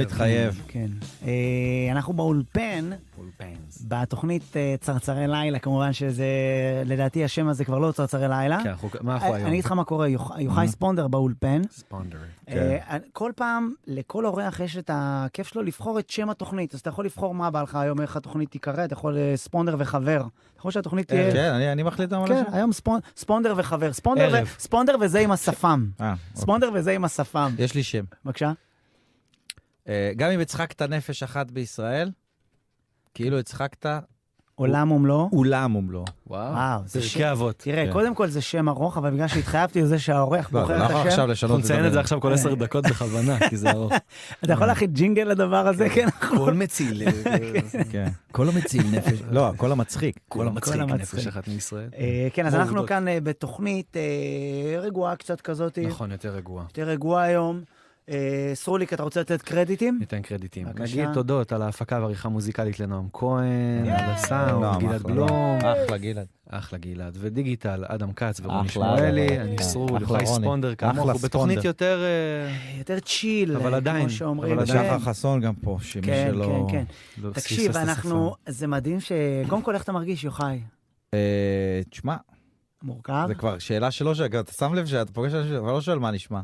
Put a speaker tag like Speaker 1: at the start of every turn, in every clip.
Speaker 1: התחייב.
Speaker 2: כן. אה, אנחנו באולפן, בתוכנית אה, צרצרי לילה, כמובן שזה, לדעתי השם הזה כבר לא צרצרי לילה.
Speaker 1: כן, אנחנו- מה אנחנו
Speaker 2: אה,
Speaker 1: היום?
Speaker 2: אני אגיד לך מה קורה, יוח- יוחאי ספונדר באולפן.
Speaker 3: ספונדר.
Speaker 1: כן.
Speaker 2: אה, כל פעם, לכל אורח יש את הכיף שלו לבחור את שם התוכנית, אז אתה יכול לבחור מה בא לך היום, איך התוכנית תיקרא, אתה יכול אה, ספונדר וחבר. אתה יכול שהתוכנית תהיה...
Speaker 1: כן, אני- אני מחליט גם על
Speaker 2: כן,
Speaker 1: השם.
Speaker 2: היום ספונ- ספונדר וחבר, ספונדר
Speaker 1: ערב.
Speaker 2: ו- ספונדר וזה עם השפם.
Speaker 1: אה, אוקיי.
Speaker 2: ספונדר וזה עם השפם.
Speaker 1: יש לי שם.
Speaker 2: בבקשה.
Speaker 1: אה, גם אם הצחקת נפש אחת בישראל, כאילו הצחקת
Speaker 2: עולם ומלואו.
Speaker 1: אולם ומלואו.
Speaker 3: וואו.
Speaker 2: וואו, זה שם.
Speaker 3: פרקי אבות.
Speaker 2: תראה,
Speaker 1: כן.
Speaker 2: קודם כל זה שם ארוך, אבל בגלל שהתחייבתי לזה שהאורח
Speaker 1: לא, אבל
Speaker 2: בוחר
Speaker 1: למה
Speaker 2: את השם, כן.
Speaker 1: עכשיו לשנות
Speaker 3: אנחנו נציין את זה
Speaker 1: המילה?
Speaker 3: עכשיו כל עשר דקות בכוונה, כי זה ארוך.
Speaker 2: אתה יכול להכין ג'ינגל לדבר הזה, כן?
Speaker 3: כל מציל. אה,
Speaker 2: אה,
Speaker 1: כן. כל המציל נפש. לא, כל המצחיק.
Speaker 3: כל המצחיק
Speaker 2: המצחיק.
Speaker 3: נפש אחת מישראל.
Speaker 2: אה, כן, אז
Speaker 3: כמו
Speaker 2: אנחנו
Speaker 3: לא עובדות.
Speaker 2: כאן אה, בתוכנית אה, רגועה קצת כזאת,
Speaker 3: נכון, יותר רגוע.
Speaker 2: יותר רגועה היום. אה, סרוליק, אתה רוצה לתת קרדיטים?
Speaker 3: ניתן קרדיטים.
Speaker 2: בבקשה.
Speaker 3: נגיד תודות על ההפקה ועריכה מוזיקלית לנועם כהן,
Speaker 1: ייי!
Speaker 3: על הסאונד,
Speaker 1: נועם,
Speaker 3: גלעד
Speaker 1: אחלה.
Speaker 3: בלום,
Speaker 1: אחלה, גלעד.
Speaker 3: אחלה גלעד, ודיגיטל, אדם כץ ורוני
Speaker 1: אחלה,
Speaker 3: שמואלי,
Speaker 1: אחלה.
Speaker 3: אני
Speaker 1: כן.
Speaker 3: סרול,
Speaker 1: אחלה,
Speaker 3: יוחאי
Speaker 1: רוני.
Speaker 3: ספונדר,
Speaker 1: אחלה
Speaker 3: כאמור, אנחנו בתוכנית
Speaker 1: ספונדר.
Speaker 3: יותר... אה,
Speaker 2: יותר צ'יל,
Speaker 3: אבל
Speaker 2: אה,
Speaker 3: עדיין,
Speaker 2: כמו שאומרים.
Speaker 3: אבל
Speaker 2: כן,
Speaker 1: שחר חסון גם פה, שמי
Speaker 2: כן,
Speaker 1: שלא...
Speaker 2: כן, כן.
Speaker 3: לא,
Speaker 2: תקשיב,
Speaker 3: פספס את
Speaker 2: אנחנו, זה מדהים ש... קודם כל, איך אתה מרגיש, יוחאי?
Speaker 1: אה, תשמע,
Speaker 2: מורכב?
Speaker 1: זה כבר שאלה שלא שואל, אתה שם לב שאתה פוגש אנשים, אבל לא שואל מה נשמע.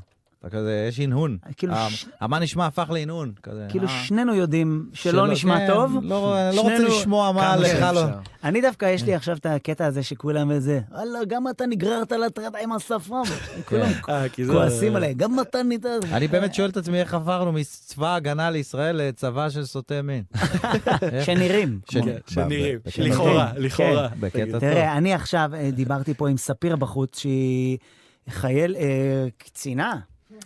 Speaker 1: אתה כזה, יש הנהון.
Speaker 2: כאילו
Speaker 1: ה-
Speaker 2: ש-
Speaker 1: המה נשמע הפך להנהון. כזה,
Speaker 2: כאילו
Speaker 1: אה,
Speaker 2: שנינו יודעים שלא נשמע
Speaker 1: כן,
Speaker 2: טוב.
Speaker 1: לא לא רוצה
Speaker 2: שנינו-
Speaker 1: לשמוע מה
Speaker 3: כמה
Speaker 1: לך לא...
Speaker 3: שאפשר.
Speaker 2: אני דווקא, יש לי עכשיו את הקטע הזה שכולם איזה, וואלה, גם אתה נגררת לטרדה עם השפם. כן, כולם
Speaker 1: כן.
Speaker 3: אה, כי זה-
Speaker 2: כועסים עליי, גם אתה ניתן...
Speaker 1: אני באמת שואל את עצמי איך עברנו מצבא ההגנה לישראל לצבא של סוטה מין. איך?
Speaker 2: שנראים.
Speaker 1: של-
Speaker 2: כמו-
Speaker 3: שנראים,
Speaker 1: בקטע טוב.
Speaker 3: לכאורה,
Speaker 2: כן,
Speaker 3: לכאורה.
Speaker 1: בקטע טוב.
Speaker 2: תראה, אני עכשיו אה, דיברתי פה עם ספיר בחוץ, שהיא חייל, אה, קצינה.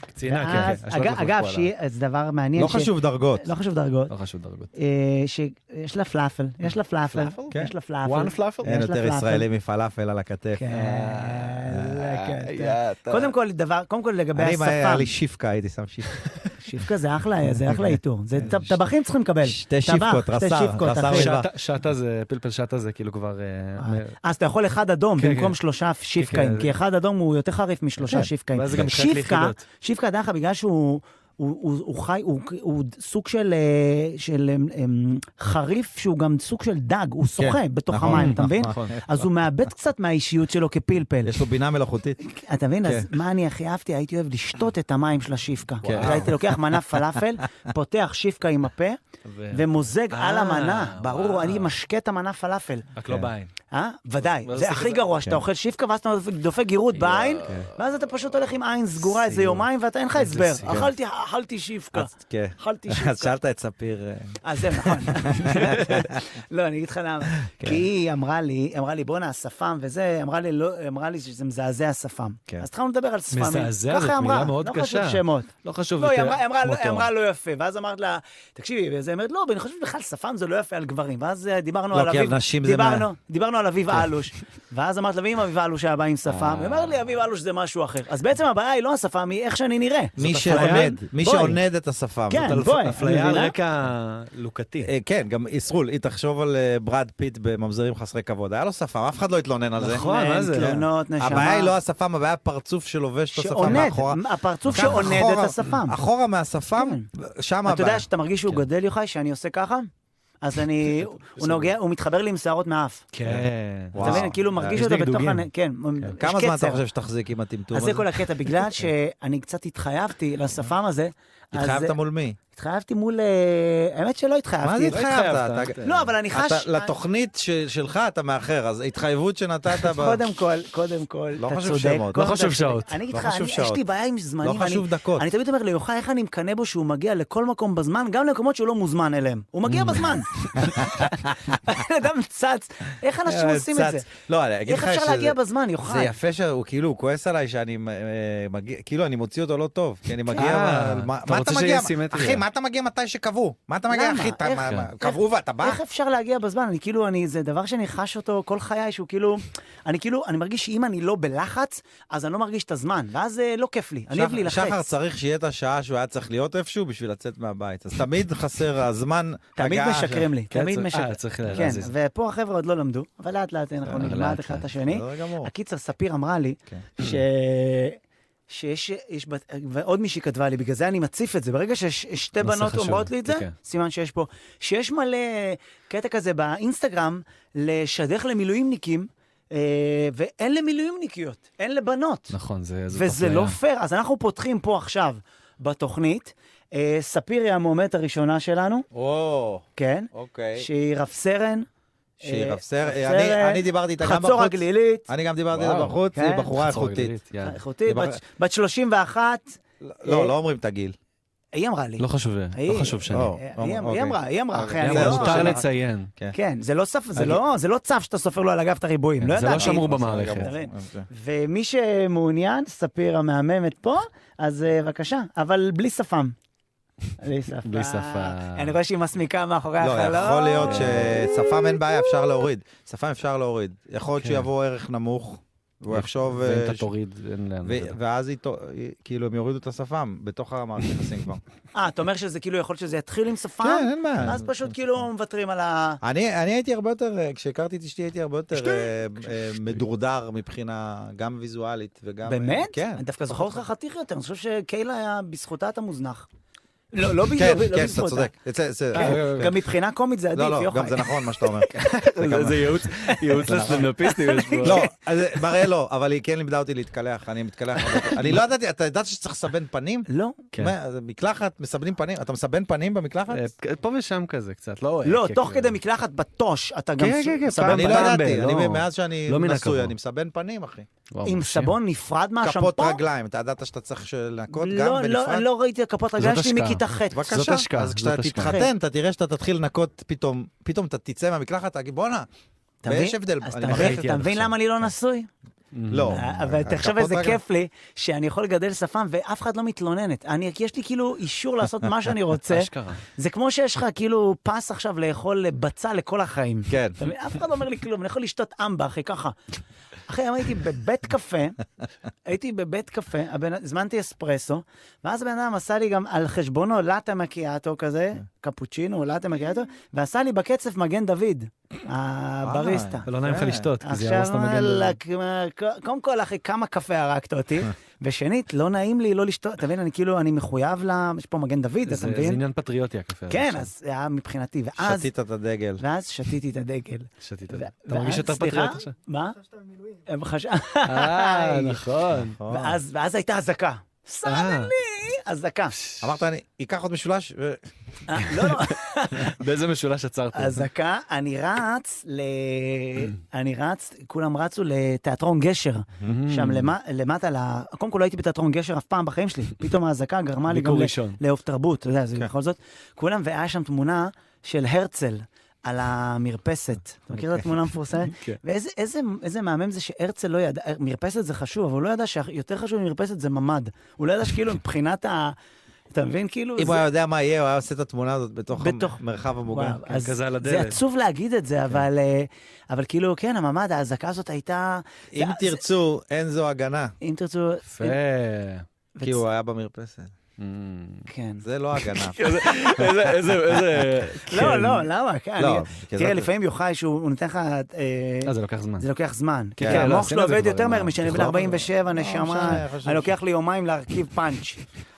Speaker 3: קצינה, כן,
Speaker 2: ואז-
Speaker 3: כן. השלוש
Speaker 2: אגב-
Speaker 3: דקות,
Speaker 2: אגב,
Speaker 3: וואלה.
Speaker 2: שהיא- זה דבר מעניין.
Speaker 1: לא
Speaker 2: ש-
Speaker 1: חשוב דרגות.
Speaker 2: לא חשוב דרגות.
Speaker 3: לא חשוב דרגות.
Speaker 2: אה, שיש לה פלאפל, יש לה פלאפל,
Speaker 3: פלאפל?
Speaker 1: כן.
Speaker 2: יש לה פלאפל.
Speaker 3: וואן פלאפל?
Speaker 1: אין
Speaker 2: יש לה
Speaker 1: יותר
Speaker 2: פלאפל.
Speaker 1: ישראלי מפלאפל על הכתף.
Speaker 2: כן,
Speaker 1: אה,
Speaker 2: כן, כן. קודם כל, דבר, קודם כל לגבי
Speaker 1: אני, אם היה
Speaker 2: השפה,
Speaker 1: לי שיפקה, הייתי שם שיפקה.
Speaker 2: שיפקה זה אחלה, זה אחלה איתור, זה טב- טבחים צריכים לקבל.
Speaker 1: כן. שתי
Speaker 2: טבח,
Speaker 1: שיפקות,
Speaker 2: שתי
Speaker 1: רס"ר,
Speaker 2: שיפקות,
Speaker 1: רס"ר
Speaker 2: אחי.
Speaker 1: ריבה.
Speaker 3: שעטה- שעטה זה, פלפל שעטה זה כאילו כבר... אה,
Speaker 2: אה, אז אתה יכול אחד אדום
Speaker 3: כן,
Speaker 2: במקום
Speaker 3: כן.
Speaker 2: שלושה
Speaker 3: כן,
Speaker 2: שיפקאים,
Speaker 3: כן.
Speaker 2: כי אחד אדום הוא יותר חריף משלושה
Speaker 1: כן,
Speaker 2: שיפקאים.
Speaker 3: ואז זה גם מתחלק
Speaker 2: שיפקה,
Speaker 3: ליחידות.
Speaker 2: שיפקה דרך אגב, בגלל שהוא... הוא, הוא, הוא חי, הוא, הוא סוג של, אה, של אמ, אמ, חריף שהוא גם סוג של דג, הוא שוחה בתוך
Speaker 1: נכון,
Speaker 2: המים, אתה מבין?
Speaker 1: נכון.
Speaker 2: אז הוא מאבד קצת מהאישיות שלו כפלפל.
Speaker 1: יש לו בינה מלאכותית.
Speaker 2: אתה מבין? אז
Speaker 1: כן.
Speaker 2: מה אני הכי אהבתי? הייתי אוהב לשתות את המים של השפקה.
Speaker 1: כן.
Speaker 2: אז הייתי לוקח מנה פלאפל, פותח שפקה עם הפה,
Speaker 3: ו-
Speaker 2: ומוזג
Speaker 3: אה,
Speaker 2: על המנה. ברור,
Speaker 3: וואו.
Speaker 2: אני משקה את המנה פלאפל.
Speaker 3: רק לא
Speaker 1: כן.
Speaker 3: בעין.
Speaker 2: אה? ודאי,
Speaker 3: מה
Speaker 2: זה
Speaker 3: זה
Speaker 2: הכי
Speaker 3: כזה?
Speaker 2: גרוע, שאתה אוכל שיפקה ואז אתה דופק גירות בעין,
Speaker 3: כן.
Speaker 2: ואז אתה פשוט הולך עם עין סגורה איזה
Speaker 3: סיוט.
Speaker 2: יומיים ואתה אין לך
Speaker 3: איזה
Speaker 2: הסבר.
Speaker 3: סיוט.
Speaker 2: אכלתי- אכלתי שיפקה.
Speaker 1: אז כן.
Speaker 2: אכלתי
Speaker 1: אז
Speaker 2: שיפקה.
Speaker 1: שאלת את ספיר. אה,
Speaker 2: אה, זה נכון. לא, אני אגיד לך למה.
Speaker 3: כן.
Speaker 2: כי היא אמרה לי, היא אמרה לי, בואנה, השפם וזה, אמרה לי, לא, אמרה לי שזה מזעזע השפם.
Speaker 1: כן.
Speaker 2: אז התחלנו לדבר על שפמים.
Speaker 3: מזעזע,
Speaker 2: ככה
Speaker 3: זאת
Speaker 2: היא
Speaker 3: מילה
Speaker 2: אמרה,
Speaker 3: מאוד
Speaker 2: לא חשוב
Speaker 3: קשה.
Speaker 2: שמות.
Speaker 3: לא חשוב.
Speaker 2: לא, היא
Speaker 3: יותר-
Speaker 2: אמרה- היא אמרה-
Speaker 3: כמו
Speaker 2: היא
Speaker 3: תואר.
Speaker 2: אמרה לא יפה, ואז אמרת לה, תקשיבי, ואז היא אומרת, לא, אבל אני חושבת בכלל שפם זה לא יפה על גברים. ואז אה, דיברנו
Speaker 1: לא,
Speaker 2: על
Speaker 1: כי
Speaker 2: אביב,
Speaker 1: על נשים זה
Speaker 2: דיברנו-
Speaker 1: מה-
Speaker 2: דיברנו על אביב
Speaker 3: כן.
Speaker 2: אלוש. ואז אמרת לה, ואם אביב אלוש היה בא עם
Speaker 3: אה.
Speaker 2: שפם? היא אומרת לי, אביב אלוש זה משהו אחר. אז בעצם הבעיה היא לא השפם, היא איך שאני נראה.
Speaker 1: מי
Speaker 2: זאת
Speaker 1: שעונד,
Speaker 2: אפליה.
Speaker 1: מי
Speaker 2: בואי.
Speaker 1: שעונד את השפם.
Speaker 2: כן,
Speaker 1: זאת
Speaker 2: בואי.
Speaker 3: אפליה
Speaker 2: מבינה?
Speaker 3: על רקע לוקתי.
Speaker 1: אה, כן, גם ישרול, היא תחשוב על אה, ברד פיט בממזרים חסרי כבוד. היה לו שפם, אף אחד לא התלונן על זה.
Speaker 3: נכון, מה זה?
Speaker 2: אין תלונות, נשמה.
Speaker 1: הבעיה היא לא השפם, הבעיה הפרצוף שלובש את השפם
Speaker 2: שעונד,
Speaker 1: מאחורה.
Speaker 2: הפרצוף
Speaker 1: כך
Speaker 2: שעונד
Speaker 1: אחורה-
Speaker 2: את השפם. כן.
Speaker 1: אחורה מהשפם, שם הבעיה.
Speaker 2: אתה יודע שאתה מרגיש שהוא גדל, יוחאי, שאני עושה ככה? אז אני, הוא נוגע, הוא מתחבר לי עם שערות מהאף.
Speaker 3: כן.
Speaker 1: וואו.
Speaker 2: אתה מבין, כאילו מרגיש
Speaker 3: יש
Speaker 2: אותה בתוך
Speaker 3: דגדוגים.
Speaker 2: הנ... כן, יש
Speaker 1: כמה זמן
Speaker 2: קצר.
Speaker 1: אתה חושב שתחזיק עם הטמטום
Speaker 2: אז
Speaker 1: הזה?
Speaker 2: זה כל הקטע, בגלל שאני קצת התחייבתי לשפם הזה. אז-
Speaker 1: התחייבת מול מי?
Speaker 2: התחייבתי מול... אה, האמת שלא התחייבתי.
Speaker 1: מה זה
Speaker 2: לא
Speaker 1: התחייבת?
Speaker 3: התחייבת.
Speaker 1: אתה-
Speaker 2: לא, אבל אני
Speaker 1: אתה-
Speaker 2: חש...
Speaker 1: לתוכנית ש- שלך אתה מאחר, אז התחייבות שנתת ב...
Speaker 2: קודם כל, קודם כל,
Speaker 1: לא
Speaker 2: אתה
Speaker 1: חשוב
Speaker 2: צודק.
Speaker 1: שמות, לא
Speaker 2: קודם כל,
Speaker 3: חשוב
Speaker 2: אתה צודק.
Speaker 3: שעות.
Speaker 2: אני אגיד
Speaker 1: לא
Speaker 2: לך,
Speaker 1: חשוב
Speaker 2: אני- יש
Speaker 1: שעות.
Speaker 2: לי בעיה עם זמנים.
Speaker 1: לא
Speaker 2: ואני-
Speaker 1: חשוב דקות.
Speaker 2: אני תמיד אומר ליוחאי, איך אני מקנא בו שהוא מגיע לכל מקום בזמן, גם למקומות שהוא לא מוזמן אליהם. הוא
Speaker 1: Mm.
Speaker 2: מגיע בזמן. אדם צץ, איך אנשים עושים את זה?
Speaker 1: צץ. לא, אני אגיד לך
Speaker 2: איך אפשר
Speaker 1: שזה-
Speaker 2: להגיע בזמן,
Speaker 1: זה
Speaker 2: יוחאי?
Speaker 1: יפה שהוא כאילו, הוא כועס עליי שאני אה, מגיע, כאילו אני מוציא אותו לא טוב, כי אני מגיע,
Speaker 3: אה,
Speaker 1: אבל מה-
Speaker 3: אתה
Speaker 1: מה
Speaker 3: רוצה
Speaker 1: אתה
Speaker 3: שיהיה
Speaker 1: מגיע,
Speaker 3: סימטריה.
Speaker 1: אחי, מה אתה מגיע מתי שקבעו? מה אתה מגיע,
Speaker 2: למה?
Speaker 1: אחי, אתה-
Speaker 2: איך-
Speaker 1: מה- מה-
Speaker 3: כן.
Speaker 1: קבעו ואתה בא?
Speaker 2: איך אפשר להגיע בזמן? אני כאילו, אני, זה דבר שאני חש אותו כל חיי, שהוא כאילו, אני כאילו, אני מרגיש שאם אני לא בלחץ, אז אני לא מרגיש את הזמן, ואז אה, לא כיף לי, אני אוהב
Speaker 1: שחר-
Speaker 2: להילחץ.
Speaker 1: שחר צריך שיהיה את השעה שהוא היה צריך להיות איפשהו בשביל לצאת מהבית. אז תמיד חסר הזמן
Speaker 2: תמיד
Speaker 1: הגעה
Speaker 2: משקרים לי,
Speaker 3: כן,
Speaker 2: תמיד
Speaker 3: צריך-
Speaker 2: משקרים.
Speaker 3: אה, צריך
Speaker 2: כן,
Speaker 3: להזיז.
Speaker 2: ופה החבר'ה עוד לא למדו, אבל לאט לאט אנחנו
Speaker 1: אה,
Speaker 2: נלמד
Speaker 1: לאט
Speaker 2: אחד את
Speaker 1: לאט.
Speaker 2: השני.
Speaker 1: בסדר גמור.
Speaker 3: כן.
Speaker 2: הקיצר, ספיר אמרה לי,
Speaker 1: כן.
Speaker 2: ש... שיש, יש, בת- ועוד מישהי כתבה לי, בגלל זה אני מציף את זה, ברגע ששתי
Speaker 3: נושא
Speaker 2: בנות
Speaker 3: חשוב,
Speaker 2: אומרות לי את זה,
Speaker 3: כן.
Speaker 2: סימן שיש פה, שיש מלא קטע כזה באינסטגרם, לשדך למילואימניקים, אה, ואין למילואימניקיות, אין לבנות.
Speaker 3: נכון, זה... זאת
Speaker 2: וזה
Speaker 3: אפליה.
Speaker 2: לא פייר. אז אנחנו פותחים פה עכשיו, בתוכנית, אה, ספיר היא המועמדת הראשונה שלנו,
Speaker 1: או,
Speaker 2: כן,
Speaker 1: אוקיי.
Speaker 2: שהיא רב סרן,
Speaker 1: שהיא
Speaker 2: אה,
Speaker 1: רב סרן,
Speaker 2: רב
Speaker 1: אני-
Speaker 2: סרן,
Speaker 1: אני דיברתי איתה גם
Speaker 2: חצור
Speaker 1: בחוץ.
Speaker 2: הגלילית,
Speaker 1: אני גם דיברתי איתה
Speaker 3: וואו,
Speaker 1: בחוץ, היא
Speaker 2: כן.
Speaker 1: בחורה
Speaker 3: חצור
Speaker 1: איכותית.
Speaker 3: הגלילית, כן. יאללה.
Speaker 2: איכותית,
Speaker 1: דיבר-
Speaker 2: בת- בת 31,
Speaker 1: לא, לא אומרים את הגיל.
Speaker 2: אה, היא אמרה אה, לי.
Speaker 3: לא חשוב, לא
Speaker 2: היא-
Speaker 3: חשוב שאני.
Speaker 1: או,
Speaker 2: אה,
Speaker 1: או,
Speaker 2: היא
Speaker 1: אוקיי.
Speaker 2: היא אמרה, היא אמרה, אחי,
Speaker 1: אוקיי,
Speaker 2: אני
Speaker 1: בסדר,
Speaker 2: לא...
Speaker 3: מותר
Speaker 1: לא,
Speaker 3: לציין.
Speaker 2: כן, זה לא סף, זה
Speaker 1: אני-
Speaker 2: לא, זה לא צף שאתה סופר לו על אגף את הריבועים, לא
Speaker 3: זה
Speaker 2: ידעתי.
Speaker 3: לא שמור
Speaker 1: בסדר
Speaker 3: במערכת.
Speaker 1: גמור.
Speaker 2: תבין. ומי שמעוניין, ספיר המהממת פה, אז אה, בבקשה, אבל בלי שפם. בלי שפם.
Speaker 3: בלי שפם.
Speaker 2: אה, אני רואה שהיא מסמיקה מאחורי
Speaker 1: לא,
Speaker 2: החלום.
Speaker 1: יכול להיות ששפם אין בעיה, אפשר להוריד. שפם אפשר להוריד. יכול להיות
Speaker 3: כן.
Speaker 1: שיבוא ערך נמוך, והוא יחשוב...
Speaker 3: ואם
Speaker 1: אה,
Speaker 3: אתה
Speaker 1: ש-
Speaker 3: תוריד, אין לאן.
Speaker 1: ו- ואז איתו, כאילו, הם יורידו את השפם בתוך המערכת יחסים כבר.
Speaker 2: אה, אתה אומר שזה כאילו יכול להיות שזה יתחיל עם שפם?
Speaker 1: כן, אין בעיה. כן.
Speaker 2: אז פשוט כאילו מוותרים על ה...
Speaker 1: אני, אני הייתי הרבה יותר, אה, כשהכרתי את אשתי הייתי הרבה יותר אה, אה, מדורדר מבחינה גם ויזואלית וגם... אה,
Speaker 2: באמת?
Speaker 1: כן.
Speaker 2: אני דווקא זוכר אותך חתיך יותר, אני חושב שקיילה, היה- בזכותה אתה מוזנח. לא, לא
Speaker 1: כן,
Speaker 2: בגלל- לא
Speaker 1: כן, אתה
Speaker 2: בזכותה.
Speaker 1: צודק. אצל- אצל-
Speaker 2: כן,
Speaker 1: אה,
Speaker 2: גם מבחינה קומית זה עדיף,
Speaker 1: לא, לא,
Speaker 2: יוחאי.
Speaker 1: גם זה נכון מה שאתה אומר.
Speaker 3: זה ייעוץ, ייעוץ
Speaker 2: נכון.
Speaker 3: לסטנדאפיסטים יש פה.
Speaker 1: לא, אז מראה לא, אבל היא כן לימדה אותי להתקלח, אני מתקלח. הרבה יותר. אני לא ידעתי, אתה ידעת שצריך לסבן פנים?
Speaker 2: לא.
Speaker 3: כן.
Speaker 1: מה, אז מקלחת, מסבנים פנים, אתה מסבן פנים במקלחת?
Speaker 3: אה, פה ושם כזה קצת, לא...
Speaker 2: לא,
Speaker 3: אה,
Speaker 2: תוך
Speaker 3: כאילו.
Speaker 2: כדי מקלחת בטוש, אתה גם
Speaker 3: כן,
Speaker 2: ס-
Speaker 3: כן, כן,
Speaker 2: סבן
Speaker 1: אני לא
Speaker 2: בדם.
Speaker 1: ידעתי,
Speaker 3: ב-
Speaker 1: אני
Speaker 3: לא.
Speaker 1: מאז שאני
Speaker 3: לא מן
Speaker 1: נשוי,
Speaker 3: הכבוד.
Speaker 1: אני מסבן פנים, אחי.
Speaker 3: וואו,
Speaker 2: עם
Speaker 3: מרשים.
Speaker 2: סבון נפרד מהשמפו?
Speaker 1: כפות רגליים, אתה ידעת שאתה צריך ש- לנקות גם
Speaker 2: לא, לא,
Speaker 1: בנפרד?
Speaker 2: אני לא ראיתי כפות רגליים
Speaker 3: זאת
Speaker 2: שלי
Speaker 3: השקעה.
Speaker 2: מכיתה ח'.
Speaker 1: בבקשה.
Speaker 3: זאת השקעה,
Speaker 1: אז
Speaker 3: זאת
Speaker 1: כשאתה
Speaker 3: השקעה.
Speaker 1: תתחתן, אתה תראה שאתה תתחיל לנקות פתאום, פתאום אתה תצא מהמקלחת, תגיד בואנה.
Speaker 2: אתה מבין?
Speaker 1: ויש הבדל,
Speaker 2: אז
Speaker 1: אני לא
Speaker 2: אתה
Speaker 1: מראה
Speaker 2: מבין-
Speaker 1: לך
Speaker 2: אתה מבין
Speaker 3: עכשיו. כן.
Speaker 2: למה אני לא נשוי?
Speaker 1: לא.
Speaker 2: אה, אבל תחשוב
Speaker 1: הכפות
Speaker 2: איזה
Speaker 1: רגליים.
Speaker 2: כיף לי שאני יכול לגדל שפם ואף אחד לא מתלוננת. אני, יש לי כאילו אישור לעשות מה שאני רוצה.
Speaker 3: אשכרה.
Speaker 2: זה כמו שיש לך כאילו פס עכשיו לאכול בצל לכל החיים.
Speaker 1: כן.
Speaker 2: אתה מבין? אף אחד לא אומר לי כלום, אני יכול לשתות אמבה, אחי, ככה. אחי, היום הייתי בבית קפה, הייתי בבית קפה, הבן... הזמנתי אספרסו, ואז הבן אדם עשה לי גם על חשבונו לאטה מקיאטו כזה, קפוצ'ינו, לאטה מקיאטו, ועשה לי בקצף מגן דוד, הבריסטה.
Speaker 3: לא נעים לך
Speaker 1: יפה.
Speaker 3: לשתות, כי זה יהרוס את
Speaker 2: עכשיו,
Speaker 3: המגן.
Speaker 2: וואלכ, מה, ק- קודם כל, אחי, כמה קפה הרגת אותי, ושנית, לא נעים לי לא לשתות, אתה מבין, אני כאילו, אני מחויב ל... יש פה מגן דוד,
Speaker 3: זה
Speaker 2: אתה
Speaker 3: זה
Speaker 2: מבין?
Speaker 3: עניין פטריוטי הקפה. הזה
Speaker 2: כן,
Speaker 3: עכשיו.
Speaker 2: אז זה היה מבחינתי, ואז...
Speaker 1: שתית את הדגל.
Speaker 2: ואז שתיתי את הדגל.
Speaker 3: שתית.
Speaker 2: ו-
Speaker 3: אתה מרגיש
Speaker 2: ואז-
Speaker 3: יותר פטריוט
Speaker 2: סליחה?
Speaker 3: עכשיו?
Speaker 2: מה? הם חש-
Speaker 3: אה, נכון.
Speaker 2: ואז ואז הייתה אזעקה.
Speaker 3: אה,
Speaker 2: אזעקה.
Speaker 1: אמרת, אני אקח עוד משולש, ו-
Speaker 2: אה, לא, לא.
Speaker 3: באיזה משולש עצרת?
Speaker 2: אזעקה, אני רץ ל... אני רץ, כולם רצו לתיאטרון גשר.
Speaker 1: Mm.
Speaker 2: שם למע- למטה, ל- קודם כל לא הייתי בתיאטרון גשר אף פעם בחיים שלי. פתאום האזעקה גרמה לי גם
Speaker 3: ביקור
Speaker 2: ל-
Speaker 3: ראשון.
Speaker 2: לאהוב תרבות, אתה יודע,
Speaker 1: כן.
Speaker 2: זה בכל זאת. כולם, והיה שם תמונה של הרצל. על המרפסת. אתה מכיר
Speaker 1: אוקיי.
Speaker 2: את התמונה המפורסמת?
Speaker 3: כן.
Speaker 2: ואיזה איזה- איזה מהמם זה שהרצל לא ידע, מרפסת זה חשוב, אבל הוא לא ידע שיותר חשוב ממרפסת זה ממ"ד. הוא לא ידע שכאילו מבחינת ה... אתה מבין? כאילו...
Speaker 1: אם
Speaker 2: זה-
Speaker 1: הוא היה יודע מה יהיה, הוא היה עושה את התמונה הזאת בתוך
Speaker 2: בתוך-
Speaker 1: המרחב המוגן.
Speaker 2: וואו, אז
Speaker 3: כן, כזה על
Speaker 2: זה
Speaker 3: הדלת.
Speaker 2: עצוב להגיד את
Speaker 1: כן.
Speaker 2: זה, אבל, אה, אבל כאילו, כן, הממ"ד, האזעקה הזאת הייתה...
Speaker 1: אם
Speaker 2: זה-
Speaker 1: תרצו, אין זו הגנה.
Speaker 2: אם תרצו...
Speaker 3: יפה. Mm.
Speaker 2: וצ-
Speaker 1: כי הוא היה במרפסת.
Speaker 2: כן.
Speaker 1: זה לא הגנה.
Speaker 3: איזה, איזה, איזה, איזה...
Speaker 2: לא, לא, למה? כן,
Speaker 1: לא,
Speaker 2: אני-
Speaker 1: כי
Speaker 2: תראה,
Speaker 1: זאת-
Speaker 2: לפעמים יוחאי שהוא הוא נותן לך... אה,
Speaker 3: אה, זה לוקח זמן.
Speaker 2: זה לוקח זמן. כי
Speaker 1: כן,
Speaker 2: כן,
Speaker 1: לא,
Speaker 2: המוח
Speaker 3: עשינו
Speaker 2: שלו
Speaker 3: את זה
Speaker 2: עובד
Speaker 3: כבר
Speaker 2: יותר
Speaker 3: עם
Speaker 2: מהר
Speaker 3: ה-
Speaker 2: משני בן
Speaker 3: נכון.
Speaker 2: 47,
Speaker 1: משנה,
Speaker 3: לא,
Speaker 2: נשמה.
Speaker 1: אה, אני חושב
Speaker 2: אני
Speaker 1: ש-
Speaker 2: לוקח לי יומיים להרכיב פאנץ'.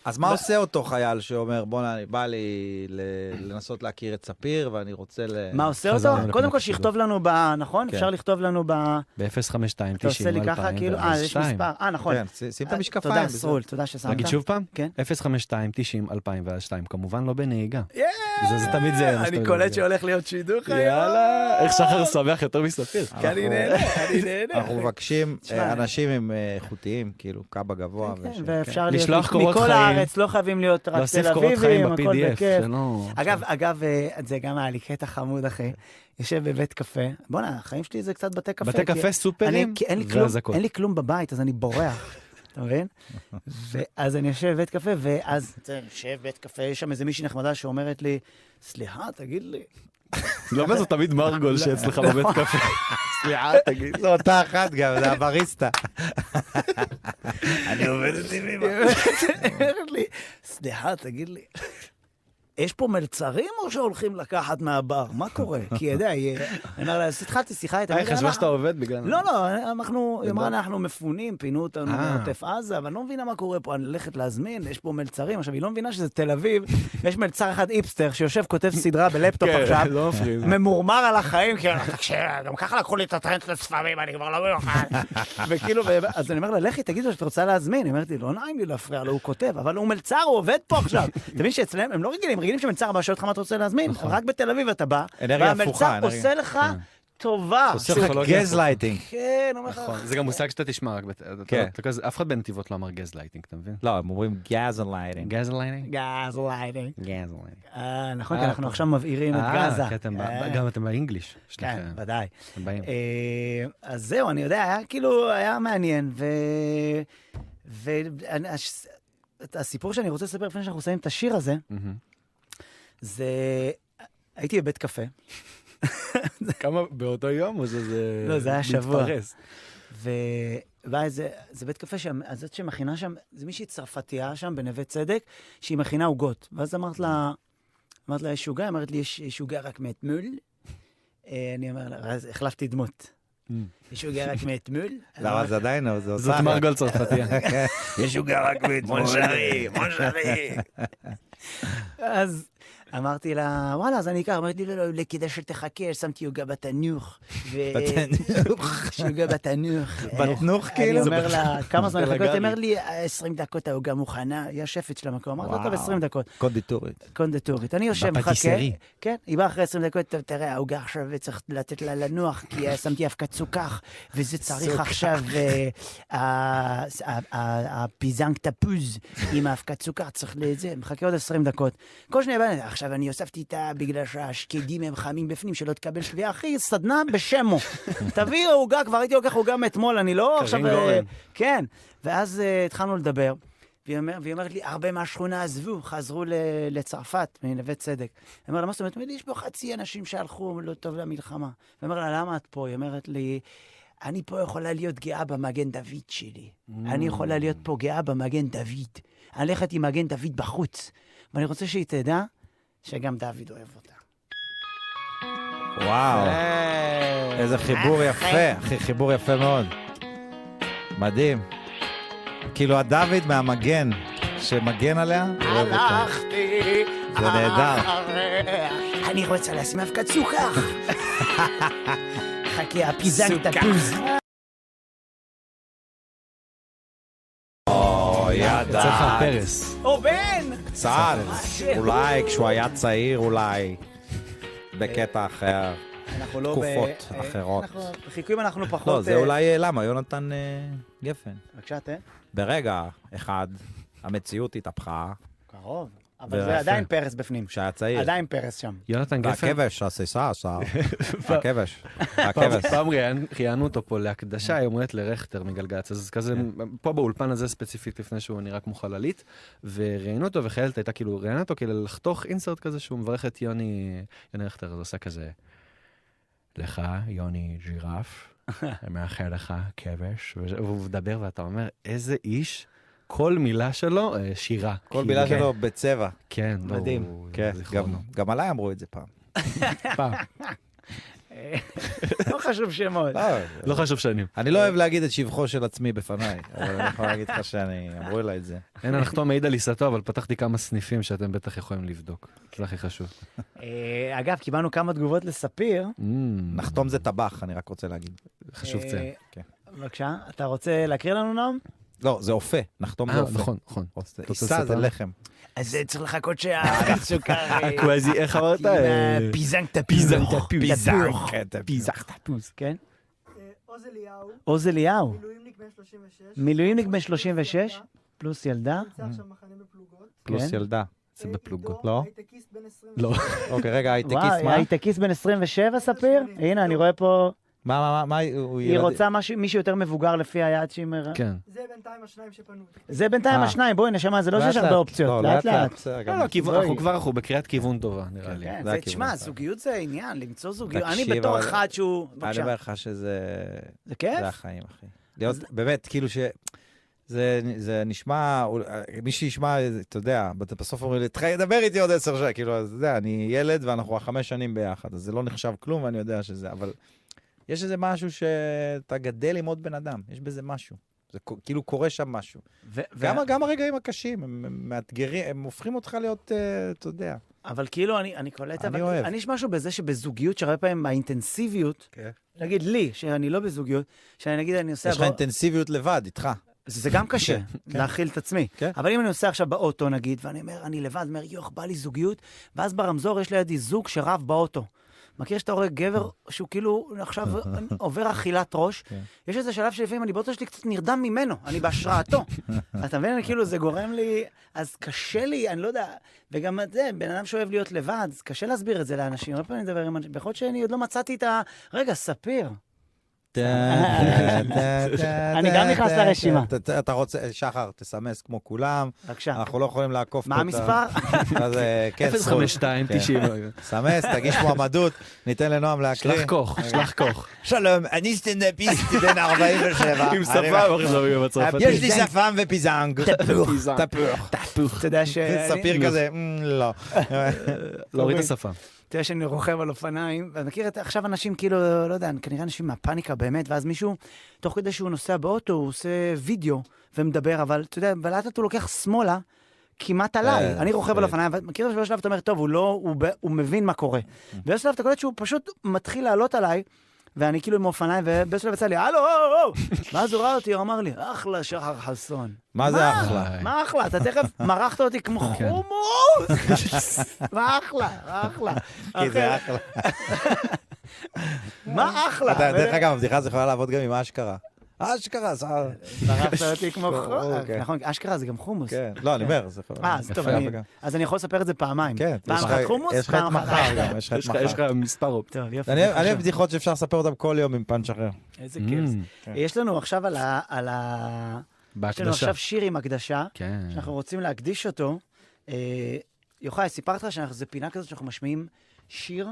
Speaker 1: אז מה עושה אותו חייל שאומר, בוא'נה, אני- בא לי ל- לנסות להכיר את ספיר, ואני רוצה ל...
Speaker 2: מה עושה אותו?
Speaker 3: חזרנו לנקודת
Speaker 2: קודם כל
Speaker 3: החיבור.
Speaker 2: שיכתוב לנו ב... נכון?
Speaker 1: כן.
Speaker 2: אפשר לכתוב לנו ב...
Speaker 3: ב-052, 90, 2000,
Speaker 2: אתה עושה לי ככה, כאילו... אה, יש מספר. אה, נכון.
Speaker 1: כן, ש- שים את
Speaker 2: אה,
Speaker 1: המשקפיים.
Speaker 2: תודה,
Speaker 1: וזה.
Speaker 2: סרול, תודה ששמת.
Speaker 3: נגיד שוב פעם?
Speaker 2: כן.
Speaker 3: 052, 90, 2000 ואז 2, כמובן לא בנהיגה.
Speaker 2: יאה!
Speaker 3: זה- זה תמיד זה, מה שאתה
Speaker 2: אני
Speaker 3: יודע.
Speaker 2: קולט שהולך להיות שידוך היום.
Speaker 3: יאללה, איך שחר שמח יותר אה, מספיר.
Speaker 2: כי אני נהנה, אני נהנה.
Speaker 1: אנחנו מבקשים
Speaker 2: תשמע,
Speaker 1: אה,
Speaker 2: אני-
Speaker 1: אנשים עם אה, איכותיים, כאילו, קאבה גבוה.
Speaker 2: כן,
Speaker 1: וש-
Speaker 2: ואפשר להיות
Speaker 3: לשלוח
Speaker 2: מ-
Speaker 3: קורות
Speaker 2: מכל
Speaker 3: חיים.
Speaker 2: הארץ, לא חייבים להיות רק
Speaker 3: להוסיף
Speaker 2: תל
Speaker 3: קורות חיים
Speaker 2: אביבים, הכל
Speaker 3: ב-PDF,
Speaker 2: בכיף.
Speaker 3: זה לא...
Speaker 2: אגב, אגב, אה, זה גם היה לי קטע חמוד, אחי. יושב בבית קפה, בואנה, החיים שלי זה קצת בתי קפה.
Speaker 3: בתי
Speaker 2: כי-
Speaker 3: קפה
Speaker 2: אני,
Speaker 3: סופרים
Speaker 2: כי אין לי כלום,
Speaker 3: ואזעקות.
Speaker 2: אין לי כלום בבית, אז אני בורח, אתה מבין? ואז אני יושב בבית קפה, ואז, אתה יודע, יושב בבית קפה, יש שם איזה מישהי נחמדה שאומרת לי, סליחה, תגיד לי.
Speaker 3: לא מבין, זה תמיד מרגול שאצלך
Speaker 2: לא.
Speaker 3: בבית קפה.
Speaker 1: סליחה, תגיד. זו אותה אחת גם, זה הבריסטה. אני עובדת עם אמא.
Speaker 2: אומרת לי, סליחה, תגיד לי. יש פה מלצרים או שהולכים לקחת מהבר? מה קורה? כי, אתה יודע, היא- אני אומר לה, אז התחלתי שיחה איתה.
Speaker 3: אה,
Speaker 2: אני אומר,
Speaker 3: חשבה
Speaker 2: "למה?"
Speaker 3: שאתה עובד בגלל...
Speaker 2: לא, לא, אנחנו, היא אמרה,
Speaker 3: הבנתי.
Speaker 2: אנחנו מפונים, פינו אותנו
Speaker 3: אה.
Speaker 2: מעוטף עזה, אבל אני לא מבינה מה קורה פה, אני הולכת להזמין, יש פה מלצרים. עכשיו, היא לא מבינה שזה תל אביב, יש מלצר אחד איפסטר שיושב, כותב סדרה בלפטופ
Speaker 3: כן,
Speaker 2: עכשיו,
Speaker 3: לא מפריעים.
Speaker 2: ממורמר על החיים, כאילו, תקשיב, גם ככה לקחו לי את הטרנד לספרים, אני כבר לא מיוחד. וכאילו, ו- אז אני אומר לה, לכי, תגידי לו שאת רוצה להזמין. היא אומרת לי, לא נעים לי להפריע לו, הוא כותב, אבל הוא מלצר, הוא עובד פה עכשיו. אתה מבין שאצלם, הם לא רגילים, רגילים שמלצר בא, שואל אותך מה אתה רוצה להזמין,
Speaker 3: נכון.
Speaker 2: רק בתל אביב אתה בא,
Speaker 1: אנרגיה הפוכה,
Speaker 2: והמלצר
Speaker 1: אנרגיה-
Speaker 2: עושה לך טובה.
Speaker 3: עושה לך פסיכולוגיה.
Speaker 1: גז לייטינג.
Speaker 2: כן, אומר לך...
Speaker 3: נכון, זה גם מושג שאתה תשמע רק... בת- אתה
Speaker 1: כן.
Speaker 3: לא- אתה כזה- אף אחד בנתיבות לא אמר גז לייטינג, אתה מבין?
Speaker 1: לא, הם אומרים גז לייטינג.
Speaker 3: גז לייטינג?
Speaker 2: גז לייטינג.
Speaker 3: גז לייטינג.
Speaker 2: אה, נכון, כי
Speaker 3: אה,
Speaker 2: אנחנו
Speaker 3: טוב.
Speaker 2: עכשיו מבעירים את גזה.
Speaker 3: אה, כי אתם ב-
Speaker 2: אה,
Speaker 3: גם אתם באינגליש.
Speaker 2: כן,
Speaker 3: שלכם.
Speaker 2: ודאי.
Speaker 3: אתם באים.
Speaker 2: אה, אז זהו, אני יודע, היה כאילו, היה מעניין, ו... והסיפור שאני רוצה לספר לפני שאנחנו שמים את השיר הזה,
Speaker 3: מהמם.
Speaker 2: זה... הייתי בבית קפה,
Speaker 3: כמה באותו יום או שזה...
Speaker 2: לא, זה היה שבוע.
Speaker 3: מתפרס?
Speaker 2: ובא איזה, זה בית קפה שם, אז זאת שמכינה שם, זה מישהי צרפתייה שם בנווה צדק, שהיא מכינה עוגות. ואז אמרת לה, אמרת לה, יש עוגה? היא אמרת לי, יש יש עוגה רק מאתמול. אה, אני אומר לה, אז החלפתי דמות.
Speaker 3: Mm.
Speaker 2: יש עוגה רק מאתמול? אני
Speaker 1: לא,
Speaker 2: אומר,
Speaker 1: אבל זה עדיין, אבל זה
Speaker 3: זאת
Speaker 1: עושה...
Speaker 3: מרגול צרפתיה.
Speaker 2: יש עוגה רק מאתמול. מונשרי, מונשרי. אז אמרתי לה, וואלה, אז אני אקח, אמרתי לי, לא, לא, כדאי שתחכה, שמתי עוגה בתנוך. ו- יש עוגה בתנוך.
Speaker 1: בתנוך
Speaker 2: אני
Speaker 1: כאילו?
Speaker 2: אומר לה, כמה זמן
Speaker 3: בלגני.
Speaker 2: לחכות? היא אומרת לי, 20 דקות העוגה מוכנה, היא השפט של המקום. אמרתי לה, טוב,
Speaker 1: וואו.
Speaker 2: 20 דקות.
Speaker 1: קונדיטורית.
Speaker 2: קונדטורית. אני יושב, מחכה.
Speaker 3: בפטיסרי.
Speaker 2: כן, היא באה אחרי 20 דקות, "טוב, תראה, העוגה עכשיו צריך לתת לה לנוח, כי אה, שמתי אבקת סוכך, וזה צריך עכשיו אה, ה- ה- ה- הפיזנג תפוז עם האבקת סוכך, צריך לזה, מחכה עוד 20 דקות. כל שניה, הבנתי, עכשיו אני הוספתי את ה... בגלל שהשקדים הם חמים בפנים, שלא תקבל שביעה, אחי, סדנה בשמו. תביא עוגה, כבר הייתי לוקח עוגה מאתמול, אני לא
Speaker 3: קרין
Speaker 2: עכשיו... אה,
Speaker 3: גורן.
Speaker 2: כן, ואז אה, התחלנו לדבר. והיא אומר- והיא אומרת לי, הרבה מהשכונה עזבו, חזרו ל- לצרפת, מנווה צדק. אני אומר לה, מה זאת אומרת? היא אומרת לי, יש פה חצי אנשים שהלכו לא טוב למלחמה. אני אומר לה, למה את פה? היא אומרת לי, אני פה יכולה להיות גאה במגן דוד שלי.
Speaker 3: Mm.
Speaker 2: אני יכולה להיות פה גאה במגן דוד. אני הולכת עם מגן דוד בחוץ. ואני רוצה שהיא תדע שגם דוד אוהב אותה.
Speaker 1: וואו, איזה חיבור יפה, אה. אחי, חיבור יפה מאוד. מדהים. כאילו הדוד מהמגן, שמגן עליה, אוהב אותה.
Speaker 2: הלכתי
Speaker 1: זה נהדר.
Speaker 2: אחריה. אני רוצה לשים אבקת סוכך. חכה, הפיזנג תפוז.
Speaker 1: לא. אוי, ידע.
Speaker 3: צריך פרס.
Speaker 2: או בן! אה,
Speaker 1: צה"ל, אה, אולי כשהוא היה צעיר, אולי בקטע אחר.
Speaker 2: אנחנו לא
Speaker 1: תקופות אחרות.
Speaker 2: אנחנו- בחיקויים אנחנו פחות...
Speaker 1: לא, זה
Speaker 2: אה,
Speaker 1: אולי אה, למה, יונתן אה, גפן.
Speaker 2: בבקשה, תן.
Speaker 1: ברגע אחד המציאות התהפכה
Speaker 2: קרוב. אבל
Speaker 1: זה
Speaker 2: זה
Speaker 1: יפה.
Speaker 2: עדיין פרס בפנים.
Speaker 1: כשהיה צעיר.
Speaker 2: עדיין פרס שם.
Speaker 3: יונתן גפן.
Speaker 1: והכבש, הסיסה עשה, הכבש,
Speaker 3: פעם-
Speaker 1: הכבש.
Speaker 3: פעם ראיינו- ראיינו אותו פה להקדשה יום הולדת לרכטר מגלגלצ, אז כזה,
Speaker 1: כן.
Speaker 3: פה באולפן הזה ספציפית לפני שהוא נראה כמו חללית, וראיינו אותו וחיילת הייתה כאילו, ראיינה אותו כאילו לחתוך אינסרט כזה שהוא מברך את יוני, יוני רכטר, אז הוא עושה כזה, לך, יוני ג'ירף, אני מאחל לך כבש, וזה- והוא מדבר ואתה אומר, איזה איש, כל מילה שלו אה, שירה.
Speaker 1: כל
Speaker 3: כאילו,
Speaker 1: מילה
Speaker 3: כן,
Speaker 1: שלו בצבע.
Speaker 3: כן, לא,
Speaker 1: מדהים.
Speaker 3: הוא-
Speaker 1: כן,
Speaker 3: זיכרונו.
Speaker 1: גם- גם עליי אמרו את זה פעם.
Speaker 3: פעם.
Speaker 2: לא חשוב שמות.
Speaker 1: לא,
Speaker 3: לא חשוב שנים.
Speaker 1: אני לא אוהב להגיד את שבחו של עצמי בפניי, אבל אני יכול להגיד לך שאני, אמרו אליי את זה.
Speaker 3: אין הנחתום מעיד על עיסתו, אבל פתחתי כמה סניפים שאתם בטח יכולים לבדוק. זה הכי חשוב.
Speaker 2: אה, אגב, קיבלנו כמה תגובות לספיר.
Speaker 1: Mm, נחתום זה טבח, אני רק רוצה להגיד.
Speaker 3: חשוב
Speaker 2: אה,
Speaker 3: לציין.
Speaker 1: נכון, כן.
Speaker 2: בבקשה, אתה רוצה להקריא לנו נועם?
Speaker 1: לא, זה אופה, נחתום זה
Speaker 3: אה,
Speaker 1: אופה.
Speaker 3: נכון, נכון.
Speaker 1: רוצה-
Speaker 3: רוצה
Speaker 1: עיסה זה
Speaker 3: לספר?
Speaker 1: לחם.
Speaker 2: אז אה, צריך לחכות שהסוכר...
Speaker 3: קוואזי, איך אמרת?
Speaker 2: פיזנג
Speaker 3: פיזנג
Speaker 2: תפוז.
Speaker 3: תפוז.
Speaker 1: כן, זה
Speaker 2: תפוז. כן.
Speaker 4: עוז אליהו,
Speaker 2: עוז אליהו,
Speaker 4: מילואימניק בן 36.
Speaker 2: מילואימניק בן 36, פלוס ילדה.
Speaker 4: נמצא עכשיו מחנה בפלוגות.
Speaker 1: פלוס
Speaker 2: כן.
Speaker 1: ילדה.
Speaker 3: זה
Speaker 4: אה,
Speaker 3: בפלוגות,
Speaker 4: עידו,
Speaker 1: לא?
Speaker 4: הייטקיסט בן 20.
Speaker 3: לא.
Speaker 1: אוקיי, רגע, הייטקיסט,
Speaker 2: וואי,
Speaker 1: מה?
Speaker 2: הייטקיסט בן 27, ספיר? הנה, אני רואה פה,
Speaker 1: מה, מה, מה, מה, הוא
Speaker 2: היא
Speaker 1: ילד-
Speaker 2: רוצה משהו- מישהו יותר מבוגר לפי היעד שהיא מראה.
Speaker 3: כן.
Speaker 4: זה בינתיים השניים שפנו.
Speaker 2: זה בינתיים
Speaker 1: אה.
Speaker 2: השניים, בואי נשמה, זה לא
Speaker 1: לאט
Speaker 2: שיש הרבה
Speaker 1: לאט.
Speaker 2: אופציות,
Speaker 1: לא,
Speaker 2: לאט לאט.
Speaker 1: בסדר, גם-
Speaker 3: לא, לא, כיוון-
Speaker 1: בואי.
Speaker 3: אנחנו כבר, אנחנו בקריאת כיוון טובה, נראה לי.
Speaker 2: כן,
Speaker 1: זה
Speaker 2: זה-
Speaker 1: לא הכיוון.
Speaker 2: תשמע, זוגיות זה עניין, למצוא זוגיות. כאילו, אני
Speaker 1: תקשיב,
Speaker 2: בתור
Speaker 1: אבל-
Speaker 2: אחד שהוא...
Speaker 1: אני
Speaker 2: בבקשה.
Speaker 1: אומר לך שזה...
Speaker 2: זה
Speaker 1: זה
Speaker 2: כיף?
Speaker 1: החיים, אחי. להיות, באמת, כאילו ש... זה, זה נשמע, אול- מי שישמע, אתה יודע, בת- בסוף אומרים לי, תחי, דבר איתי עוד עשר שנים, כאילו, אז אתה יודע, אני ילד ואנחנו כבר חמש שנים ביחד, אז זה לא נחשב כלום ואני יודע שזה, אבל יש איזה משהו שאתה גדל עם עוד בן אדם, יש בזה משהו. זה כ- כאילו קורה שם משהו.
Speaker 2: ו- ו-
Speaker 1: גם, ה- גם הרגעים הקשים, הם, הם מאתגרים, הם הופכים אותך להיות, אה, אתה יודע.
Speaker 2: אבל כאילו, אני, אני קולט,
Speaker 1: אני
Speaker 2: אבל
Speaker 1: אוהב.
Speaker 2: אני יש משהו בזה שבזוגיות, שהרבה פעמים האינטנסיביות,
Speaker 3: כן.
Speaker 2: נגיד לי, שאני לא בזוגיות, שאני נגיד, אני עושה...
Speaker 1: יש לך
Speaker 2: הבא-
Speaker 1: אינטנסיביות לבד, איתך.
Speaker 2: זה גם קשה, להכיל את עצמי.
Speaker 1: כן.
Speaker 2: אבל אם אני נוסע עכשיו באוטו, נגיד, ואני אומר, אני לבד, אומר, יוח, בא לי זוגיות, ואז ברמזור יש לידי זוג שרב באוטו. מכיר שאתה רואה גבר שהוא כאילו עכשיו עובר אכילת ראש?
Speaker 1: כן.
Speaker 2: יש איזה שלב שלפעמים אני באוטו שלי קצת נרדם ממנו, אני בהשראתו. אתה מבין? אני כאילו, זה גורם לי... אז קשה לי, אני לא יודע... וגם זה, בן אדם שאוהב להיות לבד, אז קשה להסביר את זה לאנשים. הרבה פעמים אני מדבר עם אנשים, בכל שאני עוד לא מצאתי את ה... רגע, ספיר. אה, אני גם נכנס לרשימה.
Speaker 1: אתה- אתה- אתה רוצה, שחר, תסמס כמו כולם.
Speaker 2: בבקשה.
Speaker 1: אנחנו לא יכולים לעקוף
Speaker 2: מה
Speaker 1: פה את ה-
Speaker 2: המספר?
Speaker 1: אז אה, כן, זכות.
Speaker 3: 052 90.
Speaker 1: סמס, תגיש מועמדות, ניתן לנועם להקריא.
Speaker 3: שלח כוך, שלח כוך.
Speaker 1: שלום, אני סטנדאפיסט בן 47.
Speaker 3: עם
Speaker 1: אני- אה,
Speaker 3: שפה, הוא חזר עם הצרפתית.
Speaker 1: יש לי שפם ופיזנג.
Speaker 2: תפוח.
Speaker 1: תפוח.
Speaker 2: אתה יודע ש...
Speaker 1: וספיר כזה, "אמ, לא.
Speaker 3: אה, להוריד את השפה.
Speaker 2: אתה יודע שאני רוכב על אופניים, ואתה מכיר את עכשיו אנשים כאילו, לא יודע, כנראה אנשים מהפאניקה באמת, ואז מישהו, תוך כדי שהוא נוסע באוטו, הוא עושה וידאו ומדבר, אבל אתה יודע, ולאט לאט הוא לוקח שמאלה. כמעט עליי,
Speaker 1: אה,
Speaker 2: אני רוכב על
Speaker 1: אה.
Speaker 2: אופניים, ואת מכיר שבשלב אתה אומר, טוב, הוא לא, הוא ב- הוא מבין מה קורה. ובאיזשהו שלב אתה קולט שהוא פשוט מתחיל לעלות עליי, ואני כאילו עם אופניים, ובאיזשהו שלב יצא לי, הלו, הלו, הלו, ואז הוא ראה אותי, הוא אמר לי, אחלה שחר חסון.
Speaker 1: מה זה אחלה?
Speaker 2: מה אחלה? אתה תכף מרחת אותי כמו
Speaker 3: כן.
Speaker 2: חומוס. מה אחלה? מה אחלה?
Speaker 1: כי זה אחלה.
Speaker 2: מה אחלה?
Speaker 1: אתה- דרך אגב, הבדיחה הזאת יכולה לעבוד גם עם אשכרה. אשכרה, שר.
Speaker 2: מרחת אותי כמו חומוס.
Speaker 1: אוקיי.
Speaker 2: נכון, אשכרה זה גם חומוס.
Speaker 1: כן. לא, אני אומר, זה יכול...
Speaker 2: אה, אז טוב,
Speaker 3: יפה,
Speaker 2: אני-
Speaker 1: אבל גם-
Speaker 2: אז אני יכול לספר את זה פעמיים.
Speaker 1: כן. יש
Speaker 2: פעם
Speaker 1: לך-
Speaker 2: אחת חומוס,
Speaker 1: יש לך את
Speaker 2: פעם אחת
Speaker 1: מחר גם, יש לך
Speaker 3: אה, יש
Speaker 1: את
Speaker 3: לך- יש לך
Speaker 1: מחר.
Speaker 3: מספר אופציות.
Speaker 2: טוב, יופי.
Speaker 1: אני אוהב-
Speaker 2: בבקשה.
Speaker 1: אני אוהב בדיחות שאפשר לספר אותן כל יום עם פאנץ' אחר.
Speaker 2: איזה
Speaker 1: Mm,
Speaker 3: Mm.
Speaker 2: כיף.
Speaker 1: כן.
Speaker 2: יש לנו עכשיו על ה- על ה... יש לנו
Speaker 3: בהקדשה.
Speaker 2: עכשיו שיר עם הקדשה,
Speaker 3: כן.
Speaker 2: שאנחנו רוצים להקדיש אותו. אה, יוחאי, סיפרתי לך שזו פינה כזאת שאנחנו משמיעים שיר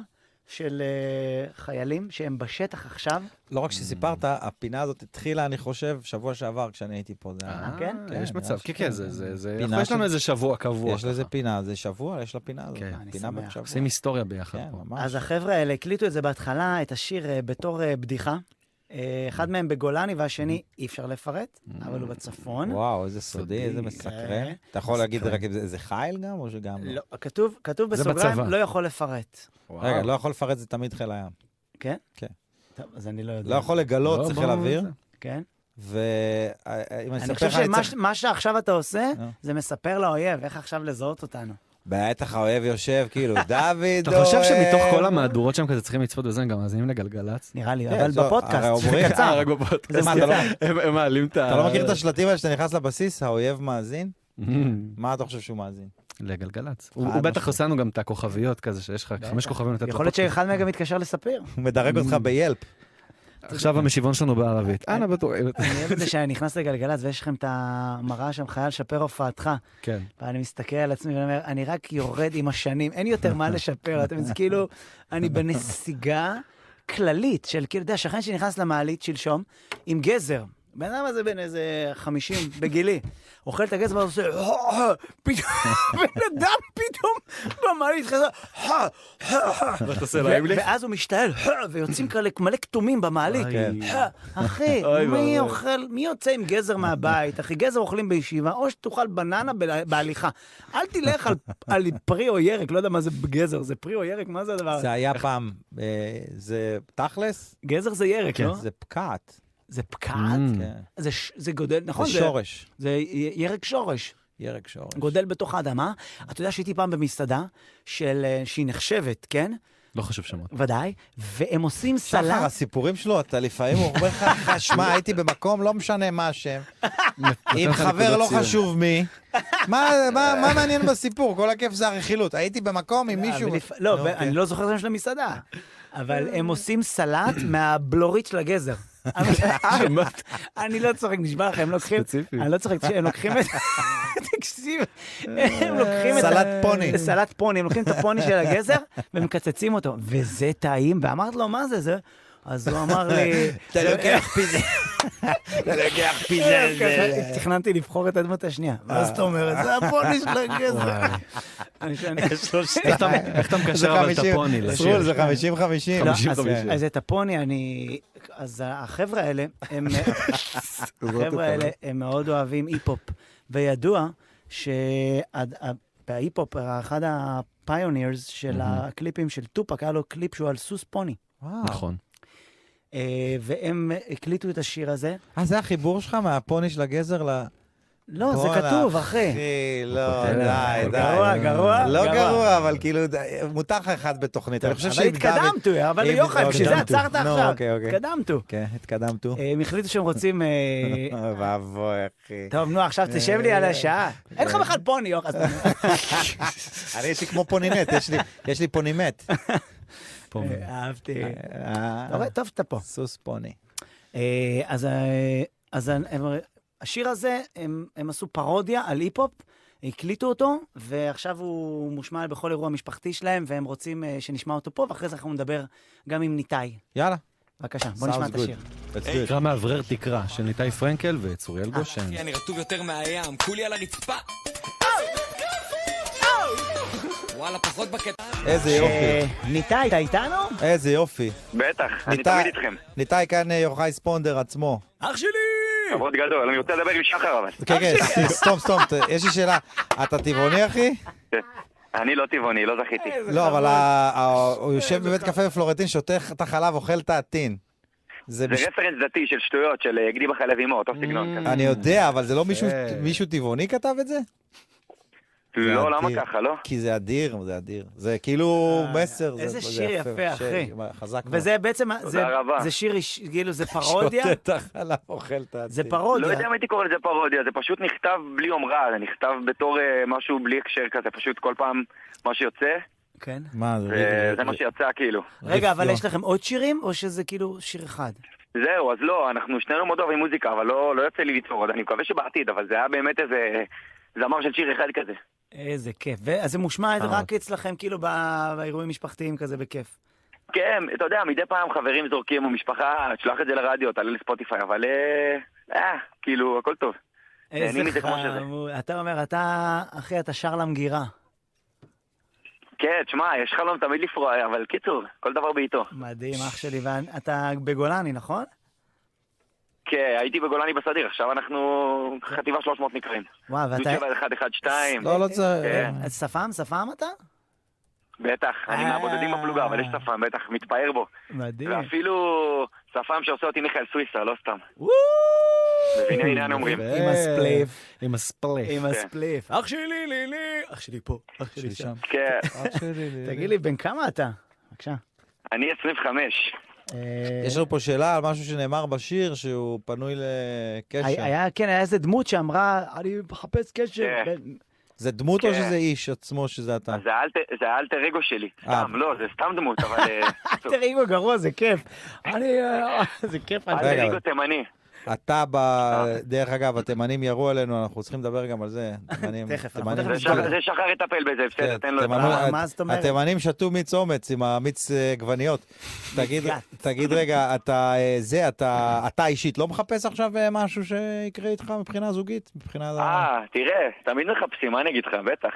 Speaker 2: של אה, חיילים שהם בשטח עכשיו.
Speaker 1: לא רק שסיפרת, הפינה הזאת התחילה, אני חושב, שבוע שעבר כשאני הייתי פה. זה היה-
Speaker 3: אה,
Speaker 2: כן?
Speaker 1: כן,
Speaker 3: יש מצב,
Speaker 1: יש-
Speaker 3: כן, כן, זה- זה, זה,
Speaker 1: פינה
Speaker 3: אנחנו- יש לנו
Speaker 1: של-
Speaker 3: איזה שבוע קבוע.
Speaker 1: יש לזה
Speaker 3: ככה.
Speaker 1: פינה, זה שבוע, יש לה פינה הזאת.
Speaker 3: כן.
Speaker 2: אני
Speaker 1: פינה
Speaker 2: שמח.
Speaker 1: בת שבוע.
Speaker 3: עושים היסטוריה ביחד
Speaker 1: כן,
Speaker 3: פה.
Speaker 1: ממש.
Speaker 2: אז החבר'ה האלה הקליטו את זה בהתחלה, את השיר אה, בתור אה, בדיחה. אה,
Speaker 1: Mm.
Speaker 2: אחד מהם בגולני והשני אי אפשר לפרט, אבל הוא בצפון.
Speaker 1: וואו, איזה סודי, איזה מסקרן.
Speaker 2: כן.
Speaker 1: אתה יכול להגיד רק אם זה- זה חייל גם, או שגם לא?
Speaker 2: לא, כתוב, כתוב
Speaker 3: זה
Speaker 2: בסוגריים,
Speaker 3: בצבא.
Speaker 2: לא יכול לפרט.
Speaker 3: וואו.
Speaker 1: רגע, לא יכול לפרט, זה תמיד חיל הים.
Speaker 2: כן?
Speaker 1: כן.
Speaker 2: טוב, אז אני לא יודע.
Speaker 1: לא יכול לגלות,
Speaker 3: לא,
Speaker 1: צריך
Speaker 3: בוא-
Speaker 1: חיל אוויר.
Speaker 2: כן?
Speaker 1: ואם אה, אני
Speaker 2: אני
Speaker 1: אספר
Speaker 2: חושב
Speaker 1: לך, אני
Speaker 2: שמה
Speaker 1: צריך-
Speaker 2: ש- מה שעכשיו אתה עושה,
Speaker 1: לא.
Speaker 2: זה מספר לאויב איך עכשיו לזהות אותנו.
Speaker 1: בטח האוהב יושב, כאילו, דוד
Speaker 3: אתה חושב
Speaker 1: אוהב.
Speaker 3: שמתוך כל המהדורות שם כזה צריכים לצפות בזה, הם גם מאזינים לגלגלצ?
Speaker 2: נראה לי,
Speaker 1: כן,
Speaker 2: אבל
Speaker 3: לא,
Speaker 1: טוב, הרי
Speaker 2: בפודקאסט,
Speaker 1: אומרים-
Speaker 2: זה
Speaker 3: אה,
Speaker 2: קצר.
Speaker 3: רק בפודקאסט.
Speaker 2: זה
Speaker 1: מה, אתה לא-
Speaker 3: הם הם מעלים את ה...
Speaker 1: אתה לא מכיר את השלטים האלה שאתה נכנס לבסיס, האויב מאזין? מה אתה חושב שהוא מאזין?
Speaker 3: לגלגלצ. הוא
Speaker 1: חד
Speaker 3: הוא
Speaker 1: משמעית.
Speaker 3: בטח עושה לנו גם את הכוכביות כזה, שיש לך חמש כוכבים לתת
Speaker 2: אה, נכון. יכול להיות
Speaker 3: לפודקאסט.
Speaker 2: שאחד מהם גם מתקשר לספיר.
Speaker 1: אה. הוא מדרג אותך אה, ביילפ.
Speaker 2: אוקיי.
Speaker 3: עכשיו המשיבון שלנו בערבית. אנא בטוח.
Speaker 2: אני אוהב את זה שאני נכנס לגלגלצ ויש לכם את המראה שם, חייל, שפר הופעתך.
Speaker 3: כן.
Speaker 2: ואני מסתכל על עצמי ואני אומר, אני רק יורד עם השנים, אין יותר מה לשפר, אתם זה כאילו, אני בנסיגה כללית של, כאילו, אתה יודע, שכן שלי נכנס למעלית שלשום עם גזר. בן אדם הזה בן איזה 50 בגילי, אוכל את הגזר ועושה, פתאום, בן אדם פתאום במעלית, חזר,
Speaker 3: מה אתה עושה
Speaker 2: ואז הוא משתעל, ויוצאים כאלה מלא כתומים במעלית.
Speaker 1: כן.
Speaker 2: אחי,
Speaker 3: אוי
Speaker 2: מי
Speaker 3: ואבוי.
Speaker 2: אוכל, מי יוצא עם גזר מהבית? אחי, גזר אוכלים בישיבה, או שתאכל בננה בל- בהליכה. אל תלך על- על פרי או ירק, לא יודע מה זה גזר, זה פרי או ירק, מה זה הדבר הזה?
Speaker 1: זה היה פעם, אה, זה תכלס, כן,
Speaker 2: גזר זה ירק, לא?
Speaker 1: זה פקעת.
Speaker 2: זה פקעת?
Speaker 3: Mm.
Speaker 1: כן.
Speaker 2: זה ש- זה גודל, נכון?
Speaker 1: זה שורש,
Speaker 2: זה י- ירק שורש.
Speaker 1: ירק שורש.
Speaker 2: גודל בתוך האדמה. אתה יודע שהייתי פעם במסעדה של, אה, שהיא נחשבת, כן?
Speaker 3: לא חשוב שמות.
Speaker 2: ודאי. והם עושים
Speaker 1: שחר,
Speaker 2: סלט.
Speaker 1: הסיפורים שלו, אתה לפעמים אומר לך, כן. שמע, הייתי במקום, לא משנה מה השם, עם חבר לא חשוב מי, מה מה- מה מעניין בסיפור? כל הכיף זה הרכילות. הייתי במקום עם מישהו...
Speaker 2: אבל לפ- לא, ו-
Speaker 1: אוקיי.
Speaker 2: אני לא זוכר את השם של המסעדה, אבל הם עושים סלט מהבלורית של הגזר.
Speaker 1: אה,
Speaker 2: אני לא צוחק, נשבע לכם, הם לוקחים...
Speaker 3: ספציפי.
Speaker 2: אני לא צוחק, הם לוקחים את... תקשיב, הם לוקחים את... ה-
Speaker 1: סלט פוני.
Speaker 2: סלט פוני, הם לוקחים את הפוני של הגזר ומקצצים אותו. וזה טעים, ואמרת לו, מה זה? זה... אז הוא אמר לי...
Speaker 1: אתה לא לוקח פיזה, אתה לא לוקח פיזה.
Speaker 2: ככה, תכננתי לבחור את הדמות השנייה. מה זאת אומרת? זה הפוני של הגזע. אני כן. שואל-
Speaker 3: איך אתה- איך אתה
Speaker 1: זה
Speaker 3: מקשר אבל את
Speaker 1: 50,
Speaker 3: הפוני
Speaker 1: סרול,
Speaker 3: לשיר?
Speaker 1: זה 50-50.
Speaker 2: לא,
Speaker 1: לא,
Speaker 2: אז-
Speaker 3: 50-50.
Speaker 2: אז את הפוני אני... אז החבר'ה האלה, הם... החבר'ה האלה, הם מאוד אוהבים היפ-הופ. וידוע שבהיפ-הופ, אחד הפיונירס של
Speaker 3: מהמם.
Speaker 2: הקליפים של טופק, היה לו קליפ שהוא על סוס פוני.
Speaker 1: וואו.
Speaker 3: נכון.
Speaker 2: אה, והם הקליטו את השיר הזה.
Speaker 1: אה, זה החיבור שלך מהפוני של הגזר ל...
Speaker 2: לא, זה
Speaker 1: בואנה,
Speaker 2: כתוב, אחי.
Speaker 1: לא,
Speaker 3: פותח.
Speaker 1: די, די.
Speaker 2: אה, גרוע, גרוע,
Speaker 1: לא
Speaker 2: גרוע.
Speaker 1: גרוע, אבל כאילו, די, מותר לך אחד בתוכנית. אני חושב
Speaker 2: אבל
Speaker 1: שאם דוד...
Speaker 2: התקדמתו, אבל
Speaker 1: אם-
Speaker 2: יוחאי,
Speaker 1: אוקיי.
Speaker 2: בשביל זה עצרת
Speaker 1: נו,
Speaker 2: עכשיו.
Speaker 1: אוקיי, אוקיי.
Speaker 2: התקדמתו.
Speaker 1: כן, התקדמתו.
Speaker 2: אה, הם החליטו שהם רוצים... אה,
Speaker 1: אוי ואבוי, אחי. אה,
Speaker 2: טוב, נו, עכשיו תשב לי על השעה. אין לך בכלל פוני, יוחאי.
Speaker 1: אני, יש לי כמו פונינט, יש לי- יש לי פונימט.
Speaker 3: פוני.
Speaker 2: אהבתי.
Speaker 1: אה,
Speaker 2: אתה רואה, טוב שאתה פה.
Speaker 1: סוס פוני.
Speaker 2: אה, אז אה, אז הם- הם- השיר הזה, הם הם עשו פרודיה על היפ-הופ, הקליטו אותו, ועכשיו הוא מושמע בכל אירוע משפחתי שלהם, והם רוצים אה, שנשמע אותו פה, ואחרי זה אנחנו נדבר גם עם ניתאי.
Speaker 1: יאללה.
Speaker 2: בבקשה, בוא נשמע
Speaker 1: Sounds
Speaker 2: את
Speaker 1: good.
Speaker 2: השיר.
Speaker 1: Let's do it.
Speaker 3: נקרא מאוורר תקרה של ניתאי פרנקל וצוריאל
Speaker 2: אה,
Speaker 3: גושן.
Speaker 5: אחי, אני רטוב יותר מהים, כולי על הרצפה. וואלה, פחות בקטע.
Speaker 1: איזה יופי.
Speaker 2: אה, ניתאי, אתה איתנו?
Speaker 1: איזה יופי.
Speaker 6: בטח, אני
Speaker 1: ניתאי-
Speaker 6: תמיד איתכם. אה,
Speaker 1: ניתאי כאן אה, יוחאי ספונדר עצמו.
Speaker 5: אח שלי!
Speaker 6: כבוד גדול, אני רוצה לדבר עם שחר אבל.
Speaker 1: כן, כן,
Speaker 6: אוקיי.
Speaker 1: ס- סתום, סתום, ת- יש לי שאלה. אתה טבעוני, אחי?
Speaker 6: אני לא טבעוני, לא זכיתי.
Speaker 1: לא, אבל ה- ה-
Speaker 6: אה,
Speaker 1: הוא יושב בבית קפה בפלורנטין, שותה את החלב, אוכל את העטין. זה
Speaker 6: זה
Speaker 1: בש- Mm,
Speaker 6: רפרנס דתי של שטויות, של אה, גדי בחלב אימו, אותו סגנון כזה.
Speaker 1: אני יודע, אבל זה לא מישהו-
Speaker 3: יפה.
Speaker 1: מישהו טבעוני כתב את זה?
Speaker 6: לא, למה
Speaker 1: אדיר.
Speaker 6: ככה, לא?
Speaker 1: כי זה אדיר, זה אדיר. זה כאילו
Speaker 2: אה,
Speaker 1: מסר. זה-
Speaker 2: איזה
Speaker 1: זה
Speaker 2: שיר יפה, אחי.
Speaker 1: שיר, חזק מאוד.
Speaker 2: וזה בעצם, זה-
Speaker 6: רבה.
Speaker 2: זה שיר, איש- כאילו, זה פרודיה?
Speaker 1: שותה את החלב, אוכל את העטין.
Speaker 2: זה
Speaker 6: לא
Speaker 2: פרודיה.
Speaker 6: יודע אם הייתי קורא לזה פרודיה, זה פשוט נכתב בלי אומרה, זה נכתב בתור אה, משהו בלי הקשר כזה, פשוט כל פעם מה שיוצא,
Speaker 2: כן.
Speaker 1: מה, זה...
Speaker 6: זה- זה מה שיצא כאילו.
Speaker 2: רגע, אבל
Speaker 1: יופי.
Speaker 2: יש לכם עוד שירים, או שזה כאילו שיר אחד?
Speaker 6: זהו, אז לא, אנחנו שנינו מאוד אוהבים מוזיקה, אבל לא לא יוצא לי ליצור עוד, אני מקווה שבעתיד, אבל זה היה באמת איזה זמר של שיר אחד כזה.
Speaker 2: איזה כיף. ו- אז זה מושמע רק אצלכם, כאילו, בא- באירועים משפחתיים כזה, בכיף.
Speaker 6: כן, אתה יודע, מדי פעם חברים זורקים, או משפחה, שלח את זה לרדיו, תעלה לספוטיפיי, אבל אה, אה, כאילו, הכל טוב.
Speaker 2: איזה
Speaker 6: נהנים מזה כמו שזה.
Speaker 2: חמור. אתה אומר, אתה, אחי, אתה שר למגירה.
Speaker 6: כן, תשמע, יש חלום תמיד לפרוע, אבל קיצור, כל דבר בעיתו.
Speaker 2: מדהים, אח שלי. ואתה בגולני, נכון?
Speaker 6: כן, הייתי בגולני בסדיר, עכשיו אנחנו חטיבה 300 נקראים.
Speaker 2: וואו,
Speaker 6: דו
Speaker 2: אה, ואתה... אה,
Speaker 6: שבע אחד אחד שתיים,
Speaker 1: לא, לא צריך...
Speaker 6: כן.
Speaker 2: אז שפם? שפם אתה?
Speaker 6: בטח, אני
Speaker 2: אה.
Speaker 6: מהבודדים בפלוגה, אבל יש שפם, בטח, מתפאר בו.
Speaker 2: מדהים.
Speaker 6: ואפילו שפם שעושה אותי מיכאל סוויסה, לא סתם.
Speaker 1: אוקיי,
Speaker 2: וואו!
Speaker 6: מבינים, הנה אנו אומרים.
Speaker 2: עם הספליף.
Speaker 3: עם הספלייף.
Speaker 6: כן.
Speaker 2: עם הספליף.
Speaker 5: אח שלי, לי, לי!
Speaker 2: אח שלי פה, אח שלי שם.
Speaker 6: כן,
Speaker 1: אה,
Speaker 2: תגיד לי, בן כמה אתה? בבקשה.
Speaker 6: אני 25.
Speaker 2: אה,
Speaker 1: יש לנו פה שאלה על משהו שנאמר בשיר, שהוא פנוי לקשר.
Speaker 2: היה, כן, היה איזה דמות שאמרה, אני מחפש קשר.
Speaker 6: כן.
Speaker 2: בין-
Speaker 1: זה דמות או
Speaker 6: כן.
Speaker 1: שזה איש עצמו שזה אתה?
Speaker 6: אז זה האלטר- זה האלטר אגו שלי.
Speaker 1: אה.
Speaker 6: סתם, לא, זה סתם דמות, אבל... אה, טוב.
Speaker 2: תראי, איגו גרוע, זה כיף. אני... אה, זה כיף. אני-
Speaker 1: רגע,
Speaker 6: אלטר אגו תימני.
Speaker 1: אתה, ב... דרך אגב, התימנים ירו עלינו, אנחנו צריכים לדבר גם על זה. תימנים-
Speaker 2: תכף, אנחנו
Speaker 1: תימנים-
Speaker 2: תכף
Speaker 6: זה שחר- זה שחר יטפל בזה, בסדר,
Speaker 1: כן,
Speaker 6: תן לו את
Speaker 1: תמנו-
Speaker 6: ה...
Speaker 2: אה,
Speaker 1: הת-
Speaker 2: מה זאת אומרת?
Speaker 1: התימנים שתו מיץ אומץ עם המיץ אה, עגבניות. תגיד,
Speaker 2: מקלט.
Speaker 1: תגיד רגע, אתה אה, זה, אתה, אתה אישית לא מחפש עכשיו אה, משהו שיקרה איתך מבחינה זוגית? מבחינה...
Speaker 6: אה, תראה, תמיד מחפשים, מה אני אגיד לך, בטח.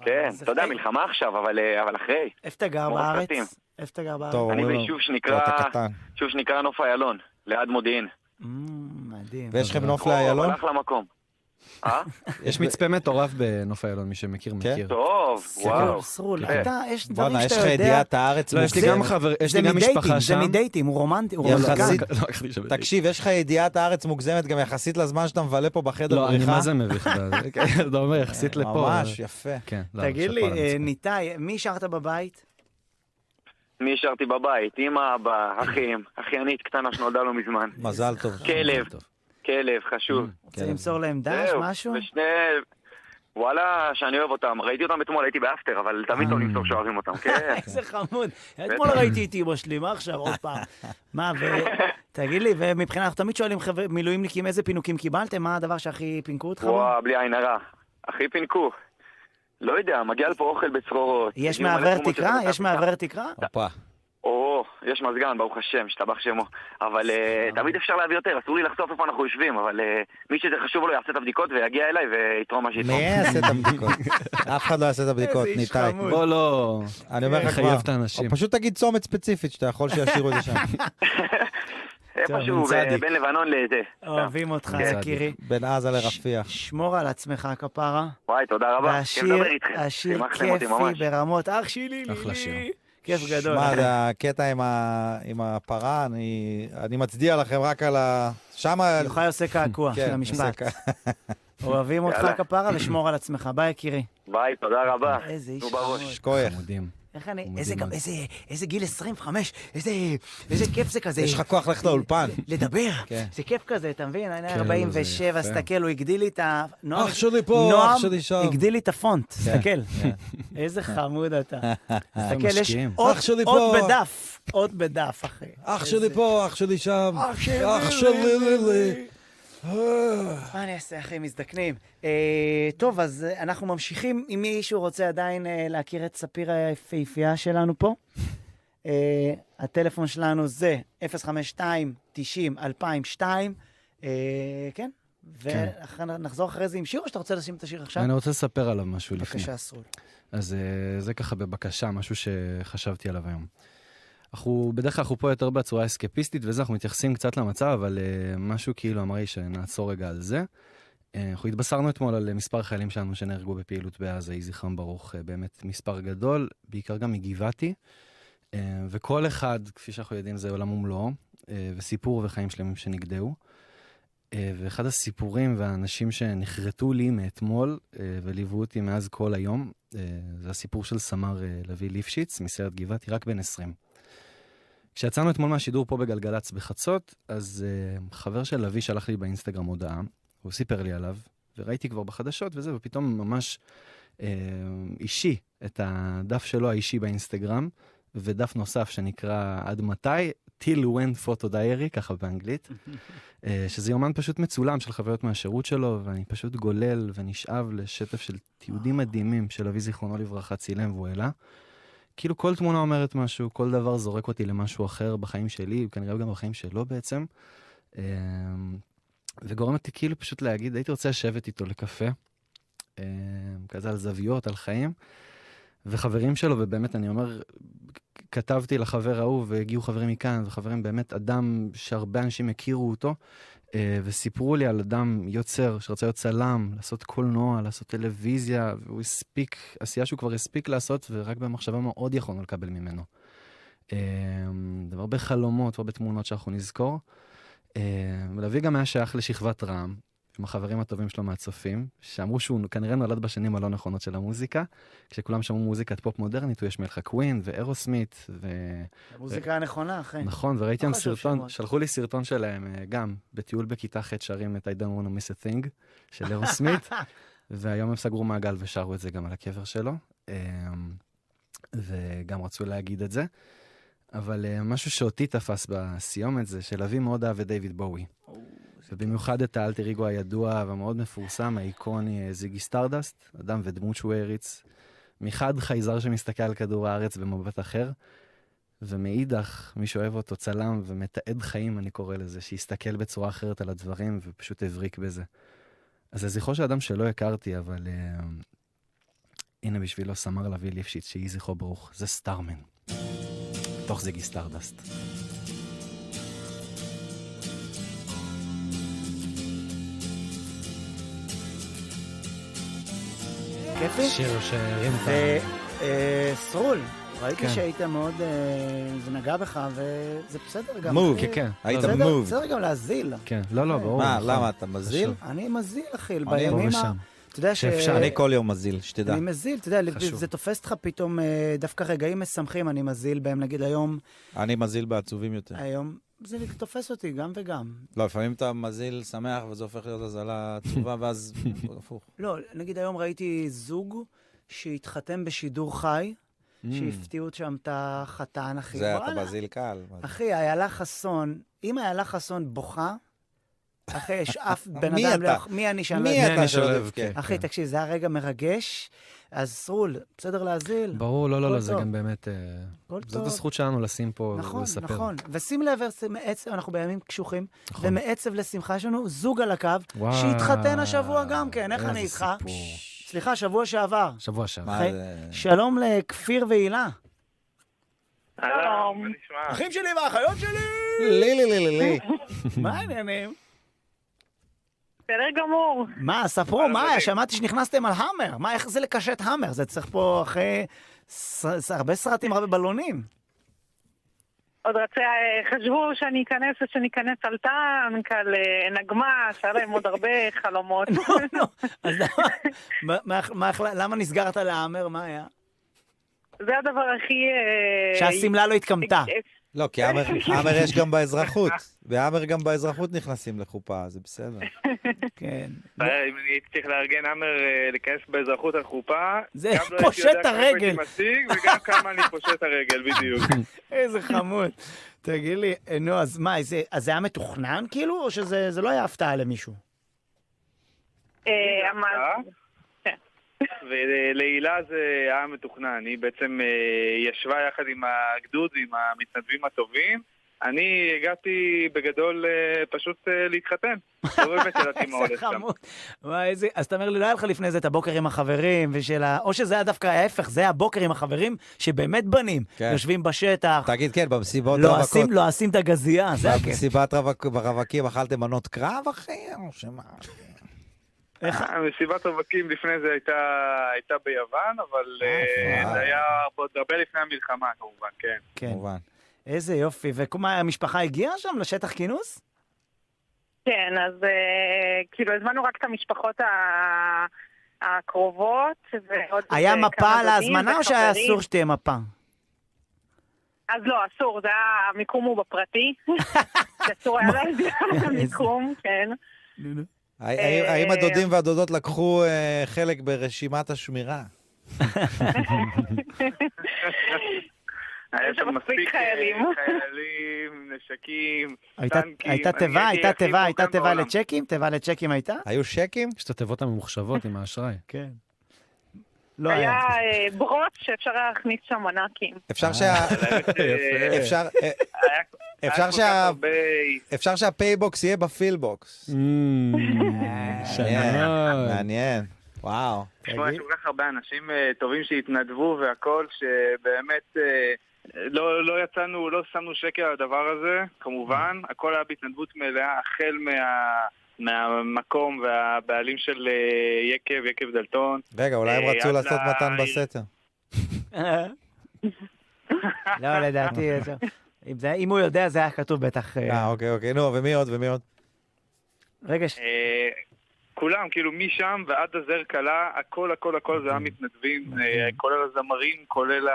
Speaker 6: כן,
Speaker 2: זה
Speaker 6: אתה יודע,
Speaker 2: חיים.
Speaker 6: מלחמה עכשיו, אבל אה, אבל אחרי.
Speaker 2: איפה אתה גר
Speaker 6: כמו
Speaker 2: בארץ?
Speaker 6: בסרטים.
Speaker 2: איפה אתה גר בארץ?
Speaker 1: טוב,
Speaker 6: אני
Speaker 1: אומרים לו,
Speaker 6: ביישוב
Speaker 1: "טוב,
Speaker 6: שנקרא,
Speaker 1: אתה קטן.
Speaker 6: יישוב שנקרא נוף איילון, ליד מודיעין.
Speaker 2: Mm, מדהים.
Speaker 1: ויש לכם נוף
Speaker 6: או,
Speaker 1: לאיילון?
Speaker 6: אבל אחלה מקום. אה?
Speaker 3: יש מצפה מטורף בנוף איילון, מי שמכיר,
Speaker 1: כן?
Speaker 3: מכיר.
Speaker 6: טוב, וואו.
Speaker 2: סרול, לא, סרול,
Speaker 6: כן.
Speaker 2: אתה, יש דברים
Speaker 1: בואנה, יש
Speaker 2: שאתה
Speaker 1: לך
Speaker 2: יודע.
Speaker 1: ידיעת הארץ
Speaker 3: לא, יש לי
Speaker 1: מוגזמת.
Speaker 3: גם חבר, יש
Speaker 2: זה
Speaker 3: לי גם
Speaker 2: מדייטים,
Speaker 3: משפחה
Speaker 2: זה
Speaker 3: שם.
Speaker 2: מדייטים, הוא רומנטי, הוא
Speaker 1: יחסית.
Speaker 2: רומנטי.
Speaker 1: חסיד. תקשיב, יש לך ידיעת הארץ מוגזמת גם יחסית לזמן שאתה מבלה פה בחדר
Speaker 3: לא, אני
Speaker 1: בריחה.
Speaker 3: מה זה מביך, אתה- כן, אתה אומר יחסית לפה.
Speaker 1: אה, ממש,
Speaker 3: אבל-
Speaker 1: יפה.
Speaker 3: כן, לא,
Speaker 2: תגיד
Speaker 3: שאפו
Speaker 2: לי,
Speaker 3: על המצב.
Speaker 2: אה, ניתאי, מי שרת בבית?
Speaker 6: מי השארתי בבית? אמא, אבא, אחים, אחיינית קטנה שנולדה לא מזמן.
Speaker 1: מזל טוב.
Speaker 6: כלב,
Speaker 3: טוב.
Speaker 6: כלב, חשוב.
Speaker 2: רוצה למסור להם דש,
Speaker 6: זהו,
Speaker 2: Mm. משהו?
Speaker 6: ושני... וואלה, שאני אוהב אותם. ראיתי אותם אתמול, הייתי באפטר, אבל תמיד טוב למסור שאוהבים אותם, כן.
Speaker 2: איזה חמוד. אתמול ראיתי את אמא שלי, מה עכשיו עוד פעם? מה, ו... תגיד לי, ומבחינה, אנחנו תמיד שואלים חבר- מילואימניקים איזה פינוקים קיבלתם, מה הדבר שהכי פינקו אותך? בו?
Speaker 6: וואו, בלי עין הרע. אחי פינקו. לא יודע, מגיע לפה אוכל בצרורות.
Speaker 2: יש
Speaker 6: הגיעו מלא
Speaker 2: מעבר
Speaker 6: חומות
Speaker 2: תקרה?
Speaker 6: של-
Speaker 2: יש מעבר תקרה?
Speaker 1: הופה.
Speaker 6: או, פה, יש מזגן, ברוך השם, השתבח שמו. אבל אה, תמיד אפשר להביא יותר, אסור לי לחשוף איפה אנחנו יושבים, אבל אה, מי שזה חשוב לו יעשה את הבדיקות ויגיע אליי ויתרום מה
Speaker 1: מי
Speaker 6: שיתרום.
Speaker 1: יעשה את הבדיקות? אף אחד לא יעשה את הבדיקות,
Speaker 5: איזה איש
Speaker 1: ניתאי.
Speaker 5: חמוד.
Speaker 3: בוא לא...
Speaker 1: אני אומר לך כבר,
Speaker 3: חייב את האנשים.
Speaker 1: או פשוט תגיד צומת ספציפיט שאתה יכול שישאירו את זה שם.
Speaker 6: איפשהו
Speaker 3: טוב, צדיק.
Speaker 6: ב- אה, בין לבנון לזה.
Speaker 2: אוהבים אותך,
Speaker 3: כן.
Speaker 2: יקירי.
Speaker 1: בין עזה לרפיח.
Speaker 2: שמור על עצמך, כפרה.
Speaker 6: וואי, תודה רבה. כיף
Speaker 2: והשיר,
Speaker 6: לדבר איתכם.
Speaker 2: השיר
Speaker 6: שימחתם אותי ממש.
Speaker 2: כיפי ברמות. אח שלי,
Speaker 3: אחלה שיר.
Speaker 2: לילי. כיף גדול.
Speaker 1: שמע, זה הקטע עם ה- עם הפרה, אני אני מצדיע לכם רק על ה... שמה...
Speaker 2: יוחאי עושה קעקוע
Speaker 1: כן,
Speaker 2: של המשפט.
Speaker 1: עושה
Speaker 2: אוהבים אותך
Speaker 6: יאללה.
Speaker 2: כפרה ושמור על עצמך. ביי, יקירי.
Speaker 6: ביי, תודה רבה.
Speaker 2: איזה איש
Speaker 6: נו,
Speaker 2: חמוד.
Speaker 6: בראש.
Speaker 1: כוייך.
Speaker 3: חמודים.
Speaker 2: איך אני,
Speaker 3: מדהים
Speaker 2: איזה, גם,
Speaker 3: מאוד.
Speaker 2: איזה, איזה גיל 25, איזה, איזה כיף זה כזה.
Speaker 1: יש לך כוח ללכת לאולפן.
Speaker 2: לדבר.
Speaker 1: כן.
Speaker 2: זה כיף כזה, אתה מבין? אני
Speaker 3: כן,
Speaker 2: 47,
Speaker 3: זה יפה.
Speaker 2: סתכל, הוא הגדיל לי את ה... נועם-
Speaker 1: אח שלי פה,
Speaker 2: נועם
Speaker 1: אח שלי שם. כן.
Speaker 2: הגדיל לי את הפונט, תסתכל. איזה חמוד אתה. תסתכל, יש
Speaker 3: משקיעים.
Speaker 2: עוד
Speaker 1: אח שלי
Speaker 2: עוד
Speaker 1: פה.
Speaker 2: בדף, עוד בדף, אחי.
Speaker 1: אח שלי פה, אח שלי שם. אח שלי לילי.
Speaker 2: מה אני אעשה, אחי, מזדקנים. אה, טוב, אז אה, אנחנו ממשיכים. אם מישהו רוצה עדיין אה, להכיר את ספיר היפהפייה שלנו פה, אה, הטלפון שלנו זה 052-90-2002. אה, כן?
Speaker 3: כן.
Speaker 2: ונחזור אחרי זה עם שיר, או שאתה רוצה לשים את השיר עכשיו?
Speaker 3: אני רוצה לספר עליו משהו לפני.
Speaker 2: בבקשה, סרול.
Speaker 3: אז אה, זה ככה בבקשה, משהו שחשבתי עליו היום. אנחנו, בדרך כלל אנחנו פה יותר בצורה אסקפיסטית וזה, אנחנו מתייחסים קצת למצב, אבל אה, משהו כאילו אמר לי שנעצור רגע על זה. אה, אנחנו התבשרנו אתמול על אה, מספר חיילים שלנו שנהרגו בפעילות בעזה, יהי זכרם ברוך, אה, באמת מספר גדול, בעיקר גם מגבעתי. אה, וכל אחד, כפי שאנחנו יודעים, זה עולם ומלואו, אה, וסיפור וחיים שלמים שנגדעו. אה, ואחד הסיפורים והאנשים שנחרטו לי מאתמול אה, וליוו אותי מאז כל היום, אה, זה הסיפור של סמ"ר אה, לביא ליפשיץ מסיירת גבעתי, רק בן 20. כשיצאנו אתמול מהשידור פה בגלגלצ בחצות, אז אה, חבר של לביא שלח לי באינסטגרם הודעה, הוא סיפר לי עליו, וראיתי כבר בחדשות וזה, ופתאום ממש אה, אישי את הדף שלו האישי באינסטגרם, ודף נוסף שנקרא עד מתי, till when photo diary, ככה באנגלית. אה, שזה יומן פשוט מצולם של חוויות מהשירות שלו, ואני פשוט גולל ונשאב לשטף של תיעודים מדהימים של אבי זיכרונו לברכה צילם והוא העלה. כאילו כל תמונה אומרת משהו, כל דבר זורק אותי למשהו אחר בחיים שלי, כנראה גם בחיים שלו בעצם. אה, וגורם אותי כאילו פשוט להגיד, הייתי רוצה לשבת איתו לקפה, אה, כזה על זוויות, על חיים. וחברים שלו, ובאמת, אני אומר, כתבתי לחבר ההוא, והגיעו חברים מכאן, וחברים, באמת, אדם שהרבה אנשים הכירו אותו, אה, וסיפרו לי על אדם יוצר שרצה להיות צלם, לעשות קולנוע, לעשות טלוויזיה, והוא הספיק, עשייה שהוא כבר הספיק לעשות, ורק במחשבה מה עוד יכולנו לקבל ממנו. אה, והרבה חלומות, והרבה תמונות שאנחנו נזכור. אה, ולוי גם היה שייך לשכבת רע"מ, עם החברים הטובים שלו מהצופים, שאמרו שהוא כנראה נולד בשנים הלא נכונות של המוזיקה. כשכולם שמעו מוזיקת פופ מודרנית, הוא ישמיע לך קווין ואירוסמית, ו...
Speaker 2: המוזיקה הנכונה, אחי.
Speaker 3: נכון, וראיתי
Speaker 2: לא
Speaker 3: גם
Speaker 2: חשוב
Speaker 3: סרטון,
Speaker 2: שמות.
Speaker 3: שלחו לי סרטון שלהם אה, גם, בטיול בכיתה ח' שרים את I don't want to miss a thing של אירו סמית, והיום הם סגרו מעגל ושרו את זה גם על הקבר שלו, אה, וגם רצו להגיד את זה. אבל אה, משהו שאותי תפס בסיומת זה שלוי מאוד אהב את דיוויד בואי. ובמיוחד את האלטר ריגו הידוע והמאוד מפורסם, האיקוני אה, זיגי סטרדסט, אדם ודמות שהוא העריץ. מחד חייזר שמסתכל על כדור הארץ במבט אחר, ומאידך, מי שאוהב אותו צלם ומתעד חיים, אני קורא לזה, שיסתכל בצורה אחרת על הדברים ופשוט הבריק בזה. אז לזכרו של אדם שלא הכרתי, אבל uh, הנה בשבילו סמר לביא ליפשיץ, שיהי זכרו ברוך, זה סטארמן. תוך זיגי סטרדסט.
Speaker 2: כיפי?
Speaker 3: שיר שהרים את ה...
Speaker 2: אה, אה, סרול, ראיתי
Speaker 3: כן.
Speaker 2: שהיית מאוד, אה, זה נגע בך, וזה בסדר גם.
Speaker 1: Move.
Speaker 2: אחי.
Speaker 3: כן, כן.
Speaker 1: היית
Speaker 2: בסדר-
Speaker 1: move.
Speaker 2: בסדר גם להזיל.
Speaker 3: כן, לא, לא, ברור.
Speaker 1: מה,
Speaker 3: נכון.
Speaker 1: למה, אתה מזיל?
Speaker 3: חשוב.
Speaker 2: אני מזיל, אחי,
Speaker 1: פה
Speaker 2: בימים ה...
Speaker 3: ושם.
Speaker 2: אתה יודע ש...
Speaker 3: שאפשר.
Speaker 1: אני כל יום מזיל, שתדע.
Speaker 2: אני מזיל, אתה יודע,
Speaker 3: חשוב.
Speaker 2: זה תופס אותך פתאום, אה, דווקא רגעים משמחים אני מזיל בהם, נגיד היום,
Speaker 1: אני מזיל בעצובים יותר.
Speaker 2: היום, זה תופס אותי גם וגם.
Speaker 1: לא, לפעמים אתה מזיל שמח וזה הופך להיות הזלה עצובה, ואז הפוך.
Speaker 2: לא, נגיד היום ראיתי זוג שהתחתן בשידור חי, שהפתיעו שם את החתן, אחי.
Speaker 1: Mm. זה, אתה
Speaker 2: וואלה.
Speaker 1: מזיל קל.
Speaker 2: אחי, איילה חסון, אם איילה חסון בוכה, אחי, שאף בן
Speaker 1: מי
Speaker 2: אדם לא
Speaker 1: אתה?
Speaker 2: יכול... מי אני שאני לא
Speaker 1: מי
Speaker 2: יודע?
Speaker 1: אתה אוקיי.
Speaker 3: אני
Speaker 1: שלא
Speaker 3: שלו
Speaker 1: תבכה?
Speaker 3: אבכה?
Speaker 2: אחי, תקשיב, זה היה רגע מרגש. אז סרול, בסדר להזיל?
Speaker 3: ברור, לא, לא,
Speaker 2: הכל
Speaker 3: לא, זה
Speaker 2: טוב.
Speaker 3: גם באמת... אה,
Speaker 2: הכל
Speaker 3: זאת
Speaker 2: טוב.
Speaker 3: הזכות שלנו לשים פה
Speaker 2: נכון,
Speaker 3: ולספר.
Speaker 2: נכון. ושים לב, מעצב, אנחנו בימים קשוחים,
Speaker 3: נכון.
Speaker 2: ומעצב לשמחה יש לנו זוג על הקו,
Speaker 3: וואי,
Speaker 2: שהתחתן השבוע גם כן, איך
Speaker 3: איזה
Speaker 2: אני איתך?
Speaker 3: סיפור.
Speaker 2: סליחה, שבוע שעבר.
Speaker 3: שבוע שעבר.
Speaker 1: מה
Speaker 2: אחי,
Speaker 1: זה?
Speaker 2: שלום לכפיר והילה.
Speaker 7: שלום.
Speaker 2: אחים שלי והאחיות שלי!
Speaker 1: לי, לי, לי, לי, לי.
Speaker 2: מה העניינים?
Speaker 7: בסדר גמור.
Speaker 2: מה, ספרו, מה, שמעתי שנכנסתם על האמר. מה, איך זה לקשט האמר? זה צריך פה אחרי ס- ס- הרבה סרטים, הרבה בלונים.
Speaker 7: עוד רצה, אה, חשבו שאני אכנס ושאני אכנס על טנק, על אה, נגמ"ש, היה להם עוד הרבה חלומות.
Speaker 2: לא, אז למה- מה- מה- מה החל- למה נסגרת על האמר? מה היה?
Speaker 7: זה הדבר הכי... אה,
Speaker 2: שהשמלה לא התקמתה.
Speaker 1: לא, כי האמר האמר יש גם באזרחות. והאמר גם באזרחות נכנסים לחופה, זה בסדר.
Speaker 2: כן.
Speaker 8: אה, אם אני צריך לארגן האמר אה, להיכנס באזרחות על חופה,
Speaker 2: זה
Speaker 8: גם לא הייתי
Speaker 2: פושט
Speaker 8: יודע
Speaker 2: את
Speaker 8: כמה
Speaker 2: הרגל.
Speaker 8: הייתי משיג, וגם כמה אני פושט את הרגל, בדיוק.
Speaker 2: איזה חמוד. תגיד לי, אה, נו, אז מה, זה- אז זה היה מתוכנן כאילו, או שזה זה לא היה הפתעה למישהו?
Speaker 7: אה, אמר-
Speaker 8: ולהילה זה היה מתוכנן, היא בעצם אה, ישבה יחד עם הגדוד, עם המתנדבים הטובים. אני הגעתי בגדול אה, פשוט אה, להתחתן. לא באמת ידעתי מה
Speaker 2: איזה
Speaker 8: הולך שם.
Speaker 2: חמוד. וואי, איזה... אז אתה אומר לי, לא היה לך לפני זה את הבוקר עם החברים, ושל ה... או שזה היה דווקא ההפך, זה היה הבוקר עם החברים שבאמת בנים.
Speaker 1: כן.
Speaker 2: יושבים בשטח, לא
Speaker 1: תגיד, כן, במסיבות רווקות.
Speaker 2: לועסים לועסים את הגזייה, זה הכיף.
Speaker 1: במסיבת רווק- ברווקים אכלתם מנות קרב, אחי? או שמה?
Speaker 8: אה, מסיבת רווקים לפני זה הייתה- הייתה ביוון, אבל אה,
Speaker 1: אה.
Speaker 8: זה היה עוד הרבה לפני המלחמה כמובן, כן.
Speaker 2: כן.
Speaker 1: כמובן.
Speaker 2: איזה יופי. ומה, המשפחה הגיעה שם לשטח כינוס?
Speaker 7: כן, אז אה, כאילו הזמנו רק את המשפחות ה- הקרובות. ועוד,
Speaker 8: כן,
Speaker 2: היה
Speaker 7: אה,
Speaker 2: מפה
Speaker 7: כמה
Speaker 2: על
Speaker 7: דודים
Speaker 2: ההזמנה או שהיה
Speaker 7: וחברים.
Speaker 2: אסור שתהיה מפה?
Speaker 7: אז לא, אסור, זה היה, המיקום הוא בפרטי. אסור היה להגיע למיקום, כן.
Speaker 1: האם- האם האם הדודים והדודות לקחו אה, חלק ברשימת השמירה?
Speaker 8: היה
Speaker 7: יש שם מספיק חיילים.
Speaker 8: אה, חיילים, נשקים,
Speaker 2: הייתה-
Speaker 8: טנקים.
Speaker 2: הייתה
Speaker 8: אני
Speaker 2: תיבה,
Speaker 8: הייתי
Speaker 2: הייתה
Speaker 8: הכי
Speaker 2: תיבה, הייתה
Speaker 8: מורכב
Speaker 2: תיבה
Speaker 8: בעולם.
Speaker 2: לצ'קים? תיבה לצ'קים הייתה?
Speaker 1: היו שקים?
Speaker 3: אה? יש את התיבות הממוחשבות עם האשראי.
Speaker 2: כן. לא
Speaker 7: היה
Speaker 2: היה.
Speaker 7: אה, ברוץ שאפשר היה להכניס שם מנקים.
Speaker 1: אפשר שה...
Speaker 8: אה,
Speaker 1: אפשר- אה,
Speaker 8: היה- היה
Speaker 1: אפשר
Speaker 8: כל כך
Speaker 1: שה-
Speaker 8: הרבה-
Speaker 1: אפשר שהפייבוקס יהיה בפילבוקס. מעניין, מעניין. וואו.
Speaker 8: תשמע, יש כל כך הרבה אנשים אה, טובים שהתנדבו והכל, שבאמת אה, לא לא יצאנו, לא שמנו שקל על הדבר הזה, כמובן. הכל היה בהתנדבות מלאה, החל מה... מהמקום והבעלים של אה, יקב, יקב דלתון.
Speaker 1: רגע, אולי הם
Speaker 8: אה,
Speaker 1: רצו
Speaker 8: אז
Speaker 1: לעשות
Speaker 8: ה-
Speaker 1: מתן בסתר.
Speaker 2: לא, לדעתי, זה- אם זה- אם הוא יודע, זה היה כתוב בטח. אה,
Speaker 1: אה, אוקיי, אוקיי. נו, ומי עוד? ומי עוד?
Speaker 2: רגע, ש-
Speaker 8: אה, כולם, כאילו משם ועד הזר קלה, הכל הכל הכל
Speaker 2: אוקיי.
Speaker 8: זה היה מתנדבים, אה, כולל הזמרים, כולל ה...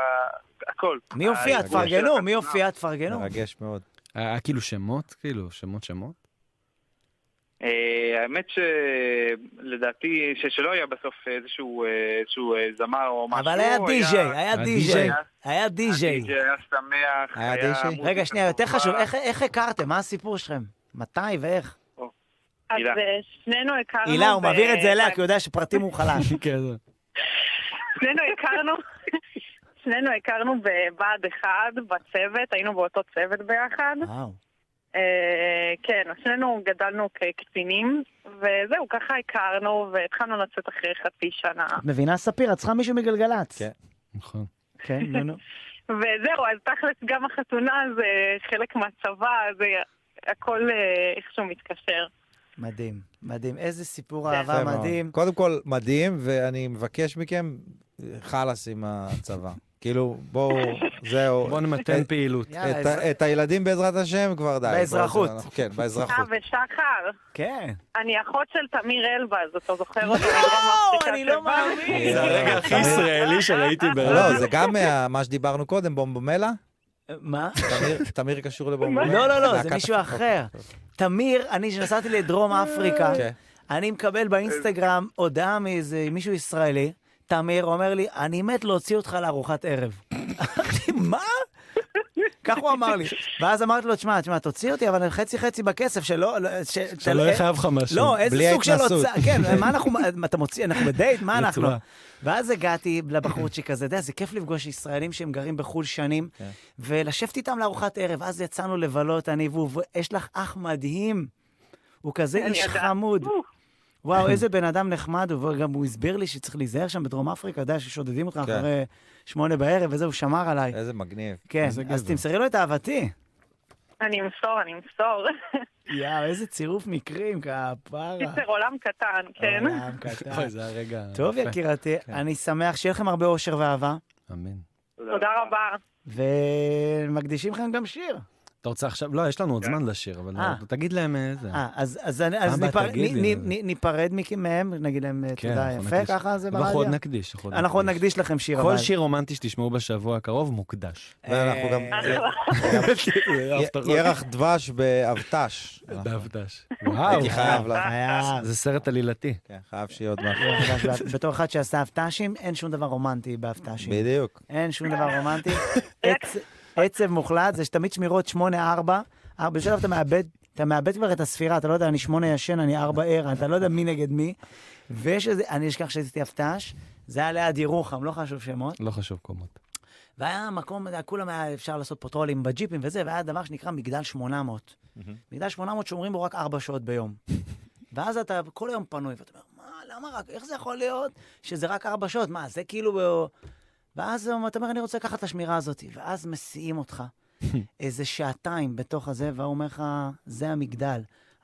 Speaker 8: הכל.
Speaker 2: מי הופיע?
Speaker 8: הארגון של
Speaker 2: תפרגנו, מי
Speaker 8: החתונה.
Speaker 2: הופיע? תפרגנו.
Speaker 1: אה, מרגש מאוד.
Speaker 3: היה כאילו שמות, כאילו, שמות שמות.
Speaker 8: אה, האמת שלדעתי, ש- שלא היה בסוף איזשהו, אה, איזשהו אה, זמר או משהו.
Speaker 2: אבל היה די-ג'יי, היה
Speaker 3: היה
Speaker 2: די-ג'יי.
Speaker 8: די-ג'יי.
Speaker 2: היה די-ג'יי.
Speaker 8: די-ג'יי, היה שמח,
Speaker 1: היה
Speaker 8: היה...
Speaker 1: די-ג'יי?
Speaker 8: מוזיקה
Speaker 2: רגע, שנייה, יותר
Speaker 8: טובה.
Speaker 2: חשוב, איך- איך הכרתם? מה הסיפור שלכם? מתי ואיך?
Speaker 8: אוקיי.
Speaker 7: אז
Speaker 8: הילה.
Speaker 7: אה, שנינו הכרנו...
Speaker 2: הילה, הוא
Speaker 8: אוקיי.
Speaker 7: ב-
Speaker 2: מעביר את זה אליה, כי הוא יודע שפרטים הוא חלש.
Speaker 7: שנינו הכרנו... שנינו הכרנו בבה"ד 1, בצוות, היינו באותו צוות ביחד.
Speaker 2: וואו.
Speaker 7: אה, כן, אז שנינו גדלנו כקצינים, וזהו, ככה הכרנו, והתחלנו לצאת אחרי חצי שנה.
Speaker 2: את מבינה, ספיר? את צריכה מישהו מגלגלצ.
Speaker 1: כן.
Speaker 3: נכון.
Speaker 2: כן, נו, נו.
Speaker 7: וזהו, אז תכלס גם החתונה זה חלק מהצבא, זה הכל אה, איכשהו מתקשר.
Speaker 2: מדהים, מדהים. איזה סיפור
Speaker 7: כן.
Speaker 2: אהבה
Speaker 1: יפה מאוד.
Speaker 2: מדהים.
Speaker 1: קודם כל, מדהים, ואני מבקש מכם, חלאס עם הצבא. כאילו, בואו, זהו.
Speaker 3: בוא נמתן
Speaker 1: את-
Speaker 3: פעילות.
Speaker 2: יאללה,
Speaker 1: את ה-
Speaker 2: עזרה-
Speaker 1: את הילדים בעזרת השם כבר די. בואו,
Speaker 2: באזרחות.
Speaker 1: אנחנו- כן,
Speaker 7: אה,
Speaker 1: באזרחות.
Speaker 7: ושחר,
Speaker 2: כן.
Speaker 7: אני אחות של תמיר אלבז, אתה זוכר אותי?
Speaker 2: לא, אני לא מאמין.
Speaker 1: זה הרגע הכי
Speaker 3: ישראלי שראיתי
Speaker 1: לא, זה גם מה- מה שדיברנו קודם, בומבומלה.
Speaker 2: מה?
Speaker 1: תמיר- תמיר קשור לבומבומלה.
Speaker 2: לא, לא, לא,
Speaker 1: להקת
Speaker 2: זה מישהו
Speaker 1: הפקות.
Speaker 2: אחר. אה, תמיר, אני, כשנסעתי לדרום אפריקה,
Speaker 1: כן.
Speaker 2: אני מקבל באינסטגרם הודעה מאיזה מישהו ישראלי, תמיר אומר לי, אני מת להוציא אותך לארוחת ערב. אמרתי, מה? כך הוא אמר לי. ואז אמרתי לו, תשמע, תשמע, תוציא אותי, אבל חצי חצי בכסף, שלא... לא, ש-
Speaker 3: שלא
Speaker 2: של-
Speaker 3: יהיה חייב לך משהו.
Speaker 2: לא, איזה
Speaker 1: בלי
Speaker 2: סוג של
Speaker 1: ההתנסות.
Speaker 2: הוצאה, כן, מה אנחנו, מה, אתה מוציא, אנחנו בדייט, מה אנחנו?
Speaker 3: מצורע.
Speaker 2: ואז הגעתי לבחורצ'יק הזה, אתה יודע, זה כיף לפגוש ישראלים שהם גרים בחו"ל שנים,
Speaker 1: כן.
Speaker 2: ולשבת איתם לארוחת ערב, אז יצאנו לבלות, אני והוא, ויש לך אח מדהים, הוא כזה
Speaker 7: אני
Speaker 2: איש
Speaker 7: יודעת.
Speaker 2: חמוד.
Speaker 7: אוף.
Speaker 2: וואו, איזה בן אדם נחמד, הוא- וגם הוא הסביר לי שצריך להיזהר שם בדרום אפריקה, אתה יודע ששודדים אותך
Speaker 1: כן.
Speaker 2: אחרי שמונה בערב, וזה, הוא שמר עליי.
Speaker 1: איזה מגניב.
Speaker 2: כן,
Speaker 3: איזה
Speaker 2: אז
Speaker 3: גבר.
Speaker 2: תמסרי לו את אהבתי.
Speaker 7: אני אמסור, אני אמסור.
Speaker 2: יאו, איזה צירוף מקרים, כפרה.
Speaker 7: קיצר עולם קטן, כן.
Speaker 2: עולם קטן.
Speaker 3: אוי, זה הרגע...
Speaker 2: טוב,
Speaker 3: יפה.
Speaker 2: יקירתי,
Speaker 1: כן.
Speaker 2: אני שמח שיהיה לכם הרבה אושר ואהבה,
Speaker 3: אמן.
Speaker 7: תודה רבה.
Speaker 2: ומקדישים לכם גם שיר.
Speaker 3: אתה רוצה עכשיו? לא, יש לנו
Speaker 1: כן.
Speaker 3: עוד זמן לשיר, אבל
Speaker 2: אה.
Speaker 3: תגיד להם אה, זה.
Speaker 2: אה, אז- אז אני- אז
Speaker 3: אבא,
Speaker 2: ניפר-
Speaker 3: תגיד
Speaker 2: נ-
Speaker 3: לי.
Speaker 2: נ- נ- ניפרד מכם- מהם, נגיד להם אה,
Speaker 3: כן,
Speaker 2: תודה
Speaker 3: אנחנו
Speaker 2: יפה,
Speaker 3: נקדיש.
Speaker 2: ככה זה
Speaker 3: אנחנו עוד
Speaker 2: ברדיו.
Speaker 3: נקדיש.
Speaker 2: אנחנו עוד נקדיש לכם שיר, אבל.
Speaker 3: כל שיר רומנטי שתשמעו בשבוע הקרוב מוקדש.
Speaker 1: ואנחנו גם...
Speaker 2: אה,
Speaker 1: ירח דבש באבטש. אנחנו-
Speaker 3: דווקדש. וואו.
Speaker 1: הייתי חייב,
Speaker 2: אה,
Speaker 1: לה-
Speaker 2: חייב.
Speaker 3: זה סרט עלילתי.
Speaker 1: כן, חייב שיהיה עוד משהו.
Speaker 2: בתור אחד שעשה אבט"שים, אין שום דבר רומנטי באבט"שים.
Speaker 1: בדיוק.
Speaker 2: אין שום דבר רומנטי. עצ- עצב מוחלט זה שתמיד שמירות 8-4, אה, בשלב אתה מאבד, אתה מאבד כבר את הספירה, אתה לא יודע, אני 8 ישן, אני 4 ער, אתה לא יודע מי נגד מי. ויש איזה, אני אשכח שעשיתי אבט"ש, זה היה ליד ירוחם, לא חשוב שמות.
Speaker 3: לא חשוב קומות.
Speaker 2: והיה מקום, היה- כולם היה אפשר לעשות פטרולים בג'יפים וזה, והיה דבר שנקרא מגדל 800. מגדל 800 שומרים בו רק 4 שעות ביום. ואז אתה כל היום פנוי, ואתה אומר, מה, למה רק, איך זה יכול להיות שזה רק 4 שעות? מה, זה כאילו... ב- ואז אתה אומר, אני רוצה לקחת את השמירה הזאת, ואז מסיעים אותך איזה שעתיים בתוך הזה, והוא אומר לך, זה המגדל.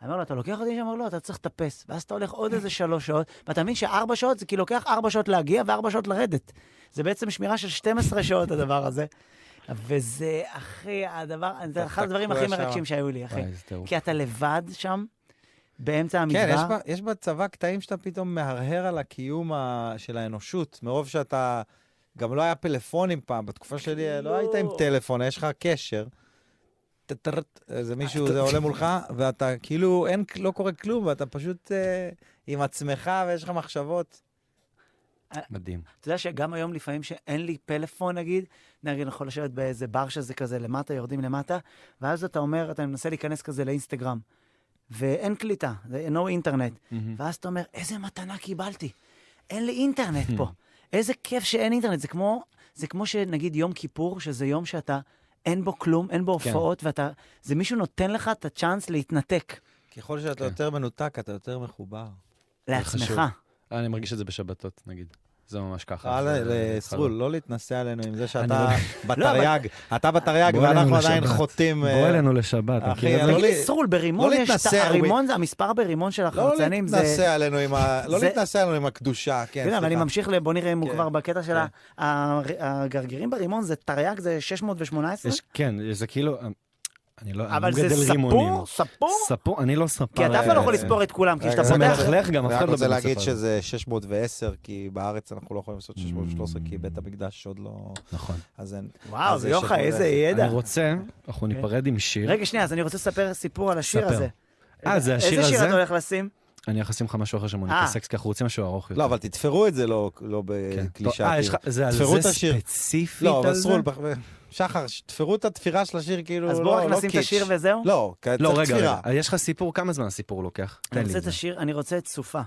Speaker 2: אני אומר לו, אתה לוקח אותי שם? הוא אומר, לא, אתה צריך לטפס. ואז אתה הולך עוד איזה שלוש שעות, ואתה מבין שארבע שעות זה כי לוקח ארבע שעות להגיע וארבע שעות לרדת. זה בעצם שמירה של 12 שעות, הדבר הזה. וזה, אחי, הדבר, זה אחד הדברים הכי
Speaker 1: תקוע שם.
Speaker 2: מרגשים שהיו לי, אחי.
Speaker 3: וואי, איזה טירוף.
Speaker 2: כי אתה לבד שם, באמצע
Speaker 1: כן, יש,
Speaker 2: המדבר.
Speaker 1: ב, יש בצבא קטעים שאתה פתאום מהרהר על הקיום ה, של האנושות, מרוב שאתה... גם לא היה פלאפונים פעם, בתקופה שלי לא היית עם טלפון, יש לך קשר. טטרט, איזה מישהו, אה, זה עולה מולך, ואתה כאילו, אין, לא קורה כלום, ואתה פשוט אה, עם עצמך ויש לך מחשבות.
Speaker 3: מדהים.
Speaker 2: אתה יודע שגם היום לפעמים שאין לי פלאפון, נגיד, נגיד, אני יכול לשבת באיזה בר שזה כזה למטה, יורדים למטה, ואז אתה אומר, אתה מנסה להיכנס כזה לאינסטגרם, ואין קליטה, זה no אינטרנט. ואז אתה אומר, איזה מתנה קיבלתי, אין לי אינטרנט פה. איזה כיף שאין אינטרנט, זה כמו, זה כמו שנגיד יום כיפור, שזה יום שאתה, אין בו כלום, אין בו
Speaker 1: כן.
Speaker 2: הופעות, ואתה, זה מישהו נותן לך את הצ'אנס להתנתק
Speaker 1: ככל שאתה
Speaker 3: כן.
Speaker 1: יותר מנותק, אתה יותר מחובר.
Speaker 2: לעצמך.
Speaker 3: לא חשוב. אני מרגיש את זה בשבתות, נגיד. זה ממש ככה.
Speaker 2: אה,
Speaker 1: אל-
Speaker 3: זה- זה-
Speaker 1: ל- סרול, לא להתנסה עלינו עם זה שאתה
Speaker 3: לא-
Speaker 1: בתרי"ג, אתה בתרי"ג
Speaker 3: בוא אלינו
Speaker 1: ואנחנו עדיין
Speaker 3: לשבת.
Speaker 1: חוטאים.
Speaker 3: בוא
Speaker 1: אה,
Speaker 3: אלינו לשבת,
Speaker 1: אחי,
Speaker 3: מכיר את
Speaker 1: לא
Speaker 3: זה?
Speaker 1: לי-
Speaker 2: תגיד, סרול, ברימון
Speaker 1: לא
Speaker 2: יש את
Speaker 1: להתנסה,
Speaker 2: הרימון, זה- המספר ברימון של
Speaker 1: לא
Speaker 2: החרצנים זה...
Speaker 1: להתנסה עלינו עם ה... לא
Speaker 2: זה-
Speaker 1: להתנסה עלינו עם הקדושה, כן,
Speaker 2: כן, אבל אני
Speaker 1: סליחה.
Speaker 2: ממשיך, ל- בוא נראה אם הוא
Speaker 1: כן,
Speaker 2: כבר בקטע של ה- הר- הגרגירים ברימון, זה תרי"ג, זה 618?
Speaker 3: יש- כן, זה כאילו... אני לא... אני
Speaker 2: אבל
Speaker 3: לא
Speaker 2: זה
Speaker 3: מגדל
Speaker 2: ספור?
Speaker 3: רימונים.
Speaker 2: ספור?
Speaker 3: ספור? אני לא ספר.
Speaker 2: כי אתה אף פעם לא יכול
Speaker 1: אה,
Speaker 2: לספור את כולם, כי
Speaker 1: רגע,
Speaker 2: כשאתה
Speaker 1: זה
Speaker 3: זה
Speaker 2: פותח...
Speaker 1: מלכלך,
Speaker 3: מלכלך, גם
Speaker 1: אני
Speaker 3: אף אחד
Speaker 1: רק
Speaker 3: לא
Speaker 1: רוצה להגיד
Speaker 3: בבית הספר.
Speaker 1: שזה 610, כי בארץ אנחנו לא יכולים לעשות 613, כי בית המקדש עוד לא...
Speaker 3: נכון.
Speaker 1: אז אין...
Speaker 2: וואו,
Speaker 1: אז זה
Speaker 2: יוחה,
Speaker 1: שפוגע.
Speaker 2: איזה
Speaker 3: אני
Speaker 2: ידע.
Speaker 1: לא
Speaker 3: רוצה, אנחנו ניפרד עם שיר.
Speaker 2: כן. רגע, שנייה, אז אני רוצה לספר סיפור על השיר
Speaker 3: ספר.
Speaker 2: הזה.
Speaker 3: אה, זה השיר
Speaker 2: איזה שיר אתה
Speaker 3: הזה?
Speaker 2: הולך לשים?
Speaker 3: אני הולך לשים לך משהו אחר
Speaker 2: אה.
Speaker 3: שמוניקה סקס, כי אנחנו רוצים משהו ארוך יותר.
Speaker 1: לא, אבל תתפרו את זה לא לא
Speaker 3: כן.
Speaker 1: בקלישה.
Speaker 3: אה, יש
Speaker 1: כאילו.
Speaker 3: לך, זה על
Speaker 1: תפרו את
Speaker 3: זה
Speaker 1: השיר.
Speaker 3: ספציפית
Speaker 1: לא, אבל
Speaker 3: על זה?
Speaker 1: סרול, בח- שחר, ש- תפרו את התפירה של השיר, כאילו, לא
Speaker 2: אז
Speaker 1: קיץ'.
Speaker 2: בואו רק נשים את השיר וזהו?
Speaker 1: לא, כי
Speaker 3: לא,
Speaker 1: צריך
Speaker 3: רגע,
Speaker 1: תפירה.
Speaker 3: רגע, יש לך סיפור, כמה זמן הסיפור לוקח?
Speaker 2: אני
Speaker 3: תן לי את
Speaker 2: רוצה את
Speaker 3: זה.
Speaker 2: השיר, אני רוצה את סופה.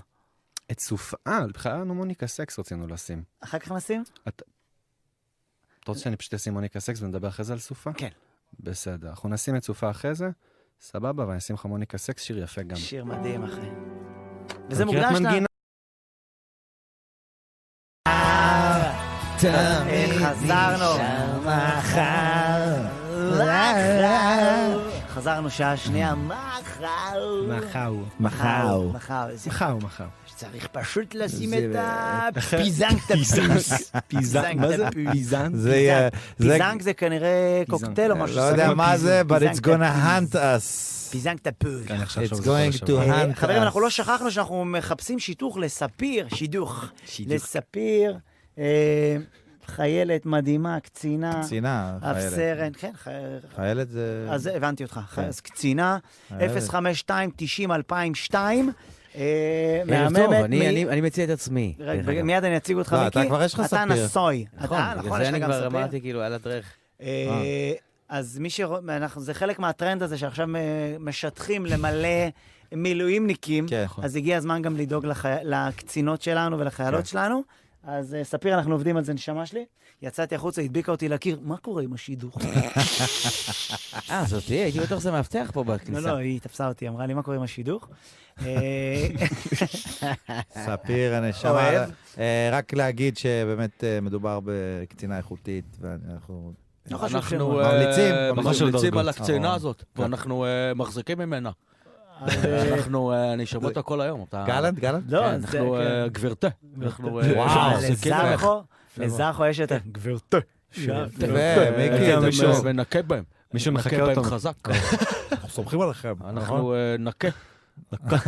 Speaker 3: את סופה, אה, בכלל לנו מוניקה סקס רצינו לשים.
Speaker 2: אחר כך נשים?
Speaker 3: אתה רוצה שאני פשוט אשים מוניקה סקס ונדבר אחרי זה על סופה?
Speaker 2: כן.
Speaker 3: בסדר, אנחנו נשים את סופה אחרי זה, סבבה, ואני אשים לך מוניקה סקס, שיר יפה גם.
Speaker 2: שיר מדהים, אחי. וזה
Speaker 3: מכיר את
Speaker 2: מוקדש לה...
Speaker 3: מנגינה?
Speaker 2: חזרנו. מחר. מחר. חזרנו שעה שנייה, מחר. מחר. מחר. איזה-
Speaker 3: מחר, מחר.
Speaker 2: שצריך פשוט לשים את הפיזנג תפיס.
Speaker 3: פיזנג, מה זה פיזנג?
Speaker 1: זה יהיה... זה-
Speaker 2: פיזנג זה כנראה קוקטייל או משהו.
Speaker 1: לא יודע
Speaker 2: ששמים.
Speaker 1: מה זה, but it's
Speaker 2: פיזנג
Speaker 1: gonna
Speaker 2: תפיס.
Speaker 1: hunt us.
Speaker 2: פיזנג תפוז.
Speaker 3: כן, עכשיו
Speaker 1: It's
Speaker 3: שזה כל
Speaker 1: going to
Speaker 3: השבוע.
Speaker 1: hunt us.
Speaker 2: חברים, אנחנו לא שכחנו שאנחנו מחפשים שיתוך לספיר, שידוך.
Speaker 3: שידוך.
Speaker 2: לספיר, אה, חיילת מדהימה, קצינה,
Speaker 1: קצינה,
Speaker 2: אף
Speaker 1: חיילת.
Speaker 2: סרן, כן, חי-
Speaker 1: חיילת זה...
Speaker 2: אז הבנתי אותך, ח-
Speaker 1: כן.
Speaker 2: אז קצינה,
Speaker 1: חיילת.
Speaker 2: 052-90-2002,
Speaker 9: ערב טוב,
Speaker 2: אה, מהממת,
Speaker 9: אני-
Speaker 2: מ-
Speaker 9: אני- אני מציע את עצמי.
Speaker 2: רגע,
Speaker 9: דרך אגב.
Speaker 2: מיד אני אציג אותך,
Speaker 1: לא,
Speaker 2: מיקי,
Speaker 1: אתה כבר יש לך
Speaker 2: אתה
Speaker 1: ספיר.
Speaker 2: נשוי,
Speaker 9: נכון,
Speaker 2: אתה, נכון,
Speaker 9: בגלל
Speaker 2: יש
Speaker 9: זה
Speaker 2: לך
Speaker 9: אני
Speaker 2: גם
Speaker 9: כבר
Speaker 2: ספיר.
Speaker 9: אמרתי כאילו על הדרך.
Speaker 2: אה, אז מי שרוא... אנחנו- זה חלק מהטרנד הזה שעכשיו מ- משטחים למלא מילואימניקים,
Speaker 1: כן.
Speaker 9: נכון.
Speaker 2: אז הגיע הזמן גם לדאוג לחי... לקצינות שלנו ולחיילות
Speaker 1: כן.
Speaker 2: שלנו. אז אה, ספיר, אנחנו עובדים על זה, נשמה שלי. יצאתי החוצה, הדביקה אותי לקיר, מה קורה עם השידוך?
Speaker 9: אה, זאתי, הייתי בטוח שזה מאבטח פה
Speaker 2: לא,
Speaker 9: בכניסה.
Speaker 2: לא, היא תפסה אותי, אמרה לי, מה קורה עם השידוך? אה,
Speaker 10: אה,
Speaker 1: ספיר הנשמה.
Speaker 2: אוהב?
Speaker 1: אה, רק להגיד שבאמת אה, מדובר בקצינה איכותית, ואנחנו...
Speaker 2: לא חשוב
Speaker 11: אנחנו
Speaker 1: שמות.
Speaker 11: אה,
Speaker 1: ממליצים, ממליצים.
Speaker 11: ממליצים על הקצינה
Speaker 1: אהרון.
Speaker 11: הזאת,
Speaker 1: כן.
Speaker 11: ואנחנו אה, מחזיקים ממנה.
Speaker 2: אז, אה,
Speaker 11: אנחנו אה, אני שומע אותה כל היום. אתה-
Speaker 1: גלנט, גלנט?
Speaker 2: לא,
Speaker 11: כן,
Speaker 2: זה-
Speaker 11: אנחנו
Speaker 2: כן.
Speaker 11: אה, גברתה. אנחנו אה,
Speaker 1: וואו,
Speaker 11: מחזיקים ממנה. כן.
Speaker 2: לזרחו, לזרחו יש את ה... גברתי.
Speaker 11: גברתי.
Speaker 1: יפה, מיקי,
Speaker 11: אה,
Speaker 1: אתה
Speaker 11: מישהו
Speaker 1: משהו.
Speaker 11: מנקה בהם.
Speaker 3: מישהו מחקה
Speaker 11: מנקה בהם
Speaker 3: אותם.
Speaker 11: חזק.
Speaker 1: אנחנו סומכים עליכם, נכון?
Speaker 11: אנחנו אה, נקה.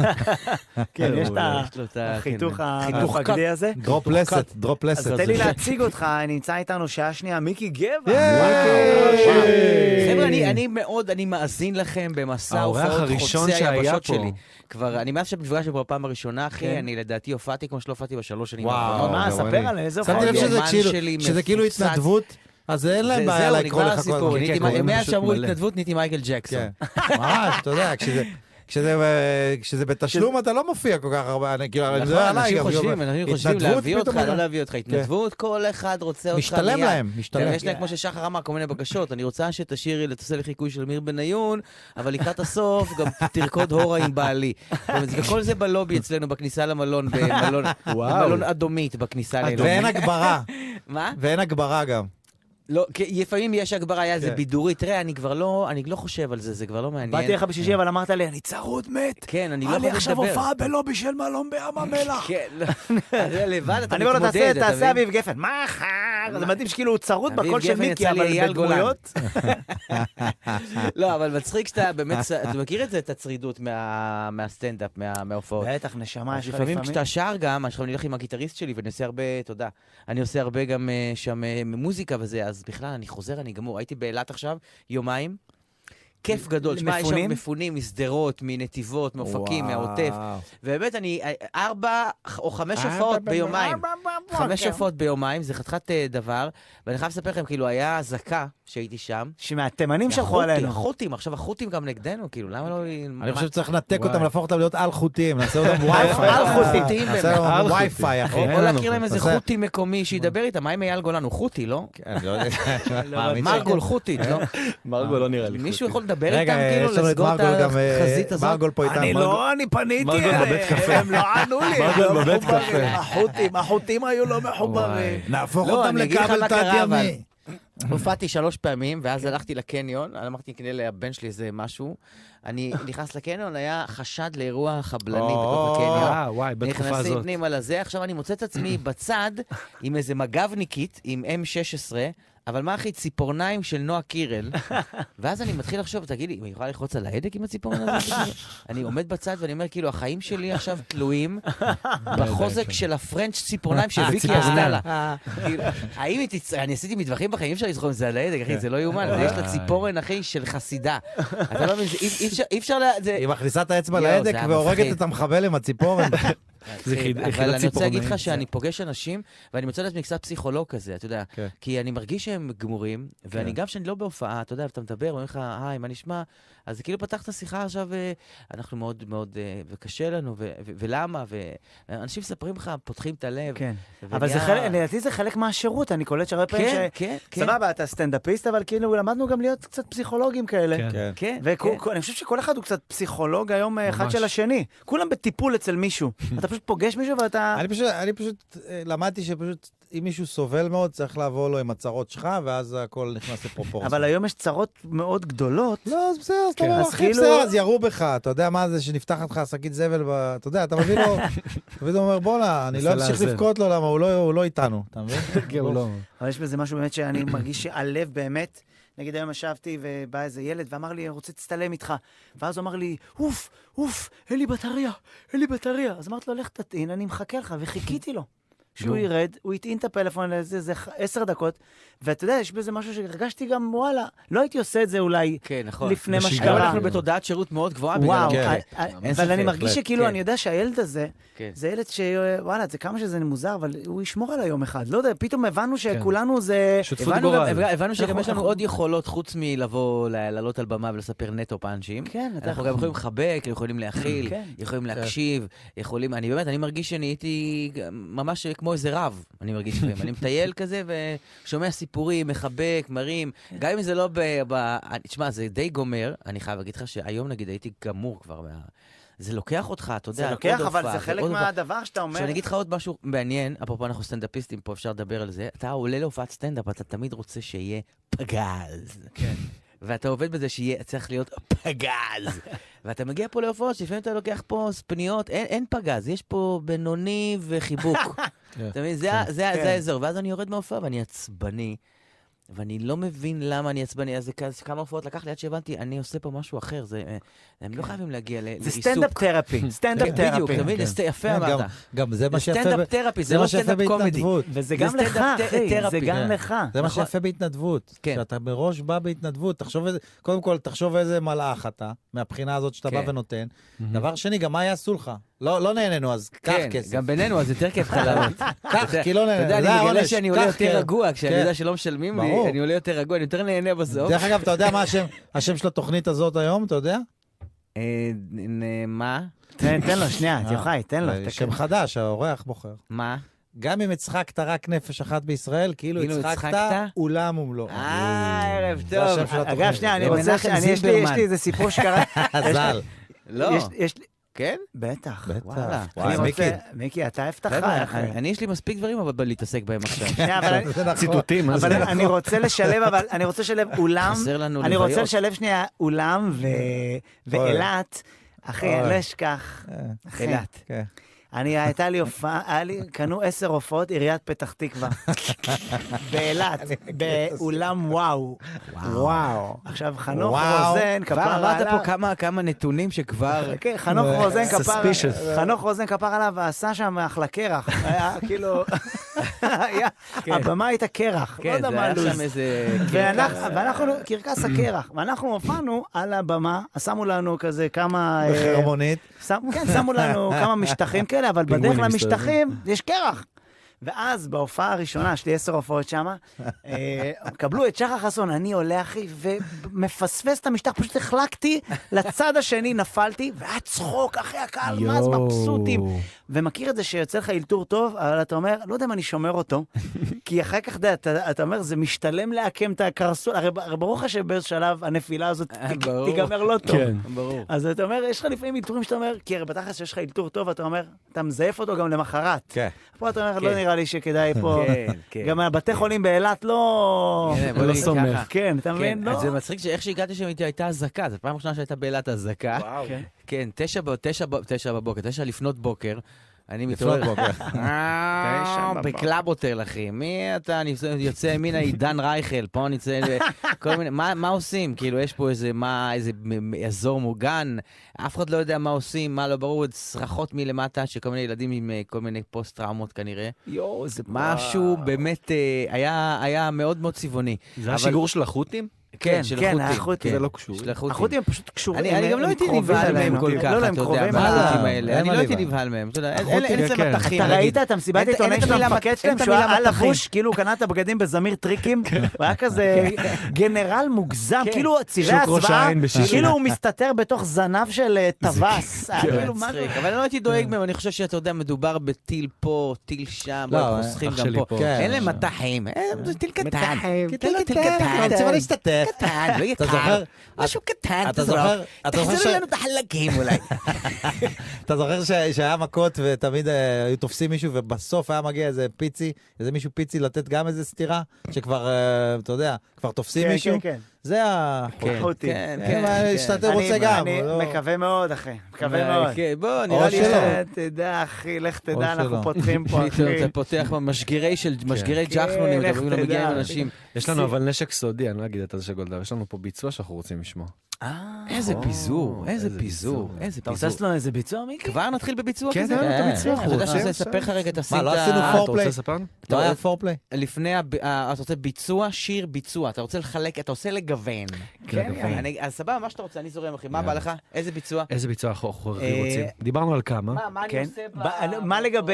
Speaker 2: כן, יש את ה-
Speaker 11: יש לו את ה-
Speaker 2: החיתוך
Speaker 11: כן,
Speaker 2: ה-
Speaker 11: חיתוך קט.
Speaker 2: הרקדי הזה.
Speaker 1: דרופ לסת, דרופ לסת.
Speaker 2: אז תן לי להציג אותך, נמצא איתנו שעה שנייה, מיקי גבע.
Speaker 1: ייי!
Speaker 10: חבר'ה, אני, אני מאוד, אני מאזין לכם במסע
Speaker 3: האורח
Speaker 10: הופעות
Speaker 3: הראשון
Speaker 10: חוצי
Speaker 3: שהיה
Speaker 10: היבשות
Speaker 3: פה.
Speaker 10: שלי. כבר, אני מאז שנפגשתי פה בפעם הראשונה, אחי,
Speaker 2: כן.
Speaker 10: אני לדעתי הופעתי כמו שלא הופעתי בשלוש שנים.
Speaker 1: וואו,
Speaker 10: האחרונות.
Speaker 2: מה,
Speaker 1: וואו,
Speaker 2: ספר
Speaker 1: אני-
Speaker 2: עליה, איזה
Speaker 1: שמתי לב
Speaker 10: אוכל.
Speaker 1: שזה
Speaker 10: היומן
Speaker 1: כאילו-
Speaker 10: שלי
Speaker 1: שזה כאילו
Speaker 10: מפוצץ.
Speaker 1: התנדבות, אז אין להם
Speaker 10: זה-
Speaker 1: בעיה
Speaker 10: זהו,
Speaker 1: לקרוא
Speaker 10: נגמר
Speaker 1: לך כל
Speaker 10: הסיפור.
Speaker 1: הזמן.
Speaker 10: נהייתי-
Speaker 1: כן, קוראים
Speaker 10: מאז
Speaker 1: פשוט
Speaker 10: שאמרו
Speaker 1: מלא.
Speaker 10: התנדבות, נהייתי מייקל ג'קסון.
Speaker 1: כן, ממש, אתה יודע, כשזה... כשזה, אה, כשזה בתשלום אתה לא מופיע כל כך הרבה, אני כאילו, אני
Speaker 10: נכון,
Speaker 1: מדבר עליי
Speaker 10: אנשים
Speaker 1: גם,
Speaker 10: חושבים,
Speaker 1: כאילו,
Speaker 10: אנשים חושבים
Speaker 1: התנדבות
Speaker 10: להביא אותך,
Speaker 1: פתאום כן.
Speaker 10: לא
Speaker 1: אתה-
Speaker 10: להביא אותך. התנדבות, כל אחד רוצה אותך מיד.
Speaker 1: משתלם להם, משתלם.
Speaker 10: גם יש להם, כמו ששחר אמר, כל מיני בקשות. אני רוצה שתשאירי לתוסל לחיקוי של מיר בניון, אבל לקראת הסוף גם תרקוד הורה עם בעלי. וכל זה בלובי אצלנו, בכניסה למלון, במלון במלון אדומית, בכניסה לאלוהים.
Speaker 1: ואין הגברה,
Speaker 10: מה?
Speaker 1: ואין הגברה גם.
Speaker 10: לא, כי לפעמים יש הגברה, היה איזה
Speaker 1: כן.
Speaker 10: בידורית. תראה, אני כבר לא, אני לא חושב על זה, זה כבר לא מעניין.
Speaker 2: באתי לך בשישי, אבל אמרת לי, אני צרוד מת.
Speaker 10: כן, אני לא
Speaker 2: היה לי
Speaker 10: יכול לדבר.
Speaker 2: עכשיו הופעה בלובי של מלון בים המלח.
Speaker 10: כן, לא, אתה לבד, אתה מתמודד, אתה
Speaker 2: אני אומר לו, תעשה,
Speaker 10: מבין?
Speaker 2: תעשה אביב גפן. מה אחר? זה מדהים שכאילו הוא צרוד
Speaker 10: אביב
Speaker 2: בקול של
Speaker 10: גפן
Speaker 2: מיקי,
Speaker 10: יצא לי
Speaker 2: אבל
Speaker 10: אייל גולן.
Speaker 2: בדמויות.
Speaker 10: לא, אבל מצחיק שאתה באמת, אתה מכיר את זה, את הצרידות מה- מהסטנדאפ, מה- מההופעות.
Speaker 2: בטח, נשמה, יש
Speaker 10: אז
Speaker 2: לך
Speaker 10: לפעמים
Speaker 2: לפעמים.
Speaker 10: כשאתה שר גם, עכשיו אני הולך עם הגיטריסט שלי ואני עושה הרבה, תודה, אני עושה הרבה גם אה, שם אה, מוזיקה וזה, אז בכלל אני חוזר, אני גמור. הייתי באילת עכשיו, יומיים. כיף גדול. שמע, יש
Speaker 2: למפונים?
Speaker 10: שם מפונים משדרות, מנתיבות, מאופקים, מהעוטף. ובאמת, אני, אה, ארבע או חמש הופעות
Speaker 1: אה,
Speaker 10: ביומיים.
Speaker 12: כן.
Speaker 10: חמש הופעות ביומיים, זה חתיכת אה, דבר. ואני חייב לספר לכם, כאילו, היה אזעקה שהייתי שם.
Speaker 2: שמהתימנים שלחו
Speaker 10: החות'ים,
Speaker 2: עלינו.
Speaker 10: החות'ים, עכשיו החות'ים גם נגדנו, כאילו, למה לא...
Speaker 1: אני חושב שצריך לנתק
Speaker 3: וואי.
Speaker 1: אותם, להפוך אותם להיות על-חוטיים, נעשה אותם ווי-פיי.
Speaker 10: על-חוטיים,
Speaker 1: נעשה
Speaker 10: באמת.
Speaker 1: אותם
Speaker 3: על-חוטיים.
Speaker 1: ווי-פיי, אחי.
Speaker 10: או או
Speaker 3: לנו
Speaker 10: להכיר להם איזה
Speaker 1: זה-
Speaker 10: חותי מקומי שידבר איתם, מה עם אייל גולן? הוא חותי, לא?
Speaker 12: כן,
Speaker 1: אני לא יודע.
Speaker 10: מה, מרגול חוטית, לא?
Speaker 3: מרגו לא נראה לי.
Speaker 10: מישהו יכול לדבר
Speaker 1: רגע,
Speaker 10: איתם, כאילו,
Speaker 1: יש לנו את
Speaker 10: לסגור את
Speaker 1: מרגול גם, אה,
Speaker 10: החזית הזאת?
Speaker 1: מרגול פה איתנו.
Speaker 2: אני
Speaker 1: מרגול-
Speaker 2: לא, אני פניתי
Speaker 3: מרגול
Speaker 2: אליהם,
Speaker 3: בבית קפה.
Speaker 2: הם לא ענו לי, הם
Speaker 3: מרגול
Speaker 2: לא
Speaker 3: בבית
Speaker 2: מחוברים.
Speaker 3: קפה.
Speaker 2: החות'ים, החות'ים היו לא מחוברים.
Speaker 1: נהפוך
Speaker 10: לא,
Speaker 1: אותם
Speaker 10: אני אגיד לך
Speaker 1: לכבל
Speaker 10: מה קרה, אבל-
Speaker 1: תת-ימי.
Speaker 10: הופעתי שלוש פעמים,
Speaker 3: כן.
Speaker 10: ואז הלכתי לקניון, אמרתי, קנה לבן שלי איזה משהו. אני נכנס לקניון, היה חשד לאירוע חבלני בתוך הקניון.
Speaker 3: אה, וואי, בתקופה
Speaker 10: נכנסים
Speaker 3: הזאת.
Speaker 10: פנימה לזה, עכשיו אני מוצא את עצמי בצד עם איזה מג"בניקית, עם M16, אבל מה אחי, ציפורניים של נועה קירל. ואז אני מתחיל לחשוב, תגיד לי, היא יכולה לחרוץ על ההדק עם הציפורניים הזאת? אני עומד בצד ואני אומר, כאילו, החיים שלי עכשיו תלויים
Speaker 3: לא
Speaker 10: בחוזק
Speaker 3: כן.
Speaker 10: של הפרנץ' ציפורניים שוויקי עשתה לה. כאילו, האם היא תצ... אני עשיתי מטווחים בחיים, אי אפשר לזכור אם זה על ההדק, אחי, זה לא יאומן. יש לה ציפורן, אחי, של חסידה. אתה לא מבין, זה- אי- אי אפשר- אי אפשר... לה- זה-
Speaker 1: היא מכניסה את האצבע
Speaker 10: יואו, זה
Speaker 1: להדק
Speaker 10: היה
Speaker 1: והורגת
Speaker 10: מפחיד.
Speaker 1: את המחבל עם הציפורן.
Speaker 3: זה יחיד- יחידת
Speaker 10: אבל אני רוצה להגיד
Speaker 3: ציפורניים.
Speaker 10: לך שאני פוגש אנשים, ואני מוצא לעצמי קצת פסיכולוג כזה, אתה יודע.
Speaker 1: כן.
Speaker 10: כי אני מרגיש שהם גמורים, ואני גם כשאני לא בהופעה, אתה יודע, אתה מדבר, אומרים לך, היי, מה נשמע? אז כאילו פתחת שיחה עכשיו, אה, אנחנו מאוד מאוד, אה, וקשה לנו, ו- ו- ולמה? ואנשים מספרים לך, פותחים את הלב.
Speaker 2: כן.
Speaker 10: ונהיה-
Speaker 2: אבל זה חלק, לדעתי זה חלק מהשירות, אני קולט שהרבה פעמים
Speaker 10: כן,
Speaker 2: ש...
Speaker 10: כן, כן.
Speaker 2: סבבה, אתה סטנדאפיסט, אבל כאילו למדנו גם להיות קצת פסיכולוגים כאלה.
Speaker 3: כן.
Speaker 10: כן, כן.
Speaker 2: ואני חושב שכל אחד הוא קצת פסיכולוג היום אה, אחד
Speaker 3: ממש.
Speaker 2: של השני. כולם בטיפול אצל מישהו. אתה פשוט פוגש מישהו ואתה...
Speaker 1: אני פשוט, אני פשוט אה, למדתי שפשוט אם מישהו סובל מאוד, צריך לבוא לו עם הצרות שלך, ואז הכל נכנס לפרופורציה.
Speaker 2: אבל היום יש צרות מאוד גדולות.
Speaker 1: לא, אז בסדר, אז אתה
Speaker 2: כן.
Speaker 1: אומר,
Speaker 2: אז
Speaker 1: אחי,
Speaker 2: כאילו-
Speaker 1: בסדר, אז ירו בך, אתה יודע מה זה שנפתחת לך שקית זבל, ב- אתה יודע, אתה מביא לו, מביא לו, אומר, בואנה, אני לא
Speaker 3: מנסה
Speaker 1: אמשיך
Speaker 3: לאזן."
Speaker 1: לבכות לו, למה הוא לא- הוא לא איתנו, אתה מבין? לא-
Speaker 2: אבל יש בזה משהו באמת שאני מרגיש שהלב באמת, נגיד היום ישבתי ובא איזה ילד ואמר לי, אני רוצה להצטלם איתך. ואז הוא אמר לי, אוף, אוף, אין לי בטריה, אין לי בטריה. אז אמרתי לו, לך תטעין, אני מחכה לך, וחיכיתי לו. שהוא
Speaker 11: נו.
Speaker 2: ירד, הוא הטעין את הפלאפון לזה, זה ח- עשר דקות, ואתה יודע, יש בזה משהו שהרגשתי גם, וואלה, לא הייתי עושה את זה אולי
Speaker 10: נכון.
Speaker 2: לפני מה
Speaker 10: היום
Speaker 2: שקרה.
Speaker 10: אנחנו בתודעת שירות מאוד גבוהה בגלל
Speaker 2: וואו,
Speaker 10: המקרה.
Speaker 2: אה, אה,
Speaker 10: כן. אין ספק,
Speaker 2: אבל אני מרגיש
Speaker 10: בהחלט.
Speaker 2: שכאילו,
Speaker 10: כן.
Speaker 2: אני יודע שהילד הזה,
Speaker 10: כן.
Speaker 2: זה ילד ש... וואלה, זה כמה שזה מוזר, אבל הוא ישמור עליי יום אחד. לא יודע, פתאום הבנו
Speaker 10: כן.
Speaker 2: שכולנו זה...
Speaker 10: הבנו גם- הבנו- הבנו שגם
Speaker 2: אנחנו-
Speaker 10: יש לנו
Speaker 2: אנחנו-
Speaker 10: עוד יכולות חוץ מלבוא, ל- לעלות על במה ולספר נטו פאנצ'ים.
Speaker 2: כן, אתה-
Speaker 10: אנחנו גם יכולים לחבק, יכולים להכיל,
Speaker 2: כן.
Speaker 10: יכולים להקשיב, יכולים... אני באמת, אני מרגיש שנהייתי גם ממש כמו איזה רב, אני מרגיש לפעמים. אני מטייל כזה ושומע סיפורים, מחבק, מרים.
Speaker 2: כן.
Speaker 10: גם אם זה לא ב... ב- תשמע, זה די גומר. אני חייב להגיד לך שהיום, נגיד, הייתי גמור כבר מה... זה לוקח אותך, אתה יודע,
Speaker 2: זה
Speaker 10: עוד
Speaker 2: לוקח, אבל
Speaker 10: הופעה,
Speaker 2: זה חלק
Speaker 10: עוד הופעה.
Speaker 2: מהדבר שאתה אומר.
Speaker 10: עכשיו, אני אגיד לך עוד משהו מעניין, אפרופו אנחנו סטנדאפיסטים פה, אפשר לדבר על זה. אתה עולה להופעת סטנדאפ, אתה תמיד רוצה שיהיה פגז. כן. ואתה עובד בזה שיהיה, צריך להיות פגז. ואתה מגיע פה להופעות, שלפעמים אתה לוקח פה ספניות, אין, אין פגז, יש פה בינוני וחיבוק.
Speaker 11: כן.
Speaker 10: אתה מבין? זה, ה-
Speaker 11: כן.
Speaker 10: זה, ה-
Speaker 11: כן.
Speaker 10: זה האזור. ואז אני יורד מההופעה ואני עצבני, ואני לא מבין למה אני עצבני. אז זה כזה- כמה הופעות לקח לי עד שהבנתי, אני עושה פה משהו אחר. זה, אה, הם
Speaker 11: כן.
Speaker 10: לא חייבים להגיע ל- לריסוק.
Speaker 2: זה סטנדאפ תרפי, סטנדאפ
Speaker 10: כן,
Speaker 2: תרפי.
Speaker 10: בדיוק, אתה מבין?
Speaker 2: כן.
Speaker 10: זה יפה
Speaker 2: כן,
Speaker 10: אמרת.
Speaker 2: גם- גם זה מה שיפה
Speaker 10: סטנדאפ
Speaker 2: ב-
Speaker 10: תרפי,
Speaker 2: זה
Speaker 10: זה לא
Speaker 2: מה שיפה
Speaker 10: סטנדאפ קומדי.
Speaker 2: בהתנדבות. וזה גם לך,
Speaker 10: סטנדאפ ת-
Speaker 2: אחי, זה
Speaker 10: תרפי.
Speaker 2: גם
Speaker 10: כן.
Speaker 2: לך.
Speaker 1: זה מה
Speaker 2: נכון.
Speaker 1: שיפה בהתנדבות.
Speaker 10: כן.
Speaker 1: שאתה מראש בא בהתנדבות, תחשוב איזה, קודם כל, תחשוב איזה מלאך אתה, מהבחינה הזאת שאתה בא
Speaker 10: כן.
Speaker 1: ונותן. דבר שני, גם מה יעשו לך? לא לא נהנינו, אז קח
Speaker 10: כן,
Speaker 1: כסף.
Speaker 10: גם בינינו, אז יותר כיף לך לעלות. אתה
Speaker 1: קח,
Speaker 10: יודע-
Speaker 1: כי
Speaker 2: כאילו,
Speaker 1: לא נהנה.
Speaker 10: אתה
Speaker 1: זה
Speaker 10: יודע, אני מגלה
Speaker 1: העונש,
Speaker 10: שאני עולה
Speaker 1: קח, כן.
Speaker 10: יותר רגוע, כשאני
Speaker 1: כן.
Speaker 10: יודע שלא משלמים לי,
Speaker 1: ברור.
Speaker 10: אני עולה יותר רגוע, אני יותר נהנה בסוף.
Speaker 1: דרך אגב, אתה יודע מה השם- השם של התוכנית הזאת היום, אתה יודע?
Speaker 10: אה, נ- נ- מה?
Speaker 2: תן- תן לו, שנייה,
Speaker 1: אה,
Speaker 2: יוחאי, תן לו.
Speaker 1: זה
Speaker 2: תקן.
Speaker 1: שם חדש, האורח בוחר.
Speaker 10: מה?
Speaker 1: גם אם הצחקת רק נפש אחת בישראל, כאילו
Speaker 10: כאילו
Speaker 1: הצחקת
Speaker 10: הצחקת?
Speaker 1: אולם לא. ומלואו.
Speaker 10: אה, ערב
Speaker 1: זה
Speaker 10: טוב.
Speaker 1: השם של התוכנית.
Speaker 2: אגב, שנייה, אני רוצה,
Speaker 10: מנחם
Speaker 2: אני- יש לי- יש
Speaker 10: זילברמן.
Speaker 2: לי איזה סיפור שקרה.
Speaker 1: ז"ל.
Speaker 10: לא.
Speaker 2: יש- יש לי-
Speaker 10: כן?
Speaker 2: בטח,
Speaker 10: בטח.
Speaker 2: וואלה.
Speaker 10: וואי,
Speaker 2: אני רוצה-
Speaker 10: מיקי.
Speaker 2: מיקי, אתה הבטחה.
Speaker 10: חבר'ה,
Speaker 2: אחי.
Speaker 10: אני אני, יש לי מספיק דברים אבל בוא להתעסק בהם עכשיו.
Speaker 2: שנייה, אבל אני-
Speaker 10: נכון.
Speaker 2: אבל אני רוצה לשלב, אבל אני רוצה לשלב אולם.
Speaker 10: חסר לנו
Speaker 2: אני רוצה
Speaker 10: לוויות.
Speaker 2: לשלב שנייה אולם ו- ואילת. אחי, אני
Speaker 10: אוי. אה,
Speaker 2: לא אשכח. אחי.
Speaker 10: אילת. כן.
Speaker 2: אני, הייתה לי הופעה, היה לי, קנו עשר הופעות עיריית פתח תקווה. באילת, באולם וואו. וואו. עכשיו, חנוך
Speaker 10: וואו.
Speaker 2: רוזן,
Speaker 10: כבר
Speaker 2: כפר
Speaker 10: אמרת פה כמה- כמה נתונים שכבר... אה,
Speaker 2: כן, חנוך רוזן כפר, חנוך רוזן כפר עליו ועשה שם אחלה קרח. היה כאילו, היה-
Speaker 10: כן.
Speaker 2: הבמה הייתה קרח, לא
Speaker 10: כן,
Speaker 2: יודע
Speaker 10: זה
Speaker 2: מה
Speaker 10: היה
Speaker 2: הלו"ז.
Speaker 10: שם איזה...
Speaker 2: ואנחנו, ואנחנו, קרקס הקרח, ואנחנו הופענו על הבמה, שמו לנו כזה כמה... אה,
Speaker 1: בחרמונית.
Speaker 2: שם- כן, שמו לנו כמה משטחים כאלה, אבל בדרך
Speaker 1: פינגווינים
Speaker 2: למשטחים יש קרח. ואז בהופעה הראשונה, יש לי עשר הופעות שמה, אה, קבלו את שחר חסון, אני עולה אחי, ומפספס את המשטח, פשוט החלקתי, לצד השני נפלתי, והיה צחוק אחי הקהל, מה זה מבסוטים. ומכיר את זה שיוצא לך אלתור טוב, אבל אתה אומר, לא יודע אם אני שומר אותו, כי אחר כך, אתה יודע, אתה, אתה אומר, זה משתלם לעקם את הקרסול, הרי, הרי ברור לך שבאיזשהו שלב הנפילה הזאת ת-
Speaker 10: אה, ברור.
Speaker 2: תיגמר לא טוב.
Speaker 10: כן, ברור.
Speaker 2: אז אתה אומר, יש לך לפעמים אלתורים שאתה אומר, כי הרי בתכלס שיש לך אלתור טוב, אתה אומר, אתה מזייף אותו גם למחרת.
Speaker 1: כן.
Speaker 2: פה אתה אומר,
Speaker 10: כן.
Speaker 2: לא נראה לי שכדאי פה,
Speaker 10: כן, כן.
Speaker 2: גם הבתי חולים באילת לא...
Speaker 10: הנה, בוא נגיד ככה.
Speaker 2: כן, אתה מבין?
Speaker 10: כן,
Speaker 2: לא.
Speaker 10: אז זה מצחיק שאיך שהגעתי שם הייתי- הייתה אזעקה, זו פעם ראשונה שהייתה באילת אזעקה.
Speaker 2: וואו. כן.
Speaker 10: כן, תשע ב- תשע ב- תשע בבוקר, תשע לפנות בוקר. אני
Speaker 1: לפנות
Speaker 10: מתעורר,
Speaker 1: בוקר.
Speaker 10: אה,
Speaker 1: תשע בבוקר.
Speaker 10: בקלאב הוטל אחי, מי אתה, אני יוצא ימינה עידן רייכל, פה נצא, כל מיני, מה מה עושים, כאילו יש פה איזה, מה, איזה מ- מ- אזור מוגן, אף אחד לא יודע מה עושים, מה לא ברור, צרחות מלמטה, שכל מיני ילדים עם אה, כל מיני פוסט טראומות כנראה,
Speaker 2: יואו, זה
Speaker 10: משהו באמת אה, היה- היה מאוד מאוד צבעוני.
Speaker 3: זה
Speaker 10: אבל-
Speaker 3: השיגור של החות'ים?
Speaker 10: כן, של
Speaker 2: כן,
Speaker 10: החות'ים.
Speaker 2: החות'ים.
Speaker 10: כן,
Speaker 2: זה לא
Speaker 3: קשור.
Speaker 10: של החות'ים.
Speaker 2: החות'ים הם פשוט קשורים,
Speaker 10: אני- אני
Speaker 2: הם-
Speaker 10: גם לא
Speaker 2: הם
Speaker 10: הייתי
Speaker 2: קרובים
Speaker 10: נבהל
Speaker 2: אלינו.
Speaker 10: מהם כל
Speaker 2: לא,
Speaker 10: כך,
Speaker 2: לא,
Speaker 10: אתה
Speaker 2: הם
Speaker 10: יודע,
Speaker 2: קרובים
Speaker 10: מהחות'ים
Speaker 2: אלינו.
Speaker 10: האלה.
Speaker 2: אין
Speaker 10: אני
Speaker 2: מה
Speaker 10: לא הייתי
Speaker 2: להיבהל.
Speaker 10: נבהל מהם, אתה יודע, אין- אין
Speaker 2: החות'ים,
Speaker 10: אין אצלם
Speaker 2: כן.
Speaker 10: מטחים.
Speaker 2: אתה ראית
Speaker 10: נגיד.
Speaker 2: את המסיבת
Speaker 10: אין- אין
Speaker 2: עיתונאים
Speaker 10: את
Speaker 2: של
Speaker 10: המילה-
Speaker 2: המפקד
Speaker 10: אין
Speaker 2: שלהם,
Speaker 10: את
Speaker 2: שהוא היה
Speaker 10: המילה
Speaker 2: על
Speaker 10: מטחים.
Speaker 2: הגוש, כאילו הוא קנה את הבגדים בזמיר טריקים, הוא היה כזה גנרל מוגזם,
Speaker 10: כן.
Speaker 2: כאילו צירי
Speaker 10: שוק ראש
Speaker 2: הזוועה,
Speaker 10: העין בשישי.
Speaker 2: כאילו הוא מסתתר בתוך זנב של אה, טווס. אה, כאילו, מה זה-
Speaker 10: מצחיק, אבל אני לא הייתי
Speaker 2: כן.
Speaker 10: דואג מהם, אני חושב שאתה יודע, מדובר בטיל פה, טיל שם,
Speaker 1: לא,
Speaker 10: בואי, חוסכים
Speaker 1: אח
Speaker 10: גם
Speaker 1: שלי
Speaker 10: פה.
Speaker 1: פה.
Speaker 10: אין להם
Speaker 1: כן,
Speaker 10: מטחים, אה, זה טיל קטן.
Speaker 2: מטחים,
Speaker 10: טיל
Speaker 2: טיל
Speaker 10: קטן, כן.
Speaker 2: קטן, כן.
Speaker 10: קטן,
Speaker 1: אבל להשתתף.
Speaker 10: קטן, לא
Speaker 1: אתה
Speaker 10: יקר,
Speaker 1: זוכר?
Speaker 10: משהו קטן,
Speaker 1: אתה
Speaker 10: תזרוק.
Speaker 1: זוכר- אתה זוכר
Speaker 10: תחזרו
Speaker 1: ש-
Speaker 10: לנו את החלקים אולי.
Speaker 1: אתה זוכר ש- שהיה מכות ותמיד אה, היו תופסים מישהו ובסוף היה מגיע איזה פיצי, איזה מישהו פיצי לתת גם איזה סטירה, שכבר, אה, אתה יודע, כבר תופסים
Speaker 2: כן,
Speaker 1: מישהו?
Speaker 2: כן, כן.
Speaker 1: זה ה...
Speaker 10: כן,
Speaker 2: החות'ים.
Speaker 10: כן,
Speaker 1: כן, אבל שאתה
Speaker 2: אני-
Speaker 1: רוצה גם.
Speaker 2: אני
Speaker 1: לא-
Speaker 2: מקווה מאוד, אחי, מקווה מאוד.
Speaker 10: כן, בוא,
Speaker 1: או
Speaker 10: נראה לי...
Speaker 1: שלא.
Speaker 10: שזה-
Speaker 2: תדע, אחי, לך
Speaker 10: או
Speaker 2: תדע, אנחנו
Speaker 10: שלא.
Speaker 2: פותחים פה,
Speaker 10: פתאום
Speaker 2: אחי.
Speaker 10: אתה פותח משגרי של, משגרי
Speaker 2: כן,
Speaker 10: ג'חנונים,
Speaker 2: לך
Speaker 10: מדברים, לא
Speaker 2: תדע.
Speaker 10: מגיעים אנשים.
Speaker 3: יש לנו אבל נשק סודי, אני לא אגיד את זה של גולדהר, יש לנו פה ביצוע שאנחנו רוצים לשמוע.
Speaker 10: אה.
Speaker 2: אה.
Speaker 10: איזה פיזור, איזה פיזור, איזה
Speaker 2: אתה
Speaker 10: פיזור.
Speaker 2: עושה
Speaker 12: לא,
Speaker 2: לנו איזה ביצוע, מיקי?
Speaker 10: כבר נתחיל בביצוע
Speaker 2: כן,
Speaker 10: כזה?
Speaker 1: אה,
Speaker 2: תן לנו את
Speaker 10: כן.
Speaker 2: הביצוע,
Speaker 10: אז
Speaker 2: חוץ.
Speaker 10: אני רוצה לספר לך רגע את
Speaker 2: מה,
Speaker 10: הסינטה.
Speaker 2: לא עשינו
Speaker 10: אה, אתה
Speaker 2: foreplay?
Speaker 10: רוצה לספר לנו?
Speaker 2: אתה
Speaker 10: לא
Speaker 2: היה
Speaker 10: היה לפני, הב- אה, אתה רוצה ביצוע, שיר, ביצוע. אתה רוצה לחלק, אתה עושה לגוון. אה,
Speaker 3: כן, לגוון.
Speaker 10: אני- אז סבבה, מה שאתה רוצה, אני זורם, אחי. מה
Speaker 3: יאללה.
Speaker 10: בא לך? איזה ביצוע?
Speaker 3: איזה ביצוע אנחנו הכי
Speaker 10: אה,
Speaker 3: רוצים? דיברנו על כמה.
Speaker 10: מה אני
Speaker 2: כן.
Speaker 10: עושה ב-
Speaker 2: ב- מה לגבי...